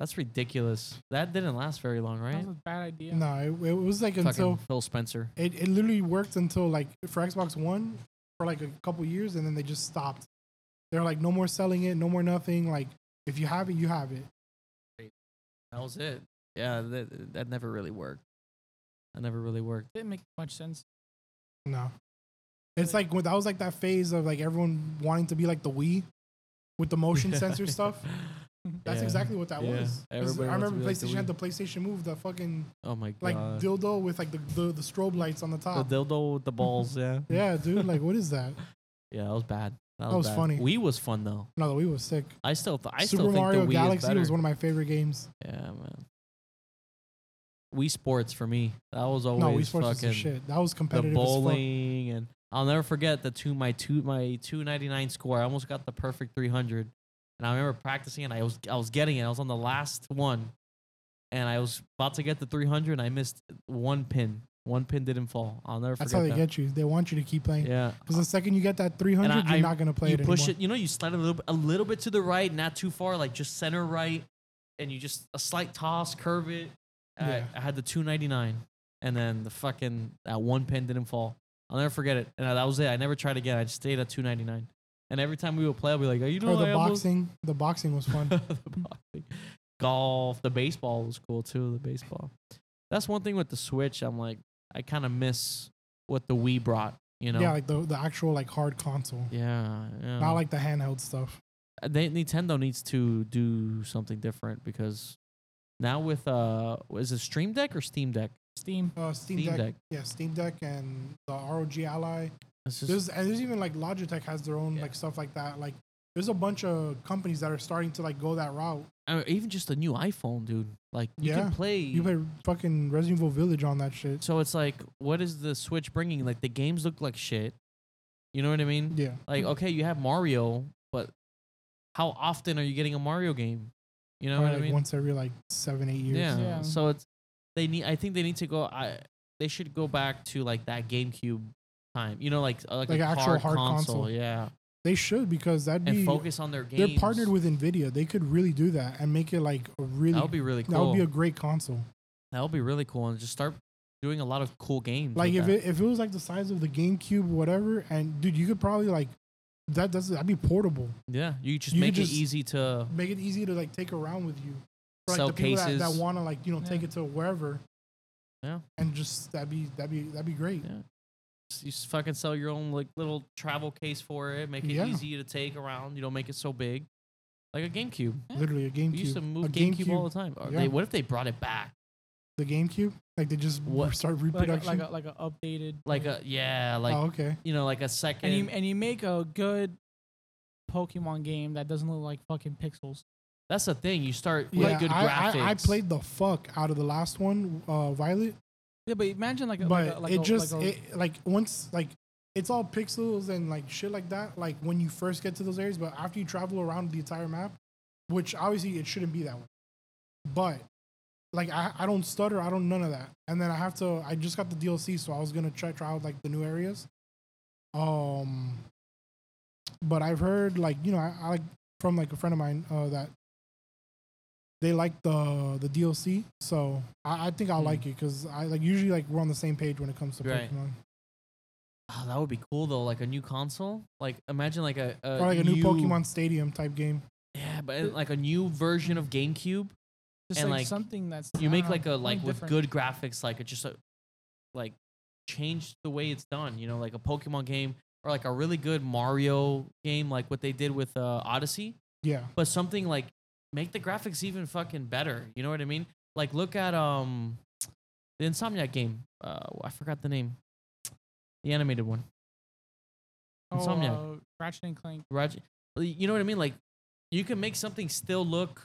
[SPEAKER 2] That's ridiculous. That didn't last very long,
[SPEAKER 3] That
[SPEAKER 2] right?
[SPEAKER 3] was a bad idea.
[SPEAKER 1] No, it, it was like
[SPEAKER 2] Fucking
[SPEAKER 1] until
[SPEAKER 2] Phil Spencer.
[SPEAKER 1] it, it literally worked until like for Xbox One for like a couple years, and then they just stopped. They're like, no more selling it, no more nothing. Like If you have it, you have it.
[SPEAKER 2] That was it. Yeah, that that never really worked. That never really worked.
[SPEAKER 3] Didn't make much sense.
[SPEAKER 1] No. It's like when that was like that phase of like everyone wanting to be like the Wii with the
[SPEAKER 2] [LAUGHS]
[SPEAKER 1] motion sensor stuff. That's
[SPEAKER 2] Yeah.
[SPEAKER 1] exactly what that
[SPEAKER 2] Yeah.
[SPEAKER 1] was. 'Cause
[SPEAKER 2] Everybody
[SPEAKER 1] I
[SPEAKER 2] wants to
[SPEAKER 1] remember
[SPEAKER 2] be like the
[SPEAKER 1] PlayStation had
[SPEAKER 2] Wii.
[SPEAKER 1] the PlayStation Move, the fucking
[SPEAKER 2] Oh my god.
[SPEAKER 1] like dildo with like the, the, the strobe lights on the top.
[SPEAKER 2] the dildo with the balls. Yeah.
[SPEAKER 1] yeah, dude, like what is that?
[SPEAKER 2] Yeah, that was bad. That,
[SPEAKER 1] was
[SPEAKER 2] bad.
[SPEAKER 1] funny.
[SPEAKER 2] Wii was fun though.
[SPEAKER 1] No, the Wii was sick.
[SPEAKER 2] I still, th- I
[SPEAKER 1] Super
[SPEAKER 2] still think
[SPEAKER 1] Mario
[SPEAKER 2] the Wii is
[SPEAKER 1] Galaxy
[SPEAKER 2] better.
[SPEAKER 1] was one of my favorite games.
[SPEAKER 2] yeah, man. Wii Sports for me. That was always
[SPEAKER 1] no, Wii Sports was
[SPEAKER 2] fucking
[SPEAKER 1] the shit. That was
[SPEAKER 2] the
[SPEAKER 1] competitive as fuck.
[SPEAKER 2] bowling and I'll never forget the two my two my two ninety nine score. I almost got the perfect three hundred, and I remember practicing and I was I was getting it. I was on the last one, and I was about to get the three hundred. and I missed one pin. One pin didn't fall. I'll never
[SPEAKER 1] That's how they
[SPEAKER 2] forget
[SPEAKER 1] get you. They want you to keep
[SPEAKER 2] that.
[SPEAKER 1] playing.
[SPEAKER 2] yeah,
[SPEAKER 1] Because the second you get that 300,
[SPEAKER 2] And I-
[SPEAKER 1] you're
[SPEAKER 2] I-
[SPEAKER 1] not going to play
[SPEAKER 2] you
[SPEAKER 1] it
[SPEAKER 2] push
[SPEAKER 1] anymore.
[SPEAKER 2] it. You know, you slide it a little, bit- a little bit to the right, not too far, like just center right, and you just a slight toss, curve it. I-
[SPEAKER 1] Yeah.
[SPEAKER 2] I, had the two ninety nine, and then the fucking that one pin didn't fall. I'll never forget it, and that was it. I never tried again. I just stayed at two ninety nine, and every time we would play, I'd be like, "Oh, you know,
[SPEAKER 1] Or
[SPEAKER 2] I
[SPEAKER 1] the
[SPEAKER 2] almost-"
[SPEAKER 1] boxing. The boxing was
[SPEAKER 2] [LAUGHS]
[SPEAKER 1] fun.
[SPEAKER 2] The boxing. golf, the baseball was cool too. The baseball. That's one thing with the Switch. I'm like, I kind of miss what the Wii brought. You know.
[SPEAKER 1] Yeah, like the, the actual like hard console.
[SPEAKER 2] yeah, yeah.
[SPEAKER 1] Not like the handheld stuff.
[SPEAKER 2] Uh, they Nintendo needs to do something different because now with uh is it Stream Deck or Steam Deck?
[SPEAKER 3] Steam.
[SPEAKER 1] Uh, Steam, Deck, Yeah, Steam Deck and the ROG Ally.
[SPEAKER 2] It's just
[SPEAKER 1] There's and there's even like Logitech has their own
[SPEAKER 2] Yeah.
[SPEAKER 1] like stuff like that. Like there's a bunch of companies that are starting to like go that route.
[SPEAKER 2] uh, even just the new iPhone, dude. Like you
[SPEAKER 1] Yeah.
[SPEAKER 2] can play,
[SPEAKER 1] You play fucking Resident Evil Village on that shit.
[SPEAKER 2] So it's like, what is the Switch bringing? Like the games look like shit. You know what I mean?
[SPEAKER 1] Yeah.
[SPEAKER 2] Like okay, you have Mario, but how often are you getting a Mario game? You know
[SPEAKER 1] Probably,
[SPEAKER 2] what I
[SPEAKER 1] like,
[SPEAKER 2] mean?
[SPEAKER 1] Once every like seven, eight years.
[SPEAKER 2] Yeah.
[SPEAKER 3] Yeah.
[SPEAKER 2] So it's they need. I think they need to go. I they should go back to like that GameCube time. You know, like uh, like,
[SPEAKER 1] Like
[SPEAKER 2] a
[SPEAKER 1] actual
[SPEAKER 2] hard,
[SPEAKER 1] hard
[SPEAKER 2] console,
[SPEAKER 1] console.
[SPEAKER 2] Yeah,
[SPEAKER 1] They should because that'd
[SPEAKER 2] and
[SPEAKER 1] be
[SPEAKER 2] focus on their games.
[SPEAKER 1] they're partnered with Nvidia. They could really do that and make it like a really
[SPEAKER 2] That would be really cool.
[SPEAKER 1] that would be a great console.
[SPEAKER 2] really cool, and just start doing a lot of cool games.
[SPEAKER 1] Like
[SPEAKER 2] with
[SPEAKER 1] if
[SPEAKER 2] that.
[SPEAKER 1] it, if it was like the size of the GameCube, whatever, and dude, you could probably like that. That's that'd be portable.
[SPEAKER 2] yeah, you just
[SPEAKER 1] you could
[SPEAKER 2] make
[SPEAKER 1] just-
[SPEAKER 2] it easy to
[SPEAKER 1] Make it easy to like take around with you. For, like
[SPEAKER 2] Sell
[SPEAKER 1] the people that, that
[SPEAKER 2] cases.
[SPEAKER 1] want to like you know take
[SPEAKER 3] Yeah.
[SPEAKER 1] it to wherever.
[SPEAKER 2] Yeah.
[SPEAKER 1] And just that'd be that'd be that'd be great.
[SPEAKER 2] Yeah. you s- fucking sell your own like little travel case for it. Make it
[SPEAKER 1] Yeah.
[SPEAKER 2] easy to take around. You don't make it so big, like a GameCube.
[SPEAKER 1] Literally a GameCube.
[SPEAKER 2] We used to
[SPEAKER 1] a
[SPEAKER 2] move GameCube,
[SPEAKER 1] GameCube,
[SPEAKER 2] all the time. Or
[SPEAKER 1] Yeah.
[SPEAKER 2] they- what if they brought it back?
[SPEAKER 1] the GameCube. Like they just
[SPEAKER 2] What-
[SPEAKER 1] start
[SPEAKER 3] Like a,
[SPEAKER 1] reproduction.
[SPEAKER 3] like a like a updated.
[SPEAKER 2] Like a yeah, like
[SPEAKER 1] oh okay.
[SPEAKER 2] you know, like a second.
[SPEAKER 3] and you and you make a good Pokemon game that doesn't look like fucking pixels.
[SPEAKER 2] that's the thing. You start with
[SPEAKER 1] Yeah,
[SPEAKER 2] good
[SPEAKER 1] I,
[SPEAKER 2] graphics.
[SPEAKER 1] I, I played the fuck out of the last one, uh, Violet.
[SPEAKER 3] Yeah, but imagine like a,
[SPEAKER 1] but
[SPEAKER 3] like a, like
[SPEAKER 1] it
[SPEAKER 3] a,
[SPEAKER 1] just
[SPEAKER 3] like a,
[SPEAKER 1] it, like once like it's all pixels and like shit like that like when you first get to those areas but after you travel around the entire map which obviously it shouldn't be that way but like I, I don't stutter i don't none of that and then i have to i just got the dlc so i was gonna try, try out like the new areas um but i've heard like you know i, I like from like a friend of mine uh, that they like the the DLC. So I, I think I'll
[SPEAKER 2] Hmm.
[SPEAKER 1] like it because I like usually like we're on the same page when it comes to
[SPEAKER 2] Right.
[SPEAKER 1] Pokemon.
[SPEAKER 2] Oh, that would be cool though. Like a new console. Like imagine like a, a
[SPEAKER 1] Or like a new Pokemon Stadium type game.
[SPEAKER 2] Yeah, but uh, like a new version of GameCube.
[SPEAKER 3] just
[SPEAKER 2] and,
[SPEAKER 3] like,
[SPEAKER 2] like,
[SPEAKER 3] something that's
[SPEAKER 2] You
[SPEAKER 3] I
[SPEAKER 2] make
[SPEAKER 3] don't
[SPEAKER 2] like
[SPEAKER 3] know,
[SPEAKER 2] a like
[SPEAKER 3] something
[SPEAKER 2] with good
[SPEAKER 3] different.
[SPEAKER 2] graphics, like a, just a like change the way it's done. You know, like a Pokemon game or like a really good Mario game, like what they did with uh, Odyssey.
[SPEAKER 1] Yeah.
[SPEAKER 2] but something like make the graphics even fucking better. You know what I mean? Like look at um the Insomniac game. Uh, I forgot the name. The animated one. Insomniac.
[SPEAKER 3] Oh, uh, Ratchet and Clank.
[SPEAKER 2] Roger, you know what I mean? Like you can make something still look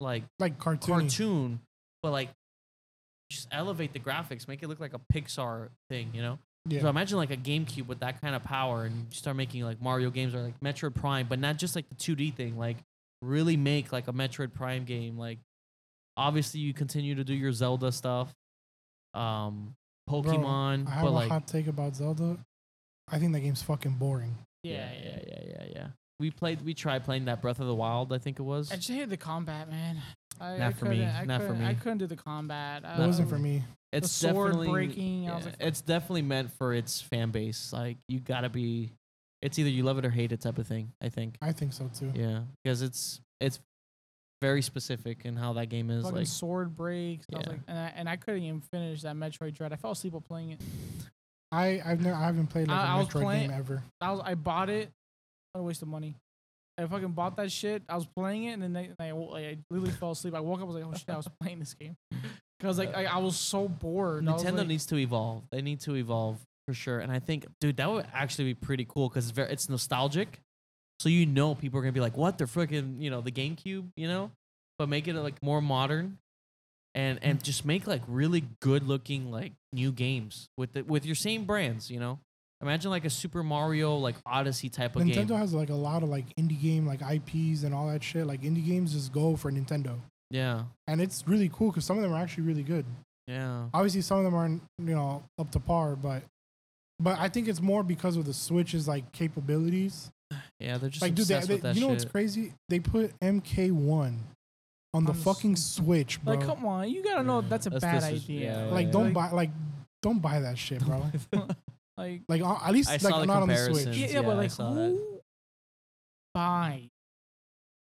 [SPEAKER 2] like
[SPEAKER 1] Like cartoon.
[SPEAKER 2] cartoon, but like just elevate the graphics, make it look like a Pixar thing, you know? So
[SPEAKER 1] Yeah.
[SPEAKER 2] imagine like a GameCube with that kind of power, and you start making like Mario games or like Metroid Prime, but not just like the 2D thing. Like really make like a Metroid Prime game. Like obviously you continue to do your Zelda stuff, um, Pokemon,
[SPEAKER 1] I have a
[SPEAKER 2] but like
[SPEAKER 1] hot take about Zelda. I think that game's fucking boring.
[SPEAKER 2] yeah, yeah, yeah, yeah, yeah. We played, we tried playing that Breath of the Wild. I think it was.
[SPEAKER 3] I just hated the combat, man. I,
[SPEAKER 2] Not
[SPEAKER 3] I
[SPEAKER 2] for me,
[SPEAKER 3] couldn't- I
[SPEAKER 2] not for
[SPEAKER 3] couldn't- I
[SPEAKER 2] me.
[SPEAKER 3] couldn't do the combat.
[SPEAKER 1] That
[SPEAKER 3] I-
[SPEAKER 1] wasn't
[SPEAKER 3] I-
[SPEAKER 1] for me.
[SPEAKER 2] It's
[SPEAKER 3] sword
[SPEAKER 2] definitely
[SPEAKER 3] breaking, I was like,
[SPEAKER 2] it's definitely meant for its fan base. Like you gotta be It's either you love it or hate it type of thing. I think.
[SPEAKER 1] I think so too.
[SPEAKER 2] Yeah, because it's it's very specific in how that game is.
[SPEAKER 3] Fucking
[SPEAKER 2] Like,
[SPEAKER 3] sword breaks. and I was
[SPEAKER 2] Yeah.
[SPEAKER 3] like, and I, and I couldn't even finish that Metroid Dread. I fell asleep while playing it.
[SPEAKER 1] I I've never I haven't played like a
[SPEAKER 3] I- I was
[SPEAKER 1] Metroid
[SPEAKER 3] playing-
[SPEAKER 1] game ever.
[SPEAKER 3] I was I bought it. What a waste of money. I fucking bought that shit. I was playing it, and then I, I, I literally fell asleep. I woke up. I was like, oh shit, I was [LAUGHS] playing this game. Cause like I, I was so bored. I was
[SPEAKER 2] Nintendo
[SPEAKER 3] like-
[SPEAKER 2] needs to evolve. They need to evolve for sure. And I think, dude, that would actually be pretty cool because it's, very- it's nostalgic. So you know people are gonna be like, "What the freaking you know the GameCube?" You know, but make it like more modern, and
[SPEAKER 1] Mm.
[SPEAKER 2] and just make like really good looking like new games with the, with your same brands. You know, imagine like a Super Mario like Odyssey type of
[SPEAKER 1] Nintendo
[SPEAKER 2] game.
[SPEAKER 1] has like a lot of like indie game like IPs and all that shit. Like indie games just go for Nintendo,
[SPEAKER 2] Yeah,
[SPEAKER 1] and it's really cool because some of them are actually really good.
[SPEAKER 2] yeah.
[SPEAKER 1] Obviously, some of them aren't you know up to par, but but I think it's more because of the Switch's like capabilities.
[SPEAKER 2] Yeah, they're just
[SPEAKER 1] like, dude, they,
[SPEAKER 2] obsessed
[SPEAKER 1] they-
[SPEAKER 2] with that
[SPEAKER 1] you know what's
[SPEAKER 2] shit.
[SPEAKER 1] crazy? They put MK1 on the
[SPEAKER 3] On the
[SPEAKER 1] fucking
[SPEAKER 3] s-
[SPEAKER 1] Switch, bro.
[SPEAKER 3] Like, come on, you gotta know
[SPEAKER 2] Yeah.
[SPEAKER 3] that's a
[SPEAKER 2] That's-
[SPEAKER 3] bad
[SPEAKER 2] this is-
[SPEAKER 3] idea.
[SPEAKER 2] yeah,
[SPEAKER 1] like,
[SPEAKER 2] yeah,
[SPEAKER 1] don't
[SPEAKER 2] yeah.
[SPEAKER 1] buy like don't buy that shit,
[SPEAKER 2] [LAUGHS]
[SPEAKER 1] bro.
[SPEAKER 3] Like,
[SPEAKER 1] like, uh, at least
[SPEAKER 2] I saw
[SPEAKER 1] like
[SPEAKER 2] the
[SPEAKER 1] not on the
[SPEAKER 2] comparison.
[SPEAKER 1] Switch.
[SPEAKER 3] yeah,
[SPEAKER 2] Yeah,
[SPEAKER 3] but
[SPEAKER 2] I
[SPEAKER 3] like,
[SPEAKER 2] saw that.
[SPEAKER 3] who buy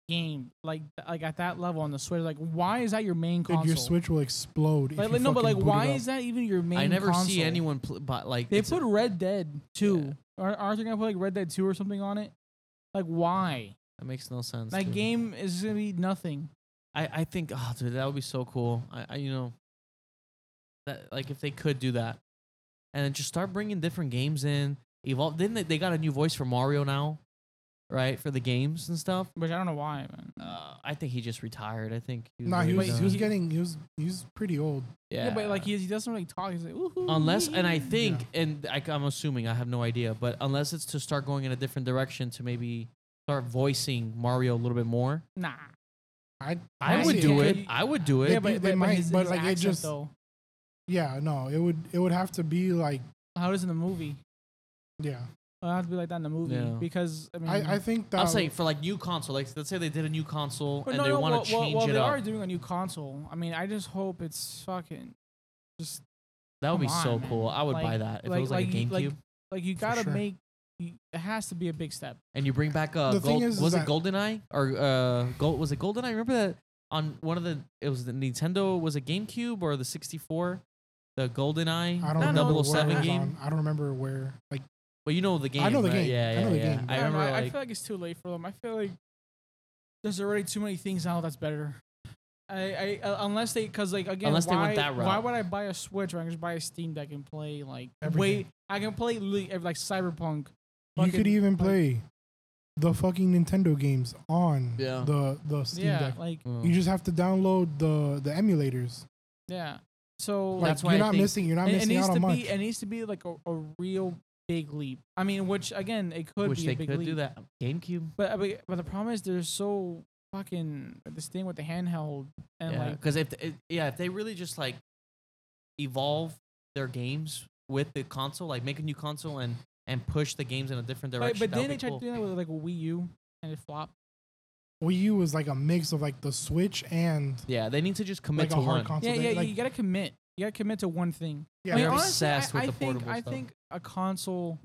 [SPEAKER 3] game like like at that level on the Switch? Like, why is that your main console?
[SPEAKER 1] Dude, your Switch will explode. if
[SPEAKER 3] Like,
[SPEAKER 1] you
[SPEAKER 3] like, no, but
[SPEAKER 1] fucking
[SPEAKER 3] like,
[SPEAKER 1] boot it
[SPEAKER 3] why
[SPEAKER 1] up.
[SPEAKER 3] is that even your main?
[SPEAKER 2] I never see
[SPEAKER 3] console?
[SPEAKER 2] anyone pl- but like
[SPEAKER 3] They
[SPEAKER 2] it's a-
[SPEAKER 3] put Red Dead Two. Are Aren't they gonna put like Red Dead Two or something on it? Like, why?
[SPEAKER 2] that makes no sense.
[SPEAKER 3] That
[SPEAKER 2] dude.
[SPEAKER 3] game is gonna be nothing.
[SPEAKER 2] I, I think oh dude that would be so cool. I, I you know that like if they could do that and then just start bringing different games in. Evolve. Then they, they got a new voice for Mario now, right? For the games and stuff.
[SPEAKER 3] Which I don't know why, man.
[SPEAKER 2] Uh, I think he just retired. I think. was
[SPEAKER 1] Nah, he
[SPEAKER 2] really
[SPEAKER 1] was he was
[SPEAKER 2] done.
[SPEAKER 1] getting he was he was pretty old.
[SPEAKER 3] Yeah, but like he, he doesn't really talk. He's like, Woohoo,
[SPEAKER 2] unless and I
[SPEAKER 3] yeah."
[SPEAKER 2] think and I, I'm assuming I have no idea, but unless it's to start going in a different direction to maybe start voicing Mario a little bit more.
[SPEAKER 3] nah.
[SPEAKER 1] I
[SPEAKER 2] I
[SPEAKER 1] I
[SPEAKER 2] would
[SPEAKER 1] see
[SPEAKER 2] do
[SPEAKER 1] it.
[SPEAKER 2] it. I would do it.
[SPEAKER 1] Yeah, but- they might,
[SPEAKER 3] his,
[SPEAKER 1] but,
[SPEAKER 3] his
[SPEAKER 1] like, it
[SPEAKER 3] accent,
[SPEAKER 1] just-
[SPEAKER 3] though.
[SPEAKER 1] yeah no it would it would have to be like
[SPEAKER 3] how it is in the movie.
[SPEAKER 1] yeah
[SPEAKER 3] Well, I have to be like that in the movie
[SPEAKER 2] Yeah.
[SPEAKER 3] because I mean,
[SPEAKER 1] I, I think that
[SPEAKER 2] I'll say for like new console, like let's say they did a new console
[SPEAKER 3] but
[SPEAKER 2] and
[SPEAKER 3] no,
[SPEAKER 2] they
[SPEAKER 3] no,
[SPEAKER 2] want
[SPEAKER 3] well,
[SPEAKER 2] to
[SPEAKER 3] well-
[SPEAKER 2] change
[SPEAKER 3] well,
[SPEAKER 2] it
[SPEAKER 3] they
[SPEAKER 2] up.
[SPEAKER 3] are doing a new console. I mean, I just hope it's fucking just
[SPEAKER 2] that would be
[SPEAKER 3] Come on,
[SPEAKER 2] so
[SPEAKER 3] man.
[SPEAKER 2] cool. I would
[SPEAKER 3] Like-
[SPEAKER 2] buy that if it was like, a
[SPEAKER 3] you-
[SPEAKER 2] GameCube.
[SPEAKER 3] like, like you gotta
[SPEAKER 1] sure.
[SPEAKER 3] make. You, it has to be a big step.
[SPEAKER 2] and you bring back uh,
[SPEAKER 1] The thing
[SPEAKER 2] gold,
[SPEAKER 1] is, is
[SPEAKER 2] was it
[SPEAKER 1] that-
[SPEAKER 2] GoldenEye or uh, gold? Was it GoldenEye? Remember that on one of the it was the Nintendo was it GameCube or the 64? The GoldenEye,
[SPEAKER 1] I don't
[SPEAKER 2] the
[SPEAKER 1] remember where it
[SPEAKER 2] 007
[SPEAKER 1] was
[SPEAKER 2] game.
[SPEAKER 1] on. I don't remember where like
[SPEAKER 2] But you know the game.
[SPEAKER 1] I know the
[SPEAKER 2] right?
[SPEAKER 1] game.
[SPEAKER 2] Yeah,
[SPEAKER 1] I
[SPEAKER 2] yeah,
[SPEAKER 1] know the
[SPEAKER 2] yeah.
[SPEAKER 1] game.
[SPEAKER 2] I
[SPEAKER 3] don't
[SPEAKER 2] remember
[SPEAKER 3] know, I,
[SPEAKER 2] like
[SPEAKER 3] feel like it's too late for them. I feel like there's already too many things now that's better. I, I uh, unless they because like again
[SPEAKER 2] Unless they
[SPEAKER 3] why,
[SPEAKER 2] went that route.
[SPEAKER 3] why would I buy a Switch when I can just buy a Steam Deck and play like
[SPEAKER 1] Everything.
[SPEAKER 3] wait I can play literally every- like Cyberpunk.
[SPEAKER 1] you could
[SPEAKER 3] fucking,
[SPEAKER 1] even
[SPEAKER 3] like-
[SPEAKER 1] play the fucking Nintendo games on
[SPEAKER 2] Yeah.
[SPEAKER 1] the the Steam
[SPEAKER 3] yeah
[SPEAKER 1] Deck.
[SPEAKER 3] like
[SPEAKER 2] Mm.
[SPEAKER 1] You just have to download the the emulators.
[SPEAKER 3] yeah so
[SPEAKER 1] Like,
[SPEAKER 2] That's why I
[SPEAKER 1] you're not
[SPEAKER 2] think-
[SPEAKER 1] missing. You're not
[SPEAKER 3] it, it
[SPEAKER 1] missing
[SPEAKER 3] needs
[SPEAKER 1] out
[SPEAKER 3] to
[SPEAKER 1] on much.
[SPEAKER 3] be it needs to be like a, a real big leap. I mean, which again it could
[SPEAKER 2] which
[SPEAKER 3] be
[SPEAKER 2] they
[SPEAKER 3] a big
[SPEAKER 2] could
[SPEAKER 3] leap.
[SPEAKER 2] do that GameCube.
[SPEAKER 3] But, uh, but but the problem is they're so fucking this thing with the handheld and
[SPEAKER 2] yeah,
[SPEAKER 3] like
[SPEAKER 2] because if it, yeah, if they really just like evolve their games with the console, like make a new console and and push the games in a different
[SPEAKER 3] But,
[SPEAKER 2] direction.
[SPEAKER 3] but
[SPEAKER 2] that would
[SPEAKER 3] then they
[SPEAKER 2] be
[SPEAKER 3] tried
[SPEAKER 2] cool.
[SPEAKER 3] doing that with like a Wii U and it flopped.
[SPEAKER 1] Wii U was like a mix of like the Switch and
[SPEAKER 2] Yeah, they need to just commit
[SPEAKER 1] like a
[SPEAKER 2] to
[SPEAKER 1] hard
[SPEAKER 2] one.
[SPEAKER 1] console.
[SPEAKER 3] yeah,
[SPEAKER 1] They-
[SPEAKER 3] yeah.
[SPEAKER 1] like,
[SPEAKER 3] you gotta commit. You gotta commit to one thing.
[SPEAKER 1] yeah,
[SPEAKER 2] mean,
[SPEAKER 1] they're-
[SPEAKER 2] honestly, obsessed with
[SPEAKER 3] I
[SPEAKER 2] the
[SPEAKER 3] think
[SPEAKER 2] portable
[SPEAKER 3] I
[SPEAKER 2] stuff.
[SPEAKER 3] think a console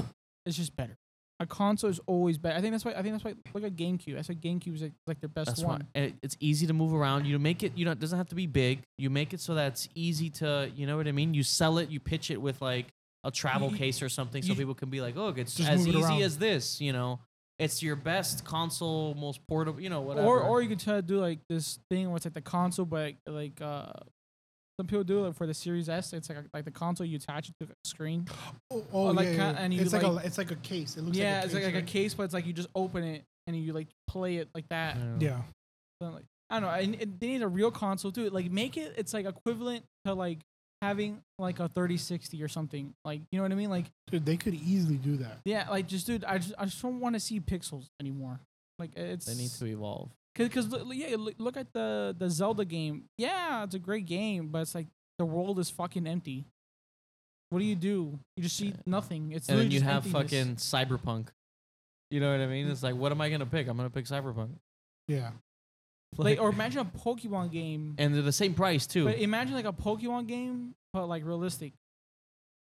[SPEAKER 3] is just better. A console is always better. I think that's why. I think that's why. Look at GameCube. That's why GameCube is like, like their best
[SPEAKER 2] That's why
[SPEAKER 3] one.
[SPEAKER 2] and it, it's easy to move around. You make it. You know, it doesn't have to be big. You make it so that it's easy to. You know what I mean? You sell it. You pitch it with like a travel
[SPEAKER 3] you-
[SPEAKER 2] case or something, so
[SPEAKER 3] you-
[SPEAKER 2] people can be like, "Look, it's
[SPEAKER 1] Just
[SPEAKER 2] as
[SPEAKER 1] move it around.
[SPEAKER 2] easy as this." You know, it's your best console, most portable. You know, whatever.
[SPEAKER 3] Or or you can try to do like this thing where it's like the console, but like uh, some people do it for the Series S. It's like like the console you attach it to the [SIGHS] screen.
[SPEAKER 1] oh, oh,
[SPEAKER 3] like,
[SPEAKER 1] yeah,
[SPEAKER 3] ki-
[SPEAKER 1] yeah,
[SPEAKER 3] and you
[SPEAKER 1] it's like,
[SPEAKER 3] like-
[SPEAKER 1] a it's like a case. It looks like
[SPEAKER 3] yeah,
[SPEAKER 1] a case,
[SPEAKER 3] it's like, like a
[SPEAKER 1] right?
[SPEAKER 3] case, but it's like you just open it and you like play it like that.
[SPEAKER 1] Yeah,
[SPEAKER 3] Then, like I don't know. And it, they need a real console too. Like make it. It's like equivalent to like having like a 3060 or something. Like you know what I mean? Like
[SPEAKER 1] dude, they could easily do that.
[SPEAKER 3] yeah. Like just dude, I just I just don't want to see pixels anymore. Like it's
[SPEAKER 2] They need to evolve.
[SPEAKER 3] because yeah, look, look at the the Zelda game. Yeah, it's a great game, but it's like the world is fucking empty. What do you do? You just see
[SPEAKER 2] Yeah.
[SPEAKER 3] nothing. It's
[SPEAKER 2] and then
[SPEAKER 3] literally
[SPEAKER 2] you
[SPEAKER 3] just
[SPEAKER 2] have
[SPEAKER 3] emptiness.
[SPEAKER 2] fucking Cyberpunk. You know what I mean? It's like, what am I gonna pick? I'm gonna pick Cyberpunk.
[SPEAKER 1] Yeah,
[SPEAKER 3] like or imagine a Pokemon game.
[SPEAKER 2] and they're the same price too.
[SPEAKER 3] But imagine like a Pokemon game, but like realistic.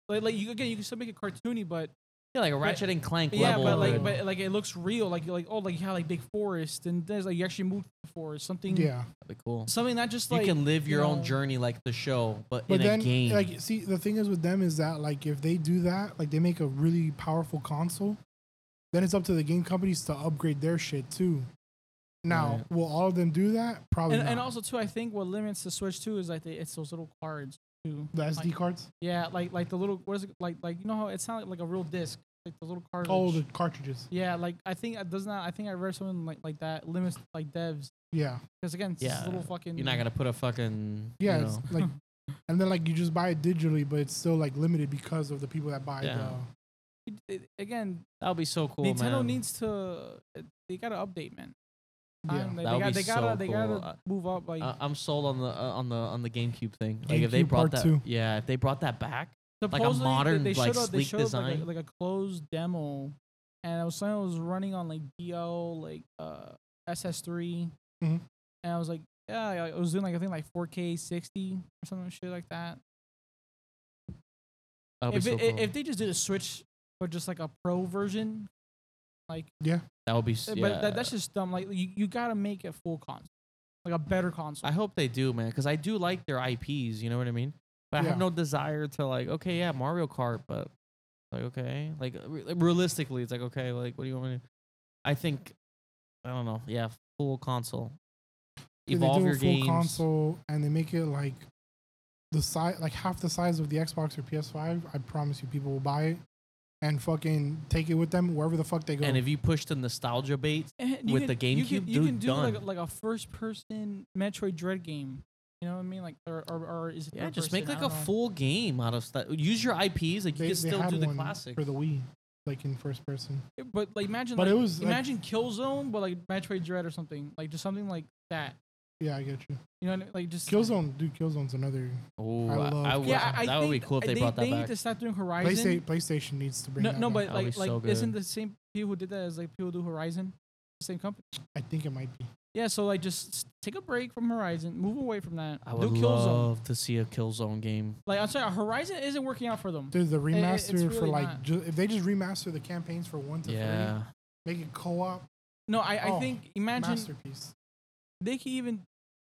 [SPEAKER 3] Like, like you again, you can still make it cartoony, but
[SPEAKER 2] Yeah, like a Ratchet and Clank
[SPEAKER 3] Yeah,
[SPEAKER 2] level.
[SPEAKER 3] but
[SPEAKER 2] of-
[SPEAKER 3] like, but like it looks real. Like, like oh, like you have like big forest, and there's like you actually moved to the forest. Something,
[SPEAKER 1] yeah.
[SPEAKER 2] That'd be cool.
[SPEAKER 3] something not just
[SPEAKER 2] You
[SPEAKER 3] like
[SPEAKER 2] can live your
[SPEAKER 3] you
[SPEAKER 2] own
[SPEAKER 3] know-
[SPEAKER 2] journey like the show, but,
[SPEAKER 1] But
[SPEAKER 2] in
[SPEAKER 1] then,
[SPEAKER 2] a game.
[SPEAKER 1] like, see, the thing is with them is that, like, if they do that, like, they make a really powerful console, then it's up to the game companies to upgrade their shit too. Now,
[SPEAKER 2] Right.
[SPEAKER 1] will all of them do that? Probably
[SPEAKER 3] And,
[SPEAKER 1] not.
[SPEAKER 3] and also too, I think what limits the Switch too is like the, it's those little cards too.
[SPEAKER 1] the SD
[SPEAKER 3] like,
[SPEAKER 1] cards.
[SPEAKER 3] Yeah, like like the little what is it like like you know how it's not like, a real disc, like the little cards.
[SPEAKER 1] Oh, the cartridges.
[SPEAKER 3] yeah, like I think it does not. I think I read something like like that limits like devs
[SPEAKER 1] Yeah,
[SPEAKER 3] because again, it's just
[SPEAKER 2] Yeah,
[SPEAKER 3] little fucking.
[SPEAKER 2] You're not gonna put a fucking
[SPEAKER 1] yeah.
[SPEAKER 2] You
[SPEAKER 1] it's
[SPEAKER 2] know.
[SPEAKER 1] like,
[SPEAKER 3] [LAUGHS]
[SPEAKER 1] and then like you just buy it digitally, but it's still like limited because of the people that buy
[SPEAKER 2] Yeah.
[SPEAKER 3] It- it- again,
[SPEAKER 2] That would be so cool.
[SPEAKER 3] Nintendo
[SPEAKER 2] man.
[SPEAKER 3] needs to. uh, They gotta update, man.
[SPEAKER 1] the. Yeah.
[SPEAKER 3] Time,
[SPEAKER 2] That
[SPEAKER 3] like, they,
[SPEAKER 2] would
[SPEAKER 3] got,
[SPEAKER 2] be
[SPEAKER 3] they gotta
[SPEAKER 2] so
[SPEAKER 3] they
[SPEAKER 2] cool.
[SPEAKER 3] gotta move up. Like
[SPEAKER 2] I- I'm sold on the uh, on the on the GameCube thing. Like if they
[SPEAKER 1] GameCube
[SPEAKER 2] brought
[SPEAKER 1] Part
[SPEAKER 2] that,
[SPEAKER 1] two.
[SPEAKER 2] yeah, if they brought that back, a
[SPEAKER 3] supposedly they-
[SPEAKER 2] modern,
[SPEAKER 3] they,
[SPEAKER 2] like,
[SPEAKER 3] showed up, they
[SPEAKER 2] sleek
[SPEAKER 3] showed up, like,
[SPEAKER 2] design.
[SPEAKER 3] a, like a closed demo, and I was saying I was running on like DL like uh SS3,
[SPEAKER 1] Mhm.
[SPEAKER 3] and I was like, yeah, I I was doing like I think like 4K 60 or something shit like that.
[SPEAKER 2] that would be
[SPEAKER 3] If,
[SPEAKER 2] so
[SPEAKER 3] it,
[SPEAKER 2] cool.
[SPEAKER 3] if they just did a Switch, but just like a Pro version, like eh,
[SPEAKER 2] that would be, s- yeah.
[SPEAKER 3] but that, that's just dumb. Like you, you gotta make a full console, like a better console.
[SPEAKER 2] I hope they do, man, because I do like their IPs. You know what I mean? But I
[SPEAKER 1] Yeah.
[SPEAKER 2] have no desire to like, okay, yeah, Mario Kart, but like, okay, like uh, re- realistically, it's like, okay, like, what do you want me to? I think, I don't know. Yeah, full console.
[SPEAKER 1] If
[SPEAKER 2] Evolve
[SPEAKER 1] they do
[SPEAKER 2] your
[SPEAKER 1] a full
[SPEAKER 2] games.
[SPEAKER 1] console and they make it like the size, like half the size of the Xbox or PS5, I promise you, people will buy it and fucking take it with them wherever the fuck they go.
[SPEAKER 2] And if you push the nostalgia bait,
[SPEAKER 3] And you
[SPEAKER 2] With the
[SPEAKER 3] you
[SPEAKER 2] GameCube,
[SPEAKER 3] can, you
[SPEAKER 2] dude,
[SPEAKER 3] can do like,
[SPEAKER 2] done.
[SPEAKER 3] a- like a first-person Metroid Dread game. You know what I mean? Like, or or, or is it?
[SPEAKER 2] yeah,
[SPEAKER 3] third
[SPEAKER 2] just
[SPEAKER 3] person?
[SPEAKER 2] make
[SPEAKER 3] I
[SPEAKER 2] like a
[SPEAKER 3] don't know.
[SPEAKER 2] full game out of stuff. Use your IPs, like you can still do the classic.
[SPEAKER 1] for the Wii, like in first person.
[SPEAKER 3] But like, imagine.
[SPEAKER 1] But
[SPEAKER 3] like,
[SPEAKER 1] it was, like-
[SPEAKER 3] imagine Killzone, but like Metroid Dread or something. Like just something like that.
[SPEAKER 1] Yeah, I get you.
[SPEAKER 3] You know, what I mean? like just
[SPEAKER 1] Killzone, dude, Killzone's another.
[SPEAKER 2] Oh,
[SPEAKER 1] I
[SPEAKER 2] I,
[SPEAKER 1] love-
[SPEAKER 2] I would.
[SPEAKER 3] Yeah, I, I
[SPEAKER 2] that would
[SPEAKER 3] think
[SPEAKER 2] be cool if they,
[SPEAKER 3] they
[SPEAKER 2] brought that
[SPEAKER 3] they
[SPEAKER 2] back.
[SPEAKER 3] need to start doing
[SPEAKER 1] PlayStation,
[SPEAKER 3] Horizon.
[SPEAKER 1] PlayStation needs to bring.
[SPEAKER 3] No,
[SPEAKER 1] that
[SPEAKER 3] no,
[SPEAKER 1] back.
[SPEAKER 3] but
[SPEAKER 2] That'll be
[SPEAKER 3] like, like
[SPEAKER 2] so
[SPEAKER 3] isn't
[SPEAKER 2] good.
[SPEAKER 3] the same people who did that as like people do Horizon, same company?
[SPEAKER 1] I think it might be.
[SPEAKER 3] Yeah, so like just s- take a break from Horizon, move away from that.
[SPEAKER 2] I would
[SPEAKER 3] do Killzone.
[SPEAKER 2] love to see a Killzone game.
[SPEAKER 3] Like I'm sorry, Horizon isn't working out for them.
[SPEAKER 1] Dude, the
[SPEAKER 3] it-
[SPEAKER 1] remaster
[SPEAKER 3] it's
[SPEAKER 1] for
[SPEAKER 3] really
[SPEAKER 1] like
[SPEAKER 3] not.
[SPEAKER 1] ju- if they just remaster the campaigns for one to
[SPEAKER 2] Yeah.
[SPEAKER 1] three, make it co-op
[SPEAKER 3] No, I,
[SPEAKER 1] Oh,
[SPEAKER 3] I think imagine
[SPEAKER 1] masterpiece.
[SPEAKER 3] they could even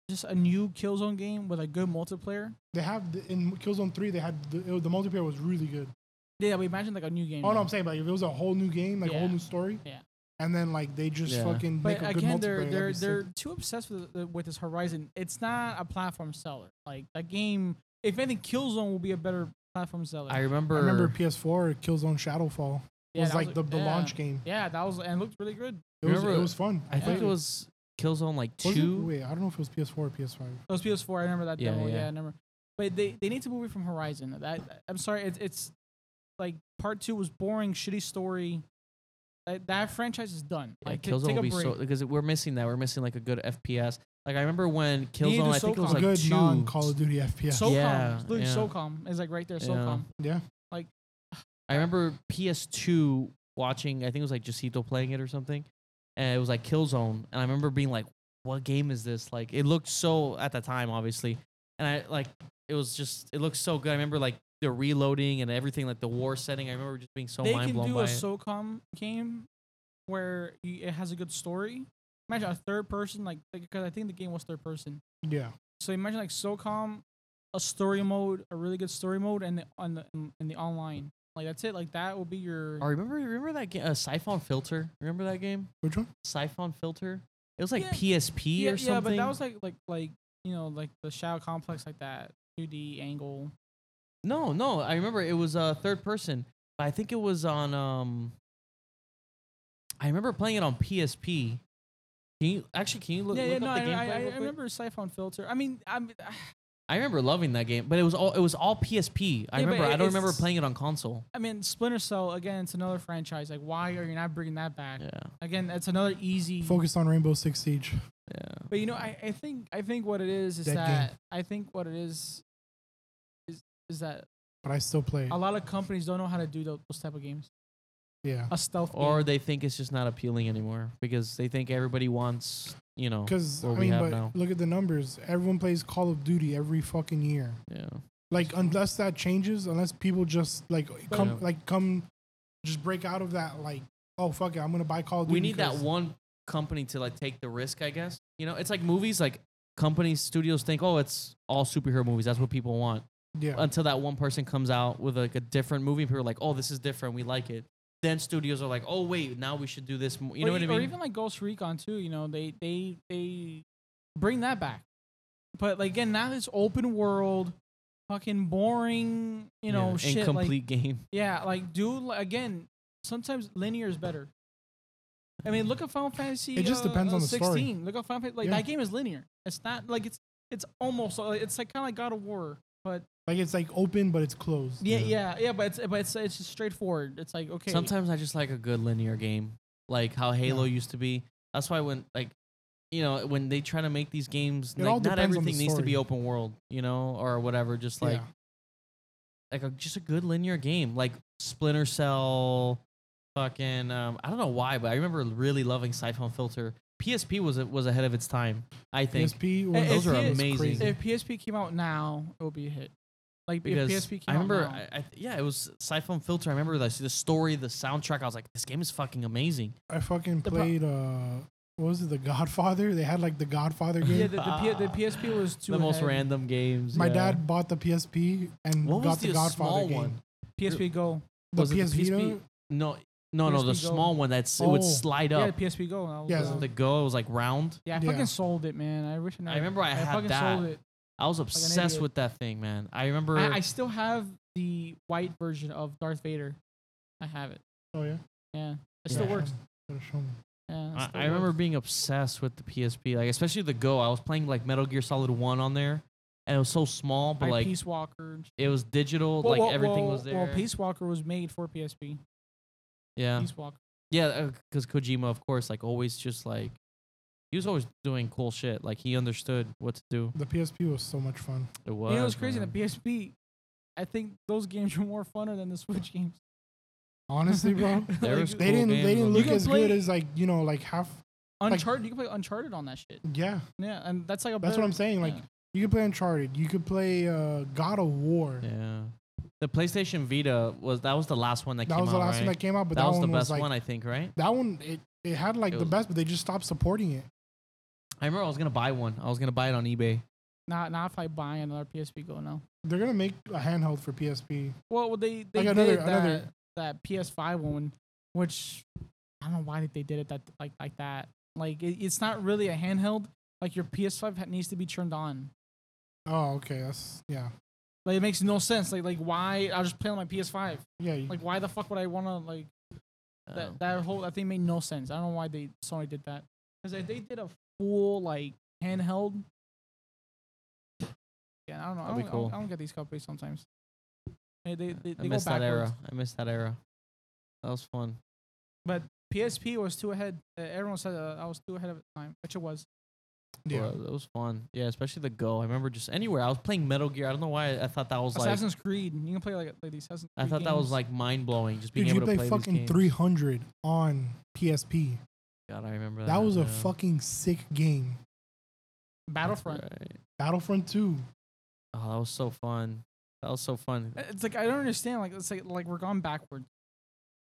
[SPEAKER 3] just a new Killzone game with a good multiplayer.
[SPEAKER 1] They have the, in Killzone three. They had the, it was- the multiplayer was really good.
[SPEAKER 3] Yeah, but imagine like a new game.
[SPEAKER 1] Oh no, I'm saying like if it was a whole new game, like a whole
[SPEAKER 3] Yeah.
[SPEAKER 1] new story.
[SPEAKER 3] Yeah.
[SPEAKER 1] And then like they just
[SPEAKER 2] Yeah.
[SPEAKER 1] fucking make
[SPEAKER 3] but
[SPEAKER 1] a good
[SPEAKER 3] again,
[SPEAKER 1] multiplayer.
[SPEAKER 3] they're
[SPEAKER 1] that'd be
[SPEAKER 3] they're
[SPEAKER 1] sick.
[SPEAKER 3] they're too obsessed with the, with this Horizon. It's not a platform seller. Like that game, if anything, Killzone will be a better platform seller.
[SPEAKER 2] I remember.
[SPEAKER 1] I remember PS4 Killzone Shadowfall
[SPEAKER 3] Yeah,
[SPEAKER 1] was
[SPEAKER 3] that
[SPEAKER 1] like the, the
[SPEAKER 3] yeah.
[SPEAKER 1] launch game.
[SPEAKER 3] Yeah, that was and looked really good.
[SPEAKER 1] It was,
[SPEAKER 2] Remember-
[SPEAKER 1] it was fun.
[SPEAKER 2] I think
[SPEAKER 1] played
[SPEAKER 2] it was Killzone like
[SPEAKER 1] Was it?
[SPEAKER 2] two.
[SPEAKER 1] Wait, I don't know if it was PS4 or PS5.
[SPEAKER 3] It was PS4. I remember that
[SPEAKER 2] Yeah,
[SPEAKER 3] demo.
[SPEAKER 2] yeah.
[SPEAKER 3] Yeah, I remember. But they, they need to move it from Horizon. That I'm sorry, it's it's like part two was boring, shitty story. That, that franchise is done.
[SPEAKER 2] Yeah,
[SPEAKER 3] Like ta-
[SPEAKER 2] Killzone
[SPEAKER 3] take
[SPEAKER 2] will
[SPEAKER 3] a
[SPEAKER 2] be
[SPEAKER 3] break.
[SPEAKER 2] so because we're missing that. We're missing like a good FPS. Like I remember when
[SPEAKER 3] need to do
[SPEAKER 2] Killzone, I think it
[SPEAKER 3] SOCOM.
[SPEAKER 2] was
[SPEAKER 1] a
[SPEAKER 2] like
[SPEAKER 1] good
[SPEAKER 2] two.
[SPEAKER 1] non Call of Duty FPS.
[SPEAKER 3] SOCOM,
[SPEAKER 2] Yeah,
[SPEAKER 3] it's literally
[SPEAKER 2] yeah.
[SPEAKER 3] SOCOM is like right there.
[SPEAKER 2] Yeah.
[SPEAKER 3] SOCOM.
[SPEAKER 1] yeah.
[SPEAKER 2] I remember PS2 watching. I think it was like Jacinto playing it or something, and it was like Killzone. And I remember being like, "What game is this?" Like it looked so at the time, obviously, and I like it was just it looked so good. I remember like the reloading and everything, like the war setting. I remember just being so
[SPEAKER 3] they
[SPEAKER 2] mind
[SPEAKER 3] can
[SPEAKER 2] blown
[SPEAKER 3] do
[SPEAKER 2] by
[SPEAKER 3] a
[SPEAKER 2] it.
[SPEAKER 3] SOCOM game where you, it has a good story. Imagine a third person, like because I think the game was third person.
[SPEAKER 1] Yeah.
[SPEAKER 3] So imagine like SOCOM, a story mode, a really good story mode, and the on the and the online. Like that's it. Like that will be your.
[SPEAKER 2] I remember remember that game, uh, Siphon Filter. Remember that game,
[SPEAKER 1] Which one?
[SPEAKER 2] Siphon Filter. It was like
[SPEAKER 3] Yeah.
[SPEAKER 2] PSP
[SPEAKER 3] yeah,
[SPEAKER 2] or something.
[SPEAKER 3] yeah, but that was like like like you know like the shadow complex like that 2D angle.
[SPEAKER 2] No, no, I remember it was uh, third person. But I think it was on. Um, I remember playing it on PSP. Can you actually? Can you look,
[SPEAKER 3] yeah,
[SPEAKER 2] look
[SPEAKER 3] yeah,
[SPEAKER 2] up
[SPEAKER 3] no,
[SPEAKER 2] the
[SPEAKER 3] I,
[SPEAKER 2] gameplay?
[SPEAKER 3] I, I
[SPEAKER 2] real quick?
[SPEAKER 3] remember Siphon Filter. I mean, I'm,
[SPEAKER 2] I remember loving that game, but it was all it was all PSP. I
[SPEAKER 3] Yeah, but
[SPEAKER 2] remember. I
[SPEAKER 3] it-
[SPEAKER 2] don't remember
[SPEAKER 3] it's-
[SPEAKER 2] playing it on console.
[SPEAKER 3] I mean Splinter Cell again. It's another franchise. Like, why are you not bringing that back?
[SPEAKER 2] Yeah,
[SPEAKER 3] Again, it's another easy.
[SPEAKER 1] Focused on Rainbow Six Siege.
[SPEAKER 2] yeah.
[SPEAKER 3] But you know, I, I think I think what it is is
[SPEAKER 1] Dead
[SPEAKER 3] that,
[SPEAKER 1] game.
[SPEAKER 3] I think what it is is is that
[SPEAKER 1] But I still play. it.
[SPEAKER 3] a lot of companies don't know how to do tho- those type of games.
[SPEAKER 1] Yeah.
[SPEAKER 3] A stealth
[SPEAKER 2] Or
[SPEAKER 3] game.
[SPEAKER 2] they think it's just not appealing anymore because they think everybody wants. You know.
[SPEAKER 1] Because I
[SPEAKER 2] What we
[SPEAKER 1] mean, but
[SPEAKER 2] have now.
[SPEAKER 1] look at the numbers. Everyone plays Call of Duty every fucking year.
[SPEAKER 2] Yeah.
[SPEAKER 1] Like unless that changes, unless people just like come
[SPEAKER 2] Yeah.
[SPEAKER 1] like come just break out of that like oh fuck it I'm gonna buy Call of Duty.
[SPEAKER 2] we need that
[SPEAKER 1] because-
[SPEAKER 2] one company to like take the risk, I guess. You know, it's like movies, like companies, studios think, oh, it's all superhero movies. That's what people want.
[SPEAKER 1] Yeah,
[SPEAKER 2] Until that one person comes out with like a different movie, people are like, oh, this is different. We like it. Then studios are like, oh, wait, now we should do this. mo- You know
[SPEAKER 3] or,
[SPEAKER 2] what I
[SPEAKER 3] e-
[SPEAKER 2] mean?
[SPEAKER 3] Or even like Ghost Recon too. You know, they they they bring that back, but like again, now this open world, fucking boring. You know,
[SPEAKER 2] Yeah,
[SPEAKER 3] shit. Like,
[SPEAKER 2] incomplete game.
[SPEAKER 3] yeah, like do li- again. Sometimes linear is better. I mean, look at Final Fantasy.
[SPEAKER 1] It just
[SPEAKER 3] uh,
[SPEAKER 1] depends
[SPEAKER 3] uh,
[SPEAKER 1] on the
[SPEAKER 3] 16.
[SPEAKER 1] story.
[SPEAKER 3] Look at Final Fantasy. Like
[SPEAKER 1] Yeah.
[SPEAKER 3] that game is linear. It's not like it's it's almost like- it's like kind of like God of War, but
[SPEAKER 1] like it's like open but it's closed.
[SPEAKER 3] yeah,
[SPEAKER 2] Yeah.
[SPEAKER 3] yeah, yeah. but it's but it's it's just straightforward. It's like okay,
[SPEAKER 2] Sometimes I just like a good linear game, like how Halo used to be. That's why when like, you know, when they try to make these games,
[SPEAKER 1] It
[SPEAKER 2] like,
[SPEAKER 1] all
[SPEAKER 2] not
[SPEAKER 1] depends on the
[SPEAKER 2] everything needs to be
[SPEAKER 1] story.
[SPEAKER 2] open world, you know, or whatever. Just like
[SPEAKER 1] Yeah.
[SPEAKER 2] like a, just a good linear game, like Splinter Cell. Fucking, um, I don't know why, but I remember really loving Siphon Filter. PSP was was ahead of its time, I think.
[SPEAKER 1] PSP.
[SPEAKER 3] Eh,
[SPEAKER 1] Was,
[SPEAKER 2] Those
[SPEAKER 3] if
[SPEAKER 2] are
[SPEAKER 3] it-
[SPEAKER 2] amazing.
[SPEAKER 1] crazy.
[SPEAKER 3] if PSP came out now, it would be a hit. Like
[SPEAKER 2] because
[SPEAKER 3] if PSP came
[SPEAKER 2] I remember,
[SPEAKER 3] out now,
[SPEAKER 2] I, I, yeah, it was Siphon Filter. I remember the, the story, the soundtrack. I was like, this game is fucking amazing.
[SPEAKER 1] I fucking
[SPEAKER 3] the pro-
[SPEAKER 1] played. uh What was it? The Godfather. They had like the Godfather game.
[SPEAKER 3] yeah, the,
[SPEAKER 2] [LAUGHS]
[SPEAKER 3] the, P- the PSP was too
[SPEAKER 2] the most
[SPEAKER 3] ahead.
[SPEAKER 2] random games.
[SPEAKER 1] My
[SPEAKER 2] yeah.
[SPEAKER 1] dad bought the PSP and
[SPEAKER 2] What was
[SPEAKER 1] got
[SPEAKER 2] the,
[SPEAKER 1] the, Godfather
[SPEAKER 2] small
[SPEAKER 1] game.
[SPEAKER 2] one?
[SPEAKER 3] PSP Go.
[SPEAKER 1] The
[SPEAKER 2] Was it the
[SPEAKER 1] PS
[SPEAKER 2] PSP?
[SPEAKER 1] Vita.
[SPEAKER 2] No, no, no. The
[SPEAKER 3] PSP Go.
[SPEAKER 2] small one that's it would
[SPEAKER 1] Oh.
[SPEAKER 2] slide
[SPEAKER 3] Yeah,
[SPEAKER 2] up.
[SPEAKER 3] PSP Go. I was,
[SPEAKER 1] Yeah,
[SPEAKER 3] uh,
[SPEAKER 2] Was it the go it was like round.
[SPEAKER 3] yeah, I
[SPEAKER 1] Yeah.
[SPEAKER 3] fucking sold it, man. I wish I,
[SPEAKER 2] I
[SPEAKER 3] never-
[SPEAKER 2] remember I had
[SPEAKER 3] fucking
[SPEAKER 2] that.
[SPEAKER 3] sold it.
[SPEAKER 2] I was obsessed
[SPEAKER 3] idiot.
[SPEAKER 2] with that thing, man. I remember.
[SPEAKER 3] I, I still have the white version of Darth Vader. I have it.
[SPEAKER 1] Oh yeah,
[SPEAKER 3] Yeah, it still
[SPEAKER 2] Yeah.
[SPEAKER 3] works.
[SPEAKER 1] Should've shown me.
[SPEAKER 3] Yeah, it
[SPEAKER 2] I,
[SPEAKER 3] still
[SPEAKER 2] I remember
[SPEAKER 3] works.
[SPEAKER 2] being obsessed with the PSP, like especially the Go. I was playing like Metal Gear Solid One on there, and it was so small, but
[SPEAKER 3] Like
[SPEAKER 2] like
[SPEAKER 3] Peace Walker. and sh-
[SPEAKER 2] it was digital,
[SPEAKER 3] Well,
[SPEAKER 2] like
[SPEAKER 3] well,
[SPEAKER 2] everything
[SPEAKER 3] well,
[SPEAKER 2] was there.
[SPEAKER 3] Well, Peace Walker was made for PSP.
[SPEAKER 2] yeah,
[SPEAKER 3] Peace Walker.
[SPEAKER 2] yeah, because Kojima, of course, like always, just like he was always doing cool shit. Like he understood what to do.
[SPEAKER 1] The PSP was so much
[SPEAKER 2] [LAUGHS]
[SPEAKER 1] fun.
[SPEAKER 2] It was.
[SPEAKER 3] You know, it's crazy.
[SPEAKER 2] man.
[SPEAKER 3] The PSP. I think those games were more funner than the Switch
[SPEAKER 1] [LAUGHS]
[SPEAKER 3] games.
[SPEAKER 2] [LAUGHS]
[SPEAKER 1] Honestly, bro.
[SPEAKER 2] There
[SPEAKER 3] [LAUGHS] Like,
[SPEAKER 2] was
[SPEAKER 1] They
[SPEAKER 2] cool
[SPEAKER 1] didn't.
[SPEAKER 2] games
[SPEAKER 1] They didn't
[SPEAKER 2] on
[SPEAKER 1] look
[SPEAKER 2] there.
[SPEAKER 1] as
[SPEAKER 3] play-
[SPEAKER 1] good as like you know like half.
[SPEAKER 3] Uncharted, you can play Uncharted on that shit.
[SPEAKER 1] Yeah,
[SPEAKER 3] Yeah, and that's like a.
[SPEAKER 1] that's what
[SPEAKER 3] better-
[SPEAKER 1] I'm saying. Like
[SPEAKER 3] yeah.
[SPEAKER 1] you could play Uncharted. You could play uh, God of War.
[SPEAKER 2] Yeah. The PlayStation Vita was that was the last one that,
[SPEAKER 1] That
[SPEAKER 2] came
[SPEAKER 1] was the
[SPEAKER 2] out,
[SPEAKER 1] last
[SPEAKER 2] right?
[SPEAKER 1] one that came out, but
[SPEAKER 2] That
[SPEAKER 1] that,
[SPEAKER 2] was the
[SPEAKER 1] one
[SPEAKER 2] best
[SPEAKER 1] was like
[SPEAKER 2] one, I think, right?
[SPEAKER 1] that one. It it had like
[SPEAKER 2] It
[SPEAKER 1] the
[SPEAKER 2] was-
[SPEAKER 1] best, but they just stopped supporting it.
[SPEAKER 2] I remember I was gonna buy one. I was gonna buy it on eBay.
[SPEAKER 3] Not not if I buy another PSP Go now.
[SPEAKER 1] They're gonna make a handheld for PSP.
[SPEAKER 3] Well, well, they they
[SPEAKER 1] Like
[SPEAKER 3] did
[SPEAKER 1] another-
[SPEAKER 3] that,
[SPEAKER 1] another-
[SPEAKER 3] that PS5 one, which I don't know why they did it that like like that. Like it, it's not really a handheld. Like your PS5 ha- needs to be turned on.
[SPEAKER 1] Oh, okay. That's yeah,
[SPEAKER 3] Like it makes no sense. Like like why I'll just play on my PS5.
[SPEAKER 1] yeah. you-
[SPEAKER 3] Like why the fuck would I want to like that
[SPEAKER 2] Oh.
[SPEAKER 3] that whole that thing made no sense. I don't know why they Sony did that because they did a full like handheld. Yeah, I don't know.
[SPEAKER 2] That'd
[SPEAKER 3] I don't,
[SPEAKER 2] be
[SPEAKER 3] I don't-
[SPEAKER 2] cool.
[SPEAKER 3] I don't get these companies sometimes. They they, they,
[SPEAKER 2] I
[SPEAKER 3] they go
[SPEAKER 2] missed that
[SPEAKER 3] backwards.
[SPEAKER 2] era. I missed that era. That was fun.
[SPEAKER 3] PSP was too ahead. Uh, everyone said uh, I was too ahead of the time, which it was.
[SPEAKER 1] yeah.
[SPEAKER 2] Well, that was fun. Yeah, especially the Go. I remember just anywhere. I was playing Metal Gear. I don't know why I, I thought that was like.
[SPEAKER 3] Assassin's Creed. You can play like, like the Assassin's
[SPEAKER 2] I
[SPEAKER 3] Creed
[SPEAKER 2] thought that was
[SPEAKER 3] games.
[SPEAKER 2] like mind blowing. Just being
[SPEAKER 1] Dude, you
[SPEAKER 2] able to
[SPEAKER 1] play,
[SPEAKER 2] play these
[SPEAKER 1] fucking
[SPEAKER 2] games.
[SPEAKER 1] 300 on PSP.
[SPEAKER 2] God, I remember that.
[SPEAKER 1] That was
[SPEAKER 2] Uh, yeah.
[SPEAKER 1] a fucking sick game.
[SPEAKER 2] That's
[SPEAKER 3] Battlefront.
[SPEAKER 2] right.
[SPEAKER 1] Battlefront 2.
[SPEAKER 2] Oh, that was so fun. That was so fun.
[SPEAKER 3] It's like I don't understand. Like it's like like we're going backwards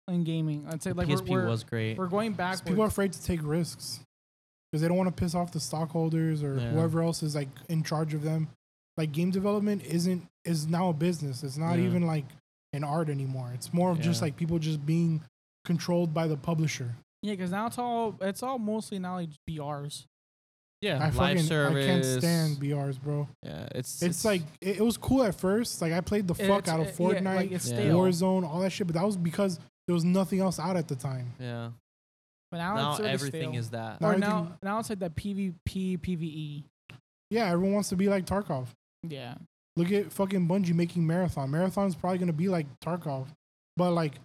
[SPEAKER 3] in gaming. I'd say like
[SPEAKER 2] PSP
[SPEAKER 3] we're, we're,
[SPEAKER 2] was great.
[SPEAKER 3] we're going
[SPEAKER 1] Because People are
[SPEAKER 3] backwards.
[SPEAKER 1] afraid to take risks because they don't want to piss off the stockholders or
[SPEAKER 2] Yeah.
[SPEAKER 1] whoever else is like in charge of them. Like game development isn't is now a business. It's not
[SPEAKER 2] Yeah.
[SPEAKER 1] even like an art anymore. It's more of just
[SPEAKER 2] Yeah.
[SPEAKER 1] like people just being controlled by the publisher.
[SPEAKER 3] Yeah, because now it's all it's all mostly now like BRs.
[SPEAKER 2] yeah,
[SPEAKER 1] I
[SPEAKER 2] live
[SPEAKER 1] fucking
[SPEAKER 2] service.
[SPEAKER 1] I can't stand BRs, bro.
[SPEAKER 2] Yeah, it's
[SPEAKER 1] It's, like it, it was cool at first. Like I played the fuck
[SPEAKER 3] It's-
[SPEAKER 1] out of
[SPEAKER 3] uh,
[SPEAKER 1] Fortnite,
[SPEAKER 3] Yeah, like it's
[SPEAKER 2] Yeah.
[SPEAKER 3] stale.
[SPEAKER 1] Warzone, all that shit, but that was because there was nothing else out at the time.
[SPEAKER 2] yeah.
[SPEAKER 3] But now,
[SPEAKER 2] Now
[SPEAKER 3] it's already
[SPEAKER 2] everything
[SPEAKER 3] stale.
[SPEAKER 2] is that.
[SPEAKER 1] Now
[SPEAKER 3] Or
[SPEAKER 1] everything-
[SPEAKER 3] now now it's like that PvP PVE.
[SPEAKER 1] Yeah, everyone wants to be like Tarkov.
[SPEAKER 3] Yeah.
[SPEAKER 1] Look at fucking Bungie making Marathon. Marathon's probably gonna be like Tarkov, but like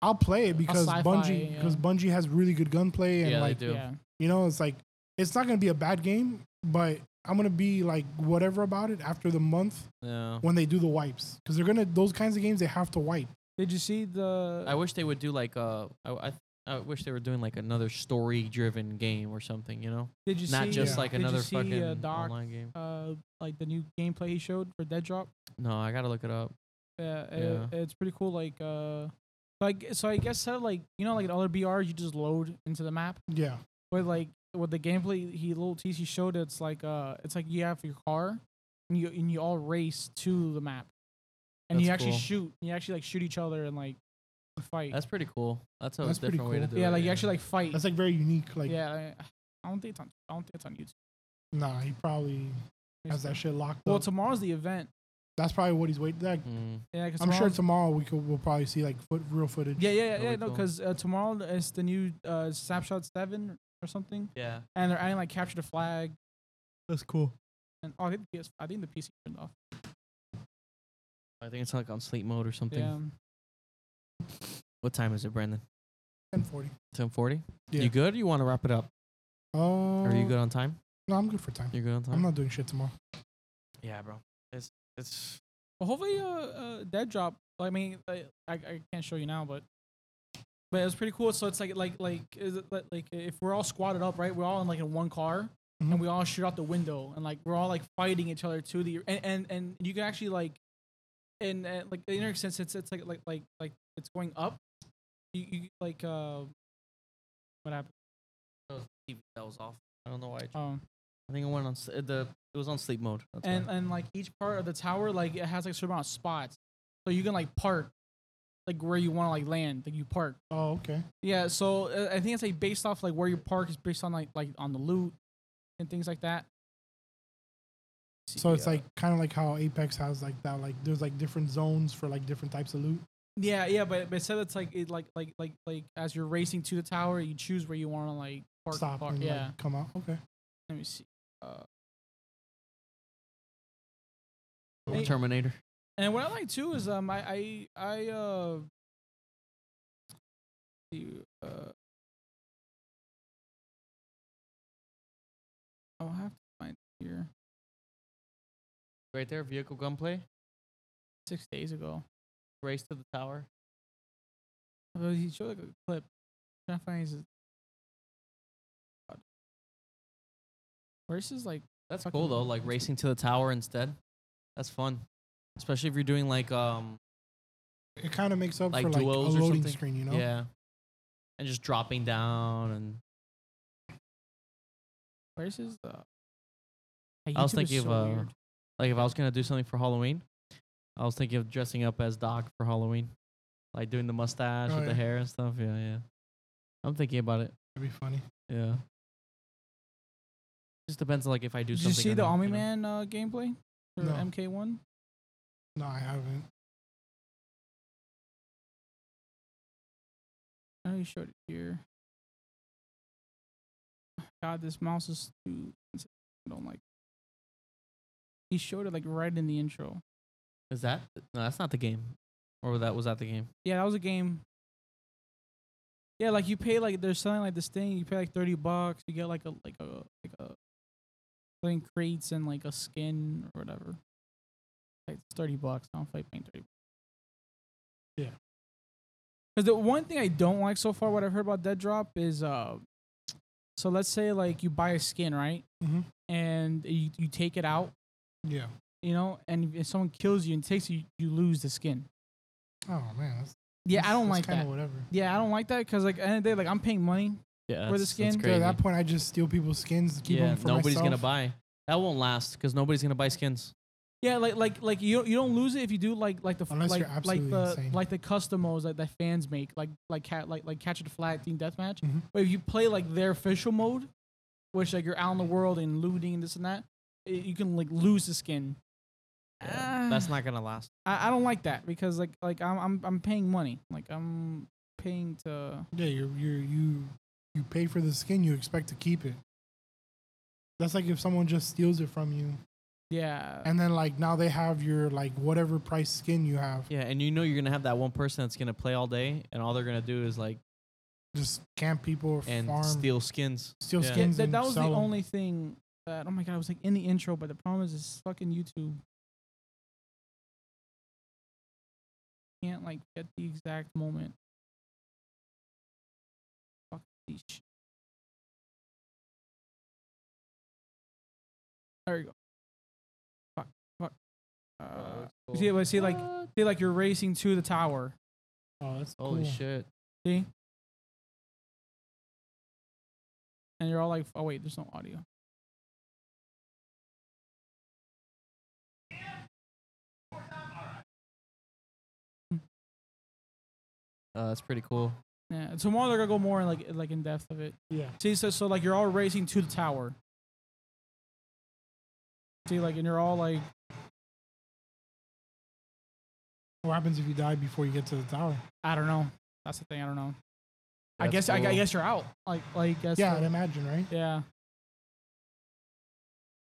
[SPEAKER 1] I'll play it because
[SPEAKER 3] sci-fi,
[SPEAKER 1] Bungie
[SPEAKER 3] yeah.
[SPEAKER 1] because Bungie has really good gunplay and
[SPEAKER 2] Yeah,
[SPEAKER 1] like
[SPEAKER 2] they do.
[SPEAKER 3] Yeah.
[SPEAKER 1] you know it's like it's not gonna be a bad game, but I'm gonna be like whatever about it after the month
[SPEAKER 2] Yeah.
[SPEAKER 1] when they do the wipes because they're gonna those kinds of games they have to wipe.
[SPEAKER 3] Did you see the?
[SPEAKER 2] I wish they would do like a. I, I, I wish they were doing like another story-driven game or something. You know,
[SPEAKER 3] did you
[SPEAKER 2] not
[SPEAKER 3] see?
[SPEAKER 2] just
[SPEAKER 1] Yeah.
[SPEAKER 2] like
[SPEAKER 3] did you
[SPEAKER 2] another
[SPEAKER 3] see,
[SPEAKER 2] fucking
[SPEAKER 3] uh, Doc
[SPEAKER 2] online game.
[SPEAKER 3] uh, like the new gameplay he showed for Dead Drop.
[SPEAKER 2] No, I gotta look it up.
[SPEAKER 3] Uh, uh,
[SPEAKER 2] Yeah.
[SPEAKER 3] it's pretty cool. Like, uh, Like so, I guess so, like you know, like in other BRs, you just load into the map.
[SPEAKER 1] Yeah.
[SPEAKER 3] But like with the gameplay, he little TC showed it's like uh, it's like you have your car, and you and you all race to the map, and you
[SPEAKER 2] That's
[SPEAKER 3] actually
[SPEAKER 2] cool.
[SPEAKER 3] shoot, you actually like shoot each other and like fight.
[SPEAKER 2] That's pretty cool. That's a
[SPEAKER 1] That's pretty
[SPEAKER 2] different way to
[SPEAKER 1] cool.
[SPEAKER 2] do it.
[SPEAKER 3] yeah, like you actually like fight.
[SPEAKER 1] That's like very unique. Like,
[SPEAKER 3] yeah, I, I don't think it's on. I don't think it's on YouTube.
[SPEAKER 1] nah, he probably has that shit locked
[SPEAKER 3] Well,
[SPEAKER 1] up.
[SPEAKER 3] tomorrow's the event.
[SPEAKER 1] That's probably what he's waiting. Like,
[SPEAKER 2] Mm,
[SPEAKER 3] Yeah, 'cause
[SPEAKER 1] I'm sure
[SPEAKER 3] tomorrow's-
[SPEAKER 1] tomorrow we could we'll probably see like foot, real footage.
[SPEAKER 3] Yeah, yeah,
[SPEAKER 2] That'll
[SPEAKER 3] yeah.
[SPEAKER 2] be
[SPEAKER 3] No,
[SPEAKER 2] cool.
[SPEAKER 3] because uh, tomorrow it's the new uh, Snapshot Seven or something,
[SPEAKER 2] yeah.
[SPEAKER 3] and they're adding like capture the flag.
[SPEAKER 2] That's cool.
[SPEAKER 3] And oh, I think the PS, I think the PC turned off.
[SPEAKER 2] I think it's like on sleep mode or something.
[SPEAKER 3] Yeah.
[SPEAKER 2] What time is it, Brandon?
[SPEAKER 1] 1040.
[SPEAKER 2] 1040?
[SPEAKER 1] Yeah.
[SPEAKER 2] You good? Or you want to wrap it up?
[SPEAKER 1] Oh,
[SPEAKER 2] Are you
[SPEAKER 3] Uh,
[SPEAKER 2] good on time?
[SPEAKER 1] No, I'm good for time.
[SPEAKER 2] You're good on time?
[SPEAKER 1] I'm not doing shit tomorrow.
[SPEAKER 2] yeah, bro. It's it's
[SPEAKER 3] But hopefully, uh, uh Dead Drop. I mean, I, I I can't show you now, but but it's pretty cool. So it's like like like is it like, like if we're all squatted up, right? We're all in like in one car,
[SPEAKER 1] Mhm.
[SPEAKER 3] and we all shoot out the window, and like we're all like fighting each other to the and and, and you can actually like and, and like in a sense, it's it's like like like like it's going up. You, you like uh, what happened?
[SPEAKER 2] that was off. I don't know why. I,
[SPEAKER 3] Um,
[SPEAKER 2] I think it went on s- uh, the it was on sleep mode. That's
[SPEAKER 3] and
[SPEAKER 2] why.
[SPEAKER 3] and like each part of the tower like it has like certain amount of spots, so you can like park, like where you want to like land, like you park.
[SPEAKER 1] Oh, okay.
[SPEAKER 3] Yeah, so uh, I think it's like based off like where you park is based on like like on the loot and things like that.
[SPEAKER 1] So it's
[SPEAKER 3] Yeah.
[SPEAKER 1] like kind of like how Apex has like that. Like there's like different zones for like different types of loot.
[SPEAKER 3] yeah, yeah, but but instead it's like it like like like like as you're racing to the tower, you choose where you want to like park. the
[SPEAKER 1] Stop
[SPEAKER 3] car.
[SPEAKER 1] and
[SPEAKER 3] yeah.
[SPEAKER 1] like come out. Okay.
[SPEAKER 3] Let me see. Uh,
[SPEAKER 2] Or Terminator.
[SPEAKER 3] and what I like too is um I I I uh. see, uh I'll have to find it here.
[SPEAKER 2] Right there, vehicle gunplay.
[SPEAKER 3] Six days ago.
[SPEAKER 2] Race to the tower.
[SPEAKER 3] But he showed like a clip. Trying to find his. God. Where's his like?
[SPEAKER 2] That's
[SPEAKER 3] Fucking
[SPEAKER 2] cool though, like
[SPEAKER 3] awesome.
[SPEAKER 2] racing to the tower instead. That's fun. Especially if you're doing like um
[SPEAKER 1] It kind of makes up
[SPEAKER 2] Like
[SPEAKER 1] for like a
[SPEAKER 2] duos or
[SPEAKER 1] loading
[SPEAKER 2] something?
[SPEAKER 1] screen, you know?
[SPEAKER 2] yeah. And just dropping down and
[SPEAKER 3] Where's his? Uh,
[SPEAKER 2] I was
[SPEAKER 3] YouTube is
[SPEAKER 2] thinking
[SPEAKER 3] so
[SPEAKER 2] of, uh,
[SPEAKER 3] weird.
[SPEAKER 2] Like if I was gonna do something for Halloween, I was thinking of dressing up as Doc for Halloween, like doing the mustache
[SPEAKER 1] Oh,
[SPEAKER 2] with the
[SPEAKER 1] yeah.
[SPEAKER 2] hair and stuff. Yeah, yeah. I'm thinking about it.
[SPEAKER 1] That'd be funny.
[SPEAKER 2] Yeah. Just depends on like if I do
[SPEAKER 3] Did
[SPEAKER 2] something.
[SPEAKER 3] you see
[SPEAKER 2] or
[SPEAKER 3] the
[SPEAKER 2] not,
[SPEAKER 3] Army
[SPEAKER 2] know?
[SPEAKER 3] Man uh, gameplay for
[SPEAKER 1] No.
[SPEAKER 3] MK1?
[SPEAKER 1] No, I haven't.
[SPEAKER 3] I know you showed it here. God, this mouse is too. I don't like. it. He showed it like right in the intro.
[SPEAKER 2] Is that no? That's not the game. Or that was that the game?
[SPEAKER 3] Yeah, that was a game. Yeah, like you pay like they're selling like this thing. You pay like thirty bucks. You get like a like a like a something crates and like a skin or whatever. Like it's thirty bucks. I don't feel like paying thirty. bucks.
[SPEAKER 1] Yeah.
[SPEAKER 3] Because the one thing I don't like so far, what I've heard about Dead Drop is uh, so let's say like you buy a skin right,
[SPEAKER 1] Mm-hmm.
[SPEAKER 3] and you you take it out,
[SPEAKER 1] Yeah.
[SPEAKER 3] you know, and if someone kills you and takes you, you lose the skin.
[SPEAKER 1] Oh man. That's,
[SPEAKER 3] Yeah, I don't like
[SPEAKER 1] kind
[SPEAKER 3] that.
[SPEAKER 1] of whatever.
[SPEAKER 3] Yeah, I don't like that because like at the end of the day, like I'm paying money.
[SPEAKER 2] Yeah.
[SPEAKER 3] For the
[SPEAKER 2] that's- that's
[SPEAKER 3] skin? Yeah,
[SPEAKER 1] Yeah,
[SPEAKER 2] crazy.
[SPEAKER 1] at that point, I just steal people's skins to keep
[SPEAKER 2] yeah.
[SPEAKER 1] them for
[SPEAKER 2] Nobody's
[SPEAKER 1] myself.
[SPEAKER 2] gonna buy. That won't last because nobody's gonna buy skins.
[SPEAKER 3] Yeah, like like like you you don't lose it if you do like like the f-
[SPEAKER 1] Unless
[SPEAKER 3] like
[SPEAKER 1] you're
[SPEAKER 3] like
[SPEAKER 1] absolutely
[SPEAKER 3] the
[SPEAKER 1] insane.
[SPEAKER 3] like the custom modes that, that fans make like like cat like like catch the flag team deathmatch.
[SPEAKER 1] Mhm.
[SPEAKER 3] But if you play like their official mode, which like you're out in the world and looting and this and that, i you can like lose the skin.
[SPEAKER 2] Yeah,
[SPEAKER 3] Ah.
[SPEAKER 1] [SIGHS]
[SPEAKER 2] That's not gonna last.
[SPEAKER 3] I, I don't like that because like like I'm I'm I'm paying money. Like I'm paying to
[SPEAKER 1] Yeah, you you you you pay for the skin, you expect to keep it. That's like if someone just steals it from you,
[SPEAKER 3] yeah.
[SPEAKER 1] and then like now they have your like whatever price skin you have,
[SPEAKER 2] Yeah, and you know you're gonna have that one person that's gonna play all day, and all they're gonna do is like
[SPEAKER 1] just camp people or
[SPEAKER 2] and
[SPEAKER 1] farm, steal,
[SPEAKER 2] steal skins. yeah.
[SPEAKER 3] Yeah,
[SPEAKER 1] skins.
[SPEAKER 3] that,
[SPEAKER 1] and
[SPEAKER 3] that was the
[SPEAKER 1] sell 'em.
[SPEAKER 3] only thing that oh my god, I was like in the intro, but the problem is it's fucking YouTube. Can't like get the exact moment. Fuck these sh- There you go. Fuck,
[SPEAKER 2] Oh,
[SPEAKER 3] Uh, fuck. Uh, see, but see, like, see, like you're racing to the tower,
[SPEAKER 1] Oh, that's
[SPEAKER 2] Holy
[SPEAKER 1] cool.
[SPEAKER 2] shit!
[SPEAKER 3] See? And you're all like, oh, wait, there's no audio.
[SPEAKER 2] Uh, that's pretty cool.
[SPEAKER 3] Yeah. Tomorrow they're gonna go more in like like in depth of it.
[SPEAKER 1] Yeah.
[SPEAKER 3] See, so so like you're all racing to the tower. See, like, and you're all like,
[SPEAKER 1] What happens if you die before you get to the tower?
[SPEAKER 3] I don't know. That's the thing. I don't know. I
[SPEAKER 2] That's
[SPEAKER 3] guess I, I
[SPEAKER 2] cool.
[SPEAKER 3] guess you're out. Like like that's
[SPEAKER 1] yeah,
[SPEAKER 3] the-
[SPEAKER 1] I'd imagine, right?
[SPEAKER 3] Yeah.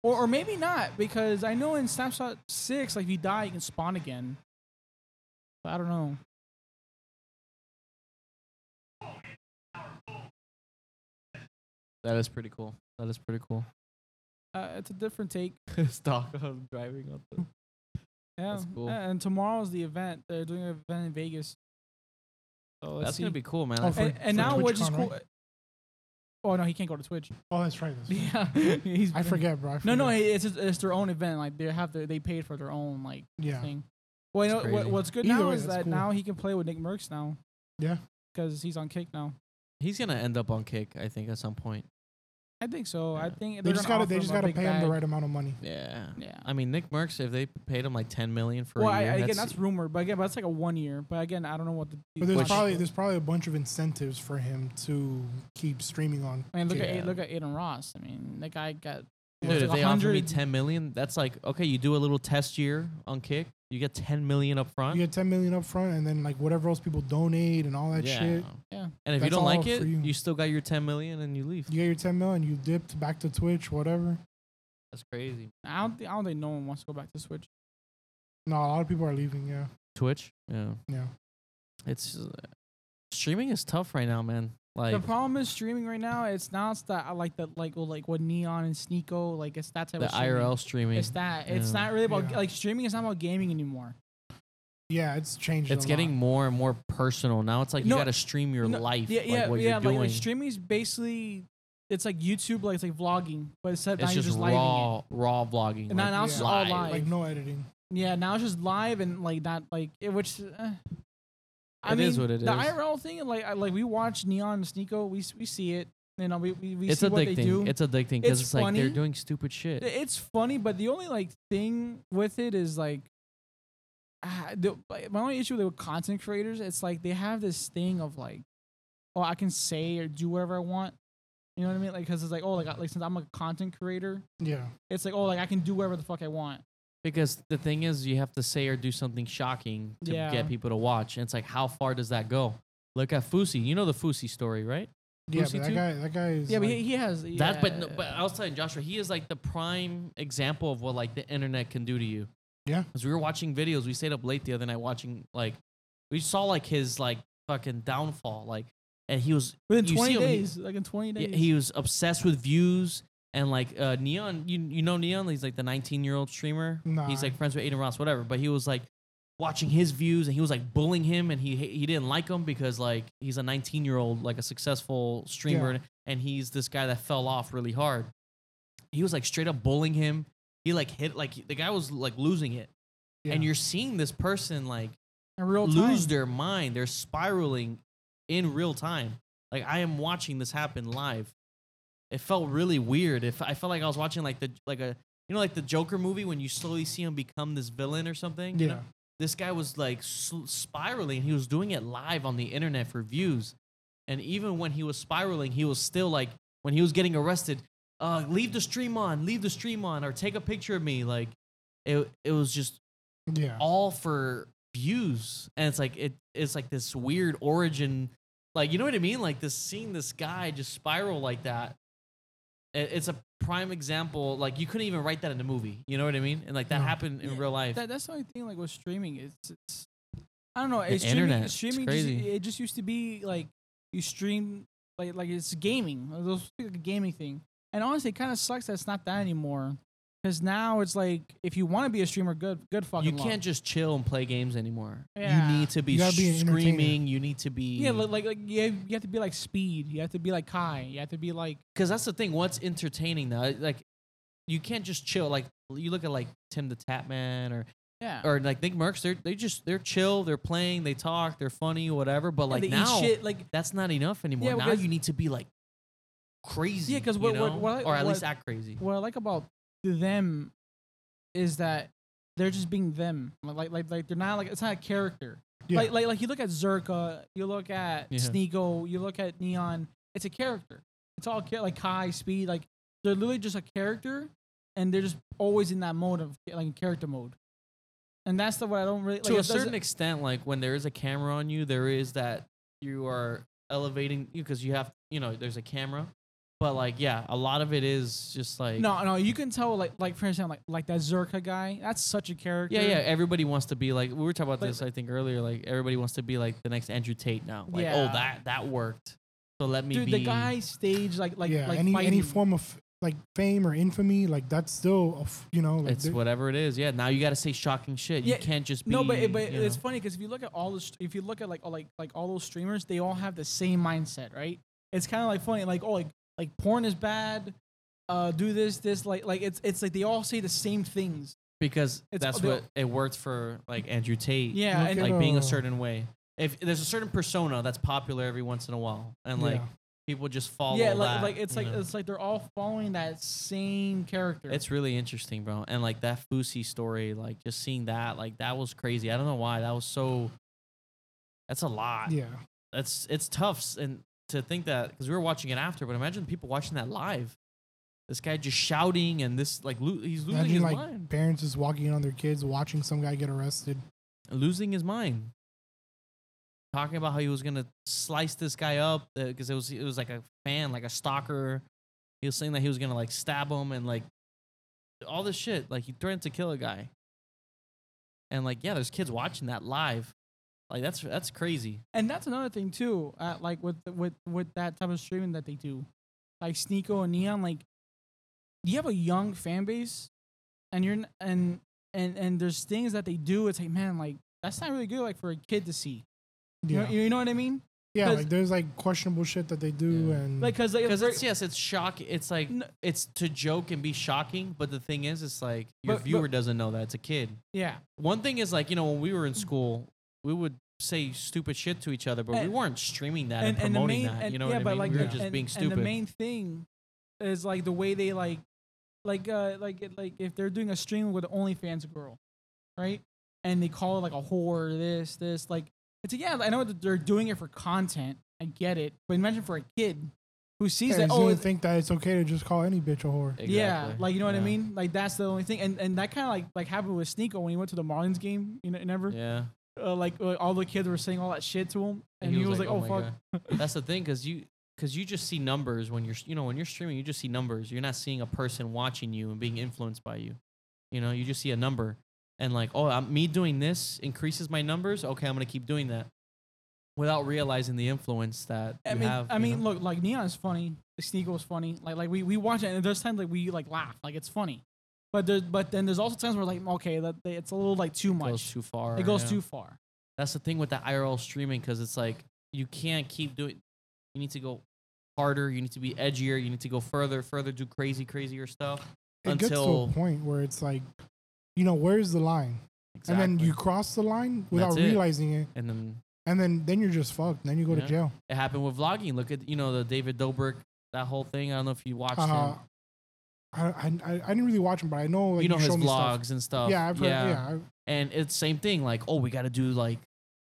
[SPEAKER 3] Or, or maybe not, because I know in Snapshot 6, like, if you die, you can spawn again. But I don't know.
[SPEAKER 2] that is pretty cool. That is pretty cool. [LAUGHS]
[SPEAKER 3] Uh, it's a different take.
[SPEAKER 2] Stockholm driving up. The-
[SPEAKER 3] Yeah.
[SPEAKER 2] That's cool.
[SPEAKER 3] Uh, And tomorrow's the event. They're doing an event in Vegas. So let's
[SPEAKER 2] that's
[SPEAKER 3] see.
[SPEAKER 2] gonna be cool, man.
[SPEAKER 1] Oh,
[SPEAKER 2] I
[SPEAKER 1] for-
[SPEAKER 2] think-
[SPEAKER 3] and and
[SPEAKER 1] for
[SPEAKER 3] now, which is
[SPEAKER 1] TwitchCon,
[SPEAKER 3] cool. Oh, no, he can't go
[SPEAKER 1] [LAUGHS]
[SPEAKER 3] to Twitch. [LAUGHS]
[SPEAKER 1] Oh, that's right. That's right.
[SPEAKER 3] Yeah. He's
[SPEAKER 1] I forget, bro. I
[SPEAKER 3] No, no,
[SPEAKER 1] forget.
[SPEAKER 3] it's it's their own event. Like, they have to, they paid for their own, like,
[SPEAKER 1] yeah.
[SPEAKER 3] thing. Well, you
[SPEAKER 2] It's
[SPEAKER 3] know, what,
[SPEAKER 2] crazy.
[SPEAKER 3] what's good
[SPEAKER 1] Either
[SPEAKER 3] now
[SPEAKER 1] way,
[SPEAKER 3] is
[SPEAKER 1] that's
[SPEAKER 3] that
[SPEAKER 1] cool.
[SPEAKER 3] now he can play with Nick Merckx now.
[SPEAKER 1] Yeah.
[SPEAKER 3] Because he's on kick now.
[SPEAKER 2] He's gonna end up on kick, I think, at some point.
[SPEAKER 3] I think so. I
[SPEAKER 2] Yeah.
[SPEAKER 3] think
[SPEAKER 1] They
[SPEAKER 3] they're
[SPEAKER 1] just
[SPEAKER 3] gonna
[SPEAKER 1] gotta. They
[SPEAKER 3] offer
[SPEAKER 1] just
[SPEAKER 3] him a
[SPEAKER 1] gotta
[SPEAKER 3] big
[SPEAKER 1] pay him the
[SPEAKER 3] bag.
[SPEAKER 1] right amount of money.
[SPEAKER 2] Yeah.
[SPEAKER 3] Yeah.
[SPEAKER 2] I mean, Nick Merckx, if they paid him like ten million for
[SPEAKER 3] Well,
[SPEAKER 2] a
[SPEAKER 3] I,
[SPEAKER 2] year,
[SPEAKER 3] again,
[SPEAKER 2] that's,
[SPEAKER 3] that's, rumored, but again, but that's like a one year. But again, I don't know what the.
[SPEAKER 1] But there's
[SPEAKER 2] Which-
[SPEAKER 1] probably there's probably a bunch of incentives for him to keep streaming on.
[SPEAKER 3] I mean, look
[SPEAKER 2] Yeah.
[SPEAKER 3] at look at Aiden Ross. I mean, that guy got.
[SPEAKER 2] dude,
[SPEAKER 3] it's
[SPEAKER 2] if
[SPEAKER 3] like
[SPEAKER 2] they offer me
[SPEAKER 3] 100
[SPEAKER 2] ten million, that's like okay, you do a little test year on kick, you get ten million up front.
[SPEAKER 1] You get 10 million up front, and then like whatever else people donate and all that shit.
[SPEAKER 3] Yeah.
[SPEAKER 2] And if you
[SPEAKER 1] That's
[SPEAKER 2] don't
[SPEAKER 1] all
[SPEAKER 2] like
[SPEAKER 1] for
[SPEAKER 2] it,
[SPEAKER 1] you.
[SPEAKER 2] you. still got your 10 million and you leave.
[SPEAKER 1] You get your 10 million, you dipped back to Twitch, whatever.
[SPEAKER 2] That's crazy.
[SPEAKER 3] I don't. thi- I don't think no one wants to go back to Switch.
[SPEAKER 1] No, a lot of people are leaving. Yeah,
[SPEAKER 2] Twitch? Yeah.
[SPEAKER 1] yeah.
[SPEAKER 2] It's uh, streaming is tough right now, man. Like
[SPEAKER 3] the problem is streaming right now. It's not it's that I like that like well like what Neon and Sneeko like it's that type
[SPEAKER 2] the
[SPEAKER 3] of streaming.
[SPEAKER 2] IRL streaming.
[SPEAKER 3] It's that. It's
[SPEAKER 2] Yeah.
[SPEAKER 3] not really about
[SPEAKER 1] Yeah.
[SPEAKER 3] like streaming. is not about gaming anymore.
[SPEAKER 1] Yeah, it's changed.
[SPEAKER 2] It's
[SPEAKER 1] a
[SPEAKER 2] getting
[SPEAKER 1] Lot.
[SPEAKER 2] more and more personal. Now it's like
[SPEAKER 3] No,
[SPEAKER 2] you got to stream your
[SPEAKER 3] no,
[SPEAKER 2] life,
[SPEAKER 3] Yeah,
[SPEAKER 2] like
[SPEAKER 3] yeah,
[SPEAKER 2] what
[SPEAKER 3] yeah.
[SPEAKER 2] you're doing.
[SPEAKER 3] Like, like streaming's basically it's like YouTube, like it's like vlogging, but instead now
[SPEAKER 2] it's
[SPEAKER 3] you're
[SPEAKER 2] just,
[SPEAKER 3] just live.
[SPEAKER 2] raw, raw vlogging.
[SPEAKER 3] And
[SPEAKER 2] like,
[SPEAKER 3] now
[SPEAKER 1] it's just
[SPEAKER 3] all
[SPEAKER 2] live.
[SPEAKER 1] Like
[SPEAKER 3] live.
[SPEAKER 1] no editing.
[SPEAKER 3] Yeah, now it's just live and like that, like it, which. Uh, I
[SPEAKER 2] It
[SPEAKER 3] mean,
[SPEAKER 2] is what it
[SPEAKER 3] the
[SPEAKER 2] is.
[SPEAKER 3] IRL thing, like I, like we watch Neon and Sneeko, we s- we see it, you know, we we, we
[SPEAKER 2] It's
[SPEAKER 3] see what they do.
[SPEAKER 2] addicting. It's addicting because
[SPEAKER 3] It's
[SPEAKER 2] it's, like they're
[SPEAKER 3] funny.
[SPEAKER 2] doing stupid shit.
[SPEAKER 3] It's funny, but the only like thing with it is like ah, the, like, my only issue with content creators, it's like they have this thing of like, oh, I can say or do whatever I want. You know what I mean? Like, cause it's like, oh, like, I- like since I'm a content creator,
[SPEAKER 1] Yeah,
[SPEAKER 3] it's like, oh, like I can do whatever the fuck I want.
[SPEAKER 2] Because the thing is, you have to say or do something shocking to
[SPEAKER 3] Yeah.
[SPEAKER 2] get people to watch. And it's like, how far does that go? Look at Fusi. You know the Fusi story, right?
[SPEAKER 1] yeah.
[SPEAKER 2] Lucy
[SPEAKER 1] But that
[SPEAKER 2] too?
[SPEAKER 1] guy, that guy is.
[SPEAKER 3] yeah, but
[SPEAKER 1] like-
[SPEAKER 3] he, he has
[SPEAKER 2] That, but
[SPEAKER 3] yeah.
[SPEAKER 2] no, but I was telling Joshua, he is like the prime example of what like the internet can do to you.
[SPEAKER 1] Yeah.
[SPEAKER 2] because we were watching videos. We stayed up late the other night watching like we saw like his like fucking downfall. Like, and he was
[SPEAKER 3] within
[SPEAKER 2] you see
[SPEAKER 3] 20
[SPEAKER 2] him, he-
[SPEAKER 3] days, like in 20
[SPEAKER 2] yeah,
[SPEAKER 3] days,
[SPEAKER 2] he was obsessed with views and like uh, Neon. You you know Neon? He's like the 19 year old streamer.
[SPEAKER 1] Nah.
[SPEAKER 2] He's like friends with Aiden Ross, whatever. But he was like watching his views and he was like bullying him and he he didn't like him because like he's a 19 year old like a successful streamer and he's this guy that fell off really hard. He was like straight up bullying him. He like hit like the guy was like losing it.
[SPEAKER 1] yeah.
[SPEAKER 2] And you're seeing this person like
[SPEAKER 3] in real time.
[SPEAKER 2] lose their mind. They're spiraling in real time. Like I am watching this happen live. It felt really weird. If I felt like I was watching like the like a you know like the Joker movie when you slowly see him become this villain or something.
[SPEAKER 1] yeah.
[SPEAKER 2] You know? This guy was like sl- spiraling. He was doing it live on the internet for views. And even when he was spiraling, he was still like when he was getting arrested. Uh, leave the stream on. Leave the stream on, or take a picture of me. Like it. It was just
[SPEAKER 1] yeah.
[SPEAKER 2] all for views and it's like it it's like this weird origin like you know what i mean like this seeing this guy just spiral like that it, it's a prime example like you couldn't even write that in a movie you know what i mean and like that
[SPEAKER 1] No.
[SPEAKER 2] happened in
[SPEAKER 3] Yeah,
[SPEAKER 2] real life
[SPEAKER 3] That, that's the only thing like with streaming. It's, it's I don't know.
[SPEAKER 2] The
[SPEAKER 3] It's streaming,
[SPEAKER 2] internet, it's
[SPEAKER 3] streaming
[SPEAKER 2] crazy.
[SPEAKER 3] Just, it just used to be like you stream like like it's gaming. It was like a gaming thing. And honestly, it kind of sucks that it's not that anymore. Because now it's like if you want to be a streamer, good good
[SPEAKER 2] you
[SPEAKER 3] fucking. luck.
[SPEAKER 2] can't just chill and play games anymore
[SPEAKER 3] Yeah.
[SPEAKER 2] you need to be,
[SPEAKER 1] You gotta be an entertainer.
[SPEAKER 2] screaming you need to be
[SPEAKER 3] Yeah, like like, like you, have, you have to be like Speed. You have to be like Kai. You have to be like
[SPEAKER 2] because that's the thing what's entertaining now like you can't just chill like you look at like tim the tap man or
[SPEAKER 3] Yeah.
[SPEAKER 2] or like Nick Merckx, they're they just they're chill, they're playing, they talk, they're funny, whatever. But like
[SPEAKER 3] they
[SPEAKER 2] now,
[SPEAKER 3] eat shit like
[SPEAKER 2] that's not enough anymore.
[SPEAKER 3] Yeah,
[SPEAKER 2] now
[SPEAKER 3] because-
[SPEAKER 2] you need to be like crazy.
[SPEAKER 3] Yeah, 'cause
[SPEAKER 2] you
[SPEAKER 3] what- what-
[SPEAKER 2] know?
[SPEAKER 3] what I-
[SPEAKER 2] or at least
[SPEAKER 3] what-
[SPEAKER 2] act crazy.
[SPEAKER 3] what I like about them is that they're just being them. Like like like they're not like it's not a character.
[SPEAKER 1] Yeah.
[SPEAKER 3] Like like like you look at Zerka, you look at
[SPEAKER 2] Yeah.
[SPEAKER 3] Sneeko, you look at Neon. It's a character. It's all char- like Kai, Speed. Like they're literally just a character, and they're just always in that mode of like character mode. And that's the what I don't really like,
[SPEAKER 2] to
[SPEAKER 3] it
[SPEAKER 2] a
[SPEAKER 3] doesn't-
[SPEAKER 2] certain extent, like when there is a camera on you, there is that you are elevating you because you have you know there's a camera. But like yeah, a lot of it is just like
[SPEAKER 3] No, no, you can tell like like for example like like that Zerka guy. That's such a character.
[SPEAKER 2] Yeah, yeah. Everybody wants to be like we were talking about
[SPEAKER 3] But-
[SPEAKER 2] this I think earlier. Like everybody wants to be like the next Andrew Tate now. Like oh
[SPEAKER 3] Yeah.
[SPEAKER 2] that that worked. So let me
[SPEAKER 3] Dude,
[SPEAKER 2] be.
[SPEAKER 3] the guy stage like like
[SPEAKER 1] yeah,
[SPEAKER 3] like
[SPEAKER 1] any any
[SPEAKER 3] fighting.
[SPEAKER 1] form of like fame or infamy, like that's still a f- you know like
[SPEAKER 2] It's
[SPEAKER 1] the-
[SPEAKER 2] whatever it is. Yeah. Now you got to say shocking shit.
[SPEAKER 3] Yeah,
[SPEAKER 2] you can't just be.
[SPEAKER 3] No, but it, but
[SPEAKER 2] you know.
[SPEAKER 3] it's funny because if you look at all the st- if you look at like all, like like all those streamers, they all have the same mindset, right? It's kind of like funny, like oh, like like porn is bad. Uh, do this, this, like, like it's it's like they all say the same things.
[SPEAKER 2] because
[SPEAKER 3] it's-
[SPEAKER 2] that's
[SPEAKER 3] they'll-
[SPEAKER 2] what it worked for. Like Andrew Tate.
[SPEAKER 3] Yeah,
[SPEAKER 1] Look
[SPEAKER 3] and
[SPEAKER 1] at
[SPEAKER 2] Like being
[SPEAKER 1] uh,
[SPEAKER 2] a certain way. If there's a certain persona that's popular every once in a while, and like
[SPEAKER 1] Yeah.
[SPEAKER 2] people just follow.
[SPEAKER 3] yeah, like,
[SPEAKER 2] that,
[SPEAKER 3] like it's
[SPEAKER 2] you
[SPEAKER 3] like
[SPEAKER 2] know?
[SPEAKER 3] it's like they're all following that same character.
[SPEAKER 2] It's really interesting, bro. And like that Fusi story, like just seeing that, like that was crazy. I don't know why that was so. That's a lot.
[SPEAKER 1] yeah
[SPEAKER 2] That's it's tough, s- and to think that because we were watching it after, but imagine people watching that live. This guy just shouting, and this like lo- he's losing
[SPEAKER 1] imagine
[SPEAKER 2] his
[SPEAKER 1] like
[SPEAKER 2] mind,
[SPEAKER 1] parents just walking in on their kids watching some guy get arrested
[SPEAKER 2] losing his mind. Talking about how he was gonna slice this guy up because it was it was like a fan, like a stalker. He was saying that he was gonna like stab him and like all this shit. Like he threatened to kill a guy. And like yeah, there's kids watching that live. Like that's that's crazy.
[SPEAKER 3] and that's another thing too. Uh, like with with with that type of streaming that they do, like Sneeko and Neon, like you have a young fan base, and you're n- and and and there's things that they do. It's like man, like that's not really good, like for a kid to see. You,
[SPEAKER 1] yeah
[SPEAKER 3] know, you know what I mean?
[SPEAKER 1] yeah
[SPEAKER 3] 'cause-
[SPEAKER 1] like there's like questionable shit that they do
[SPEAKER 2] Yeah.
[SPEAKER 1] and
[SPEAKER 3] Like because
[SPEAKER 2] Because it's yes, it's shock. It's like
[SPEAKER 3] No.
[SPEAKER 2] it's to joke and be shocking, but the thing is, it's like your
[SPEAKER 3] But- but-
[SPEAKER 2] viewer doesn't know that it's a kid.
[SPEAKER 3] yeah,
[SPEAKER 2] One thing is like you know when we were in school, we would say stupid shit to each other, but we
[SPEAKER 3] And-
[SPEAKER 2] weren't streaming that and,
[SPEAKER 3] and, and the
[SPEAKER 2] promoting
[SPEAKER 3] main
[SPEAKER 2] that.
[SPEAKER 3] and,
[SPEAKER 2] You know
[SPEAKER 3] yeah,
[SPEAKER 2] what I
[SPEAKER 3] but
[SPEAKER 2] mean?
[SPEAKER 3] like
[SPEAKER 2] we were
[SPEAKER 3] the-
[SPEAKER 2] just
[SPEAKER 3] and,
[SPEAKER 2] being
[SPEAKER 3] and
[SPEAKER 2] stupid.
[SPEAKER 3] the main thing is like the way they like like uh like it- like if they're doing a stream with an OnlyFans girl, right? And they call it like a whore, this, this, like it's a, yeah. I know that they're doing it for content. I get it, but imagine for a kid who sees
[SPEAKER 1] parents
[SPEAKER 3] that. Oh,
[SPEAKER 1] didn't
[SPEAKER 3] it's,
[SPEAKER 1] think that it's okay to just call any bitch a whore
[SPEAKER 3] yeah,
[SPEAKER 2] Exactly.
[SPEAKER 3] like you know what I
[SPEAKER 2] Yeah.
[SPEAKER 3] mean. Like that's the only thing, and and that kind of like like happened with Sneeko when he went to the Marlins game. You know, never
[SPEAKER 2] Yeah,
[SPEAKER 3] uh, like, like all the kids were saying all that shit to him, and, he, was like, "Oh,
[SPEAKER 2] my
[SPEAKER 3] fuck."
[SPEAKER 2] God."
[SPEAKER 3] [LAUGHS]
[SPEAKER 2] That's the thing, because you because you just see numbers when you're you know when you're streaming, you just see numbers. You're not seeing a person watching you and being influenced by you. You know, you just see a number, and like, oh, I'm, me doing this increases my numbers. Okay, I'm gonna keep doing that, without realizing the influence that
[SPEAKER 3] I
[SPEAKER 2] you
[SPEAKER 3] mean,
[SPEAKER 2] have.
[SPEAKER 3] I
[SPEAKER 2] you
[SPEAKER 3] mean,
[SPEAKER 2] know?
[SPEAKER 3] look, like Neon's funny. Sneako's funny. Like, like we, we watch it, and there's times like we like laugh, like it's funny. But there's but then there's also times where like okay, that they, it's a little like too
[SPEAKER 2] it
[SPEAKER 3] much.
[SPEAKER 2] goes too far.
[SPEAKER 3] it goes
[SPEAKER 2] yeah.
[SPEAKER 3] too far.
[SPEAKER 2] That's the thing with the IRL streaming because it's like you can't keep doing. You need to go harder. You need to be edgier. You need to go further, further, do crazy, crazier stuff.
[SPEAKER 1] it gets to
[SPEAKER 2] Until-
[SPEAKER 1] a point where it's like you know where's the line
[SPEAKER 2] Exactly.
[SPEAKER 1] and then you cross the line without
[SPEAKER 2] That's it.
[SPEAKER 1] realizing it.
[SPEAKER 2] and then
[SPEAKER 1] and then then you're just fucked then you go
[SPEAKER 2] Yeah.
[SPEAKER 1] to jail
[SPEAKER 2] it happened with vlogging. Look at you know the David Dobrik that whole thing. I don't know if you watched
[SPEAKER 1] uh,
[SPEAKER 2] him.
[SPEAKER 1] I, I I I didn't really watch him but I know like
[SPEAKER 2] you know his
[SPEAKER 1] showed me stuff.
[SPEAKER 2] vlogs and stuff.
[SPEAKER 1] yeah I've heard yeah, I-
[SPEAKER 2] and it's same thing. Like oh, we got to do like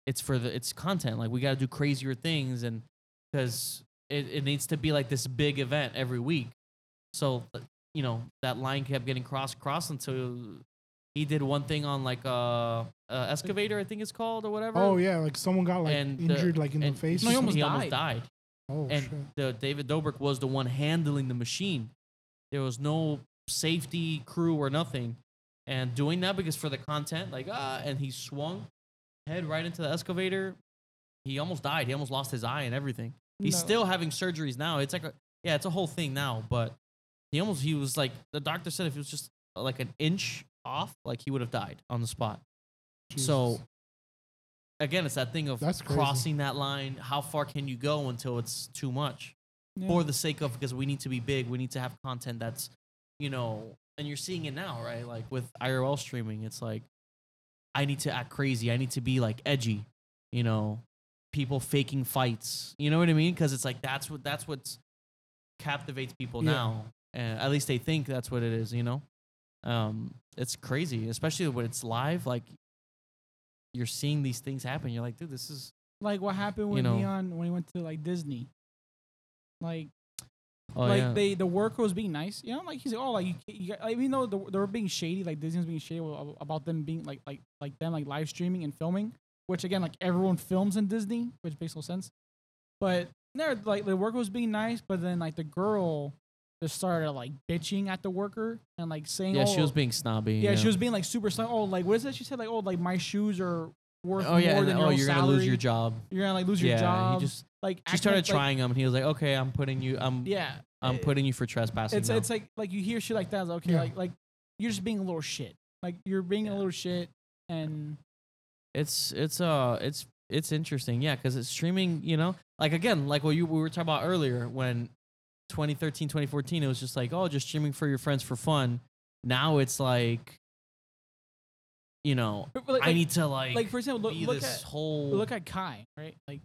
[SPEAKER 2] it's for the it's content. Like we got to do crazier things and because it, it needs to be like this big event every week. So you know that line kept getting crossed crossed until he did one thing on like a, a excavator I think it's called or whatever.
[SPEAKER 1] oh yeah like someone got like
[SPEAKER 2] And the-
[SPEAKER 1] injured like in
[SPEAKER 2] and
[SPEAKER 1] the face or
[SPEAKER 2] he,
[SPEAKER 3] No, he almost
[SPEAKER 2] he almost
[SPEAKER 3] died.
[SPEAKER 2] died.
[SPEAKER 1] Oh
[SPEAKER 2] and
[SPEAKER 1] shit!
[SPEAKER 2] the David Dobrik was the one handling the machine. There was no safety crew or nothing, and doing that because for the content, like ah, and he swung head right into the excavator. He almost died. He almost lost his eye and everything. He's
[SPEAKER 3] No.
[SPEAKER 2] still having surgeries now. It's like a, yeah, it's a whole thing now. But he almost he was like the doctor said if it was just uh, like an inch off, like he would have died on the spot. So
[SPEAKER 1] Jesus.
[SPEAKER 2] again, it's that thing of
[SPEAKER 1] That's crazy.
[SPEAKER 2] crossing that line. How far can you go until it's too much? for
[SPEAKER 3] Mm.
[SPEAKER 2] the sake of because we need to be big, we need to have content that's, you know, and you're seeing it now, right? Like with IRL streaming, it's like I need to act crazy. I need to be like edgy, you know, people faking fights. You know what I mean? Because it's like that's what that's what captivates people
[SPEAKER 1] Yeah.
[SPEAKER 2] now. And at least they think that's what it is. You know, um, it's crazy, especially when it's live. Like you're seeing these things happen. You're like, dude, this is
[SPEAKER 3] Like what happened with
[SPEAKER 2] know.
[SPEAKER 3] Neon when he went to like Disney. Like
[SPEAKER 2] oh,
[SPEAKER 3] like
[SPEAKER 2] yeah.
[SPEAKER 3] they the worker was being nice, you know. Like he's like, oh, like you, you got- like, even though the, they were being shady, like Disney was being shady wa- about them being like like like them like live streaming and filming, which again like everyone films in Disney, which makes no sense. But there, like the worker was being nice, but then like the girl just started like bitching at the worker and like saying,
[SPEAKER 2] yeah,
[SPEAKER 3] oh,
[SPEAKER 2] she was being snobby.
[SPEAKER 3] yeah, she was being like super sly. Oh, like what is that? She said like, oh, like my shoes are worth
[SPEAKER 2] Oh yeah,
[SPEAKER 3] more
[SPEAKER 2] and then,
[SPEAKER 3] than your
[SPEAKER 2] oh,
[SPEAKER 3] own
[SPEAKER 2] you're
[SPEAKER 3] salary.
[SPEAKER 2] gonna lose your job.
[SPEAKER 3] You're gonna like lose
[SPEAKER 2] yeah,
[SPEAKER 3] your job.
[SPEAKER 2] he just
[SPEAKER 3] like
[SPEAKER 2] she
[SPEAKER 3] acting
[SPEAKER 2] started
[SPEAKER 3] like- like-
[SPEAKER 2] trying him, and he was like, okay, I'm putting you, I'm
[SPEAKER 3] yeah,
[SPEAKER 2] I'm
[SPEAKER 3] it-
[SPEAKER 2] putting you for trespassing.
[SPEAKER 3] it's
[SPEAKER 2] now.
[SPEAKER 3] it's like like you hear shit like that. It's like, okay,
[SPEAKER 1] Yeah.
[SPEAKER 3] like like you're just being a little shit. Like you're being a little shit, and
[SPEAKER 2] It's it's uh it's it's interesting, yeah, because it's streaming. You know, like again, like what you we were talking about earlier when 2013, 2014, it was just like oh, just streaming for your friends for fun. Now it's like, you know,
[SPEAKER 3] but, like,
[SPEAKER 2] I
[SPEAKER 3] like-
[SPEAKER 2] need to like
[SPEAKER 3] like for example, look,
[SPEAKER 2] be
[SPEAKER 3] look
[SPEAKER 2] this
[SPEAKER 3] at
[SPEAKER 2] whole
[SPEAKER 3] look at Kai, right? Like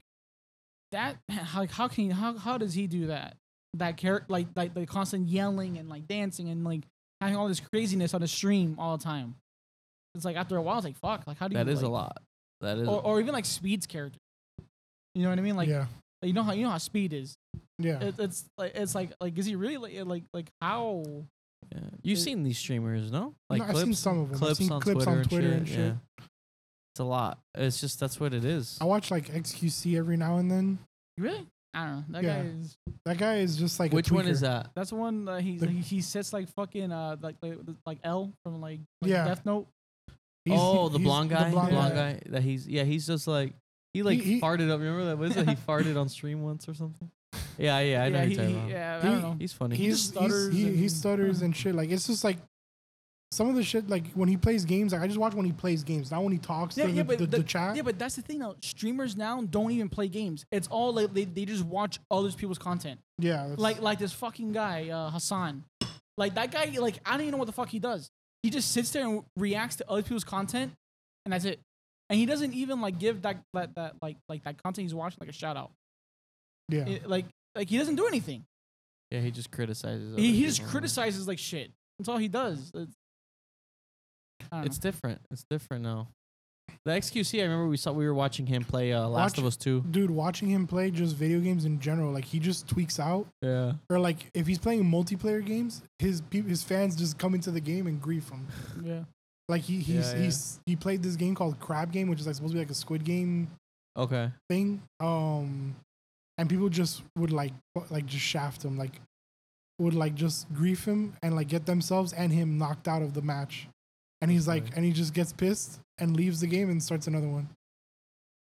[SPEAKER 3] that. [SIGHS] How how can he, how how does he do that? That character, like like the constant yelling and like dancing and like having all this craziness on the stream all the time. It's like after a while, it's like fuck. Like how do
[SPEAKER 2] that
[SPEAKER 3] you?
[SPEAKER 2] is a
[SPEAKER 3] like- Oh,
[SPEAKER 2] lot. That is
[SPEAKER 3] Or, or even like Speed's character. You know what I mean? Like
[SPEAKER 1] yeah,
[SPEAKER 3] you know how you know how Speed is.
[SPEAKER 1] yeah.
[SPEAKER 3] It, it's like it's like like is he really like like like how
[SPEAKER 2] yeah. you've
[SPEAKER 3] it-
[SPEAKER 2] seen these streamers, no? Like
[SPEAKER 1] no, I've
[SPEAKER 2] clips,
[SPEAKER 1] seen some of them. I've
[SPEAKER 2] clips
[SPEAKER 1] seen
[SPEAKER 2] on
[SPEAKER 1] clips
[SPEAKER 2] Twitter
[SPEAKER 1] on Twitter and shit.
[SPEAKER 2] Yeah. It's a lot. It's just that's what it is.
[SPEAKER 1] I watch like XQC every now and then.
[SPEAKER 3] Really? I don't know. That
[SPEAKER 1] Yeah.
[SPEAKER 3] guy is.
[SPEAKER 1] That guy is just like a
[SPEAKER 2] Which one is
[SPEAKER 1] tweaker.
[SPEAKER 2] that?
[SPEAKER 3] That's the one that he
[SPEAKER 1] The-
[SPEAKER 3] he, he sits like fucking uh like like, like L from like, like
[SPEAKER 1] Yeah.
[SPEAKER 3] Death Note.
[SPEAKER 1] He's-
[SPEAKER 2] oh, the
[SPEAKER 1] he's
[SPEAKER 2] blonde guy, the blonde,
[SPEAKER 3] blonde
[SPEAKER 2] guy. that he's yeah, he's just like he like
[SPEAKER 1] he-
[SPEAKER 2] farted up. Remember that? What is it? He farted on stream once or something. Yeah, yeah, I know
[SPEAKER 3] yeah,
[SPEAKER 2] what
[SPEAKER 3] he,
[SPEAKER 2] you're talking
[SPEAKER 3] he-
[SPEAKER 2] about.
[SPEAKER 3] yeah, I
[SPEAKER 1] He-
[SPEAKER 3] don't know.
[SPEAKER 2] He's funny.
[SPEAKER 1] He's,
[SPEAKER 3] just stutters
[SPEAKER 1] He's, he, he
[SPEAKER 3] and-
[SPEAKER 1] stutters and shit. Like it's just like some of the shit. Like when he plays games, like, I just watch when he plays games, not when he talks
[SPEAKER 3] Yeah,
[SPEAKER 1] to
[SPEAKER 3] yeah,
[SPEAKER 1] the,
[SPEAKER 3] but
[SPEAKER 1] the,
[SPEAKER 3] the-
[SPEAKER 1] the chat.
[SPEAKER 3] yeah, but that's the thing though. Streamers now don't even play games. It's all like they, they just watch other people's content.
[SPEAKER 1] yeah, that's-
[SPEAKER 3] Like like this fucking guy uh, Hassan, like that guy like I don't even know what the fuck he does. He just sits there and reacts to other people's content, and that's it. And he doesn't even like give that that, that like like that content he's watching like a shout out.
[SPEAKER 1] yeah.
[SPEAKER 3] It- like like he doesn't do anything.
[SPEAKER 2] yeah, he just criticizes. other
[SPEAKER 3] he, he just
[SPEAKER 2] people.
[SPEAKER 3] criticizes like shit. That's all he does. It's, I don't
[SPEAKER 2] It's different. It's different now. The XQC, I remember we saw we were watching him play uh, Last of
[SPEAKER 1] Watch-
[SPEAKER 2] Us Two.
[SPEAKER 1] Dude, watching him play just video games in general, like he just tweaks out,
[SPEAKER 2] Yeah,
[SPEAKER 1] or like if he's playing multiplayer games, his peop his fans just come into the game and grief him.
[SPEAKER 3] know. yeah.
[SPEAKER 1] Like he he's,
[SPEAKER 2] Yeah, yeah.
[SPEAKER 1] he's he played this game called Crab Game, which is like supposed to be like a Squid Game
[SPEAKER 2] okay.
[SPEAKER 1] thing. Um, and people just would like fu- like just shaft him, like would like just grief him and like get themselves and him knocked out of the match. And he's like,
[SPEAKER 2] Right.
[SPEAKER 1] and he just gets pissed and leaves the game and starts another one.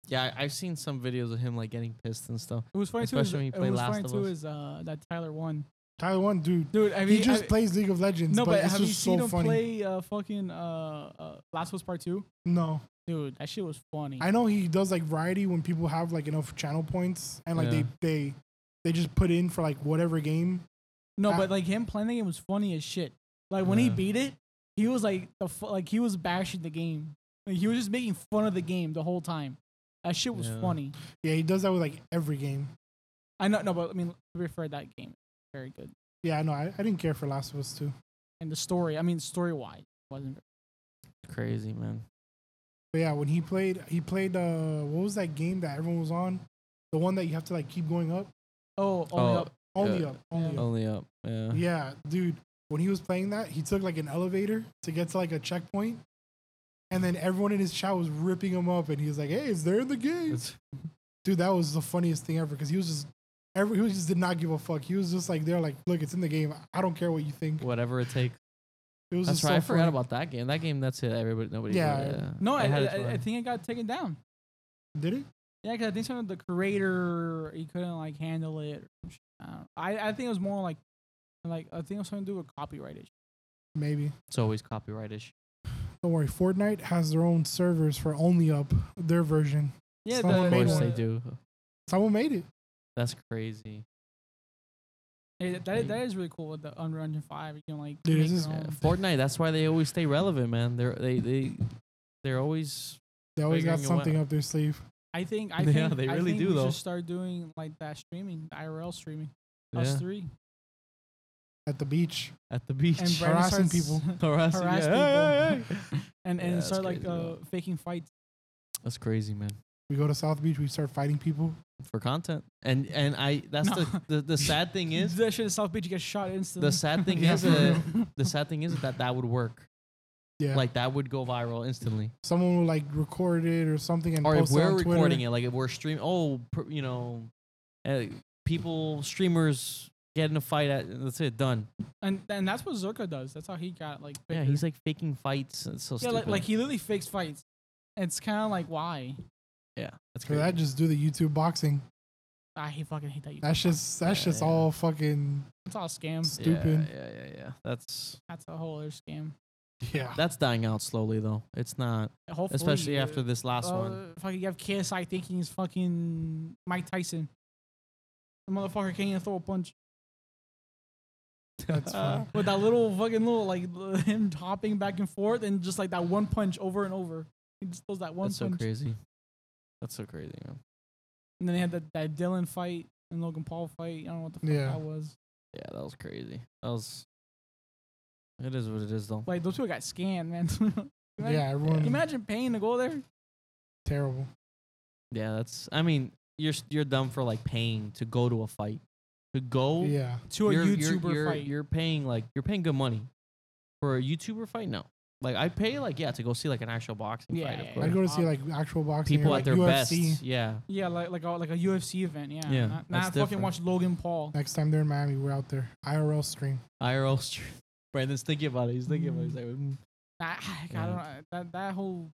[SPEAKER 2] Yeah, I, I've seen some videos of him like getting pissed and stuff.
[SPEAKER 3] It was funny
[SPEAKER 2] Especially
[SPEAKER 3] too.
[SPEAKER 2] when
[SPEAKER 3] Is,
[SPEAKER 2] you
[SPEAKER 3] it
[SPEAKER 2] play
[SPEAKER 3] was
[SPEAKER 2] Last
[SPEAKER 3] funny
[SPEAKER 2] of
[SPEAKER 3] too
[SPEAKER 2] Us.
[SPEAKER 3] is uh, that Tyler won.
[SPEAKER 1] Tyler one dude,
[SPEAKER 3] Dude, I
[SPEAKER 1] he just plays League of Legends,
[SPEAKER 3] no,
[SPEAKER 1] but,
[SPEAKER 3] but
[SPEAKER 1] it's
[SPEAKER 3] have you
[SPEAKER 1] just
[SPEAKER 3] seen
[SPEAKER 1] so
[SPEAKER 3] him
[SPEAKER 1] funny.
[SPEAKER 3] play uh, fucking uh, uh, Last of Us Part Two?
[SPEAKER 1] no,
[SPEAKER 3] Dude, that shit was funny.
[SPEAKER 1] I know he does like variety when people have like enough channel points and like
[SPEAKER 2] Yeah.
[SPEAKER 1] they they they just put in for like whatever game.
[SPEAKER 3] no,
[SPEAKER 1] I-
[SPEAKER 3] but like him playing the game was funny as shit. Like when he
[SPEAKER 2] Yeah.
[SPEAKER 3] beat it, he was like the fu- like he was bashing the game. Like, he was just making fun of the game the whole time. That shit was
[SPEAKER 2] Yeah.
[SPEAKER 3] funny.
[SPEAKER 1] Yeah, he does that with like every game.
[SPEAKER 3] I know, no, but I mean, refer that game very good.
[SPEAKER 1] Yeah, no, I, I didn't care for Last of Us two.
[SPEAKER 3] and the story. I mean, story wise, wasn't.
[SPEAKER 2] Crazy man.
[SPEAKER 1] But yeah, when he played, he played. Uh, what was that game that everyone was on? The one that you have to like keep going up,
[SPEAKER 3] Oh,
[SPEAKER 2] Oh,
[SPEAKER 3] only up.
[SPEAKER 1] only
[SPEAKER 2] Yeah.
[SPEAKER 1] up, only up.
[SPEAKER 2] Only up. Yeah.
[SPEAKER 1] Yeah, dude. When he was playing that, he took like an elevator to get to like a checkpoint, and then everyone in his chat was ripping him up, and he was like, "Hey, it's there in the game,
[SPEAKER 2] It's-
[SPEAKER 1] dude." That was the funniest thing ever because he was just, every he was just did not give a fuck. He was just like, "They're like, look, it's in the game. I don't care what you think."
[SPEAKER 2] whatever it takes.
[SPEAKER 1] It was
[SPEAKER 2] That's
[SPEAKER 1] just so
[SPEAKER 2] right. I forgot
[SPEAKER 1] funny.
[SPEAKER 2] about that game. That game, that's it. Everybody, nobody.
[SPEAKER 1] Yeah.
[SPEAKER 3] No, I,
[SPEAKER 2] It had
[SPEAKER 3] I,
[SPEAKER 2] its
[SPEAKER 3] I, I
[SPEAKER 2] run.
[SPEAKER 3] think it got taken down.
[SPEAKER 1] Did it?
[SPEAKER 3] Yeah, because I think some of the creator he couldn't like handle it. or some shit. I, don't know. I I think it was more like like I think it was something to do with copyright issue.
[SPEAKER 1] Maybe.
[SPEAKER 2] It's always copyright issue.
[SPEAKER 1] Don't worry. Fortnite has their own servers for only up their version.
[SPEAKER 3] Yeah,
[SPEAKER 1] Someone
[SPEAKER 2] Of
[SPEAKER 1] They
[SPEAKER 2] course
[SPEAKER 1] don't-
[SPEAKER 2] they do.
[SPEAKER 1] Someone made it.
[SPEAKER 2] That's crazy.
[SPEAKER 3] Hey, that- that, that is really cool with the Unreal Engine Five. You can like
[SPEAKER 1] Dude,
[SPEAKER 3] make
[SPEAKER 1] this
[SPEAKER 3] your
[SPEAKER 1] is-
[SPEAKER 2] Yeah,
[SPEAKER 3] own.
[SPEAKER 2] Fortnite. That's why they always stay relevant, man. They're they they They're always
[SPEAKER 1] They always got
[SPEAKER 2] Figuring it
[SPEAKER 1] something up their sleeve.
[SPEAKER 3] I think
[SPEAKER 2] [LAUGHS]
[SPEAKER 3] I
[SPEAKER 2] Yeah,
[SPEAKER 3] think,
[SPEAKER 2] they
[SPEAKER 3] I
[SPEAKER 2] really
[SPEAKER 3] think
[SPEAKER 2] do,
[SPEAKER 3] we
[SPEAKER 2] though.
[SPEAKER 3] should start doing like that streaming, IRL streaming. Us
[SPEAKER 2] yeah,
[SPEAKER 3] three
[SPEAKER 1] At the beach.
[SPEAKER 2] at the beach.
[SPEAKER 3] and Brandon
[SPEAKER 1] Harassing
[SPEAKER 3] starts-
[SPEAKER 1] people.
[SPEAKER 3] [LAUGHS]
[SPEAKER 2] Harassing-
[SPEAKER 3] harass
[SPEAKER 2] yeah, hey,
[SPEAKER 3] people.
[SPEAKER 2] hey,
[SPEAKER 3] [LAUGHS]
[SPEAKER 2] hey.
[SPEAKER 3] and and
[SPEAKER 2] Yeah,
[SPEAKER 3] start
[SPEAKER 2] that's
[SPEAKER 3] like
[SPEAKER 2] crazy,
[SPEAKER 3] uh,
[SPEAKER 2] though.
[SPEAKER 3] faking fights.
[SPEAKER 2] That's crazy, man.
[SPEAKER 1] We go to South Beach, we start fighting people.
[SPEAKER 2] For content, and and I that's
[SPEAKER 3] No.
[SPEAKER 2] the, the the sad thing
[SPEAKER 3] [LAUGHS]
[SPEAKER 2] is
[SPEAKER 3] that shit in South Beach you get shot instantly.
[SPEAKER 2] the sad thing
[SPEAKER 1] Yeah,
[SPEAKER 2] is
[SPEAKER 1] for
[SPEAKER 2] that
[SPEAKER 3] [LAUGHS]
[SPEAKER 2] the sad thing is that that would work.
[SPEAKER 1] Yeah.
[SPEAKER 2] Like that would go viral instantly.
[SPEAKER 1] Someone will like record it or something and
[SPEAKER 2] or if
[SPEAKER 1] post it
[SPEAKER 2] we're
[SPEAKER 1] on Twitter.
[SPEAKER 2] recording it, like if we're stream, oh, per, you know, uh, people streamers get in a fight. At, that's it, done.
[SPEAKER 3] and and that's what Zerka does. That's how he got like
[SPEAKER 2] Yeah,
[SPEAKER 3] bigger.
[SPEAKER 2] he's like faking fights. It's so
[SPEAKER 3] yeah
[SPEAKER 2] stupid.
[SPEAKER 3] like, like he literally fakes fights. It's kind of like why
[SPEAKER 2] yeah, that's
[SPEAKER 1] For
[SPEAKER 2] crazy.
[SPEAKER 1] that, just do the YouTube boxing.
[SPEAKER 3] I hate fucking hate that. You
[SPEAKER 1] That's just that's
[SPEAKER 2] Yeah,
[SPEAKER 1] just
[SPEAKER 2] yeah.
[SPEAKER 1] all fucking
[SPEAKER 3] it's all scam.
[SPEAKER 1] stupid. [LAUGHS]
[SPEAKER 2] Yeah, yeah, yeah, yeah. That's
[SPEAKER 3] That's a whole other scam.
[SPEAKER 1] yeah.
[SPEAKER 2] that's dying out slowly though. It's not,
[SPEAKER 3] Hopefully,
[SPEAKER 2] especially
[SPEAKER 3] uh,
[SPEAKER 2] after this last one.
[SPEAKER 3] uh, Fucking you have KSI thinking he's fucking Mike Tyson. The motherfucker can't even throw a punch. Uh,
[SPEAKER 1] That's
[SPEAKER 2] [LAUGHS]
[SPEAKER 1] funny.
[SPEAKER 3] With that little fucking little like [LAUGHS] him hopping back and forth and just like that one punch over and over. He just throws that one
[SPEAKER 2] That's so
[SPEAKER 3] punch.
[SPEAKER 2] crazy. That's so crazy, man.
[SPEAKER 3] And then they had that, that Dylan fight and Logan Paul fight. I don't know what the fuck
[SPEAKER 1] Yeah.
[SPEAKER 3] that was.
[SPEAKER 2] Yeah, that was crazy. That was. It is what it is though.
[SPEAKER 3] Like those people got scammed, man. [LAUGHS] Can you
[SPEAKER 1] Yeah, everyone
[SPEAKER 3] Imagine, imagine paying to go there.
[SPEAKER 1] terrible.
[SPEAKER 2] Yeah, that's. I mean, you're s- you're dumb for like paying to go to a fight, to go.
[SPEAKER 1] Yeah.
[SPEAKER 3] To a
[SPEAKER 2] you're- you're-
[SPEAKER 3] YouTuber
[SPEAKER 2] you're-
[SPEAKER 3] fight.
[SPEAKER 2] You're paying like you're paying good money for a YouTuber fight. No, like I pay like yeah to go see like an actual boxing
[SPEAKER 3] Yeah,
[SPEAKER 2] fight.
[SPEAKER 3] yeah,
[SPEAKER 2] Of
[SPEAKER 3] yeah.
[SPEAKER 2] course.
[SPEAKER 1] I'd go to see like actual boxing. or,
[SPEAKER 2] People
[SPEAKER 1] like,
[SPEAKER 2] at their
[SPEAKER 1] UFC
[SPEAKER 2] best. Yeah,
[SPEAKER 3] yeah, like like a, like a UFC event. Yeah.
[SPEAKER 2] Yeah,
[SPEAKER 3] Not,
[SPEAKER 2] that's
[SPEAKER 3] not fucking
[SPEAKER 2] different.
[SPEAKER 3] watch Logan Paul.
[SPEAKER 1] Next time they're in Miami, we're out there. IRL stream.
[SPEAKER 2] IRL stream. [LAUGHS] Brandon's thinking about it. He's thinking about it. He's like, mm.
[SPEAKER 3] [SIGHS] I, I
[SPEAKER 2] Yeah.
[SPEAKER 3] don't know that that whole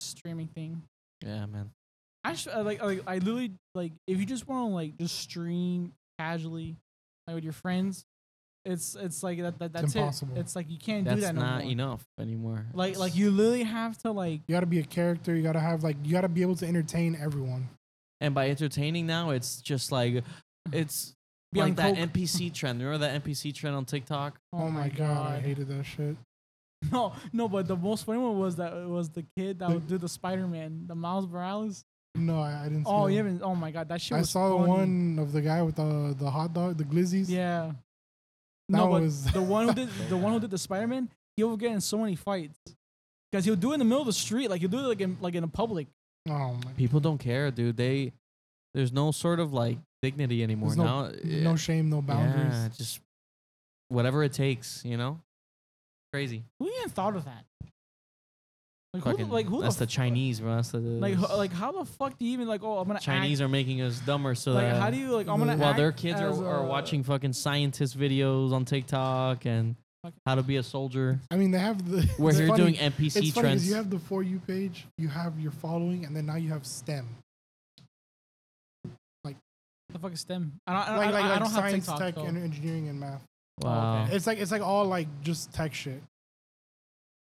[SPEAKER 3] streaming thing.
[SPEAKER 2] yeah, man.
[SPEAKER 3] I sh- uh, like, like I literally like if you just want to like just stream casually like with your friends, it's it's like that, that that's
[SPEAKER 1] impossible.
[SPEAKER 3] it. It's like you can't
[SPEAKER 2] That's
[SPEAKER 3] do that no
[SPEAKER 2] not
[SPEAKER 3] more.
[SPEAKER 2] enough anymore.
[SPEAKER 3] Like
[SPEAKER 2] It's-
[SPEAKER 3] like you literally have to like
[SPEAKER 1] You gotta be a character. You gotta have like you gotta be able to entertain everyone.
[SPEAKER 2] and by entertaining now, it's just like, it's
[SPEAKER 3] [SIGHS] Be
[SPEAKER 2] like
[SPEAKER 3] on
[SPEAKER 2] that
[SPEAKER 3] coke. [LAUGHS]
[SPEAKER 2] NPC trend. Remember that NPC trend on TikTok?
[SPEAKER 1] Oh, my god. I hated that shit.
[SPEAKER 3] [LAUGHS] no no but the most funny one was that it was the kid that
[SPEAKER 1] The-
[SPEAKER 3] would do the Spider Man the Miles Morales.
[SPEAKER 1] No, I, I didn't. See
[SPEAKER 3] Oh
[SPEAKER 1] that.
[SPEAKER 3] you haven't oh my god that shit.
[SPEAKER 1] I
[SPEAKER 3] was
[SPEAKER 1] saw the
[SPEAKER 3] funny.
[SPEAKER 1] one of the guy with the the hot dog, the glizzies.
[SPEAKER 3] Yeah.
[SPEAKER 1] that
[SPEAKER 3] no,
[SPEAKER 1] one
[SPEAKER 3] but
[SPEAKER 1] was
[SPEAKER 3] the
[SPEAKER 1] [LAUGHS]
[SPEAKER 3] one who did the one who did the Spider Man, he'll get in so many fights because he'll do it in the middle of the street, like he'll do it like in like in a public.
[SPEAKER 1] Oh my.
[SPEAKER 2] People don't care, dude. They there's no sort of like dignity anymore
[SPEAKER 1] There's no-
[SPEAKER 2] now. Yeah.
[SPEAKER 1] No shame, no boundaries.
[SPEAKER 2] Yeah, just whatever it takes, you know? Crazy.
[SPEAKER 3] Who even thought of that? Like who?
[SPEAKER 2] Fucking,
[SPEAKER 3] The, like who?
[SPEAKER 2] that's
[SPEAKER 3] the,
[SPEAKER 2] the, Chinese, bro. That's the
[SPEAKER 3] like ho- like how the fuck do you even like? Oh, I'm gonna
[SPEAKER 2] Chinese are making us dumber so
[SPEAKER 3] Act, like
[SPEAKER 2] that
[SPEAKER 3] how do you like? I'm gonna.
[SPEAKER 2] while
[SPEAKER 3] act
[SPEAKER 2] their kids are,
[SPEAKER 3] as
[SPEAKER 2] are
[SPEAKER 3] a-
[SPEAKER 2] watching fucking scientist videos on TikTok and
[SPEAKER 3] Fucking-
[SPEAKER 2] how to be a soldier.
[SPEAKER 1] I mean, they have the.
[SPEAKER 2] We're
[SPEAKER 1] it's
[SPEAKER 2] here
[SPEAKER 1] funny-
[SPEAKER 2] doing
[SPEAKER 1] It's
[SPEAKER 2] NPC
[SPEAKER 1] funny because
[SPEAKER 2] trends.
[SPEAKER 1] you have the for you page, you have your following, and then now you have STEM,
[SPEAKER 3] the fucking STEM. I don't. I don't,
[SPEAKER 1] like
[SPEAKER 3] I,
[SPEAKER 1] like,
[SPEAKER 3] I
[SPEAKER 1] like
[SPEAKER 3] don't have
[SPEAKER 1] science,
[SPEAKER 3] TikTok,
[SPEAKER 1] tech,
[SPEAKER 3] though.
[SPEAKER 1] and engineering and math.
[SPEAKER 2] wow.
[SPEAKER 1] It's like it's like all like just tech shit.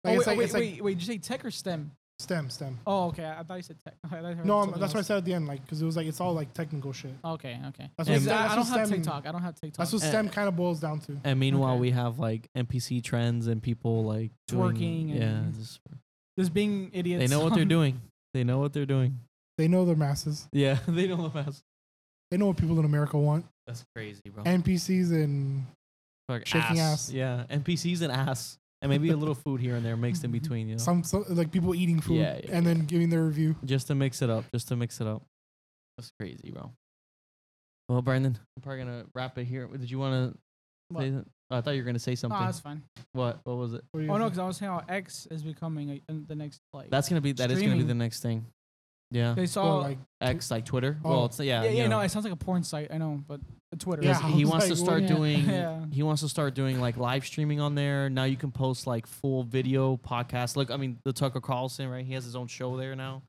[SPEAKER 3] Oh,
[SPEAKER 1] Like
[SPEAKER 3] wait,
[SPEAKER 1] it's like
[SPEAKER 3] wait,
[SPEAKER 1] it's
[SPEAKER 3] wait,
[SPEAKER 1] like
[SPEAKER 3] wait, Did you say tech or STEM?
[SPEAKER 1] STEM, STEM.
[SPEAKER 3] Oh, okay. I, I thought you said tech. [LAUGHS] I thought I heard
[SPEAKER 1] No, I'm,
[SPEAKER 3] something
[SPEAKER 1] that's what I
[SPEAKER 3] else.
[SPEAKER 1] said at the end, like because it was like it's all like technical shit.
[SPEAKER 3] Okay, okay.
[SPEAKER 1] That's
[SPEAKER 2] what
[SPEAKER 3] Yeah, 'cause
[SPEAKER 2] STEM-
[SPEAKER 3] I, I
[SPEAKER 1] that's
[SPEAKER 3] don't
[SPEAKER 1] what
[SPEAKER 3] have
[SPEAKER 1] STEM-
[SPEAKER 3] TikTok. I don't have TikTok.
[SPEAKER 1] That's what
[SPEAKER 2] Uh,
[SPEAKER 1] STEM kind of boils down to.
[SPEAKER 2] And meanwhile,
[SPEAKER 3] Okay.
[SPEAKER 2] we have like NPC trends and people like doing-
[SPEAKER 3] Twerking
[SPEAKER 2] Yeah,
[SPEAKER 3] and-
[SPEAKER 2] just-
[SPEAKER 3] just being idiots.
[SPEAKER 2] they know what they're
[SPEAKER 3] [LAUGHS]
[SPEAKER 2] doing. They know what they're doing. [LAUGHS]
[SPEAKER 1] They know their masses.
[SPEAKER 2] Yeah, they know the best.
[SPEAKER 1] They know what people in America want.
[SPEAKER 2] That's crazy, bro.
[SPEAKER 1] NPCs and
[SPEAKER 2] Fuck,
[SPEAKER 1] shaking ass.
[SPEAKER 2] Yeah, NPCs and ass, and maybe a little food here and there mixed
[SPEAKER 3] [LAUGHS]
[SPEAKER 2] in between. You know,
[SPEAKER 1] some, so like people eating food
[SPEAKER 2] Yeah, yeah,
[SPEAKER 1] and then giving their review.
[SPEAKER 2] just to mix it up, just to mix it up. That's crazy, bro. Well, Brandon, I'm probably gonna wrap it here. Did you want to?
[SPEAKER 3] What?
[SPEAKER 2] Say, something? I thought you were gonna say something.
[SPEAKER 3] No, that's fine.
[SPEAKER 2] what? What was it?
[SPEAKER 1] What do you
[SPEAKER 3] Oh no,
[SPEAKER 1] think?
[SPEAKER 3] because I was saying how X is becoming a, the next like.
[SPEAKER 2] That's gonna be. That is gonna be
[SPEAKER 3] Streaming.
[SPEAKER 2] the next thing. Yeah,
[SPEAKER 3] they
[SPEAKER 1] Well,
[SPEAKER 3] saw.
[SPEAKER 1] like
[SPEAKER 2] X like Twitter.
[SPEAKER 1] Oh.
[SPEAKER 2] Well, it's yeah,
[SPEAKER 3] yeah, yeah,
[SPEAKER 2] you know.
[SPEAKER 3] no, it sounds like a porn site. I know, but Twitter.
[SPEAKER 1] Yeah,
[SPEAKER 2] 'Cause he
[SPEAKER 1] I was
[SPEAKER 2] wants to
[SPEAKER 1] like,
[SPEAKER 2] start
[SPEAKER 3] well, yeah.
[SPEAKER 2] doing
[SPEAKER 3] Yeah.
[SPEAKER 2] he wants to start doing like live streaming on there now you can post like full video podcast look i mean the tucker carlson right he has his own show there now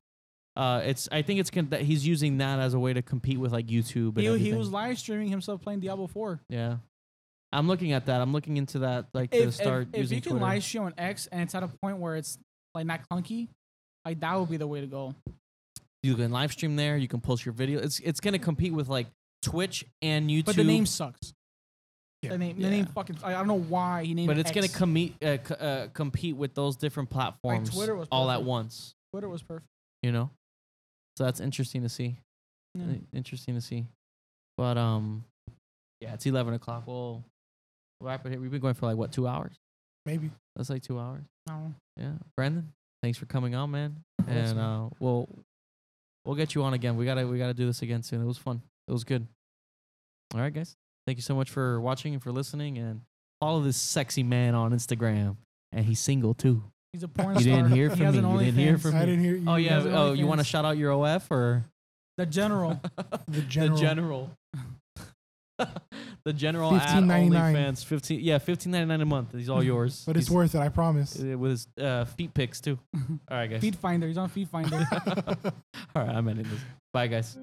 [SPEAKER 2] uh it's i think it's con- that he's using that as a way to compete with like youtube and
[SPEAKER 3] He, he
[SPEAKER 2] everything.
[SPEAKER 3] was live streaming himself playing Diablo Four.
[SPEAKER 2] yeah i'm looking at that i'm looking into that like to
[SPEAKER 3] If,
[SPEAKER 2] start
[SPEAKER 3] if, if
[SPEAKER 2] using
[SPEAKER 3] you can
[SPEAKER 2] Twitter.
[SPEAKER 3] live stream on X and it's at a point where it's like not clunky, like that would be the way to go.
[SPEAKER 2] you can live stream there you can post your video it's it's going to compete with like twitch and youtube
[SPEAKER 3] But the name sucks.
[SPEAKER 1] Yeah.
[SPEAKER 3] The name,
[SPEAKER 2] Yeah.
[SPEAKER 3] the name fucking. I I don't know why he named.
[SPEAKER 2] But
[SPEAKER 3] it
[SPEAKER 2] it's gonna
[SPEAKER 3] X.
[SPEAKER 2] commit, uh, c- uh, compete with those different platforms
[SPEAKER 3] Twitter was
[SPEAKER 2] all at
[SPEAKER 3] perfect.
[SPEAKER 2] once.
[SPEAKER 3] Twitter was perfect.
[SPEAKER 2] You know, so that's interesting to see.
[SPEAKER 3] Yeah.
[SPEAKER 2] Uh, Interesting to see. But um, yeah, it's eleven o'clock. We'll wrap it here. We've been going for like what two hours?
[SPEAKER 1] Maybe.
[SPEAKER 2] That's like two hours.
[SPEAKER 3] I don't know.
[SPEAKER 2] Yeah, Brandon, thanks for coming on, man.
[SPEAKER 3] course,
[SPEAKER 2] And
[SPEAKER 3] man.
[SPEAKER 2] uh, we'll we'll get you on again. We gotta we gotta do this again soon. It was fun. It was good. All right, guys. Thank you so much for watching and for listening. And follow this sexy man on Instagram. And he's single too.
[SPEAKER 3] He's a porn
[SPEAKER 2] You
[SPEAKER 3] star.
[SPEAKER 2] didn't hear
[SPEAKER 3] He
[SPEAKER 2] from
[SPEAKER 3] has
[SPEAKER 2] me.
[SPEAKER 3] an
[SPEAKER 2] You didn't hear
[SPEAKER 3] OnlyFans.
[SPEAKER 2] from
[SPEAKER 1] I
[SPEAKER 2] me.
[SPEAKER 1] didn't hear you.
[SPEAKER 2] Oh yeah.
[SPEAKER 3] has an
[SPEAKER 2] Oh, you want to
[SPEAKER 3] OnlyFans.
[SPEAKER 2] shout out your OF or [LAUGHS]
[SPEAKER 3] The general.
[SPEAKER 1] The general.
[SPEAKER 2] the general. the general at
[SPEAKER 1] 15.99.
[SPEAKER 2] OnlyFans. Fifteen. Yeah, fifteen ninety nine a month. He's all yours.
[SPEAKER 1] Mm-hmm. But it's
[SPEAKER 2] He's-
[SPEAKER 1] worth it, I promise.
[SPEAKER 2] It was uh, feet
[SPEAKER 1] [LAUGHS]
[SPEAKER 2] pics too. All right, guys. [LAUGHS]
[SPEAKER 3] Feed Finder. He's on Feed Finder.
[SPEAKER 2] All right, I'm ending this. Bye, guys.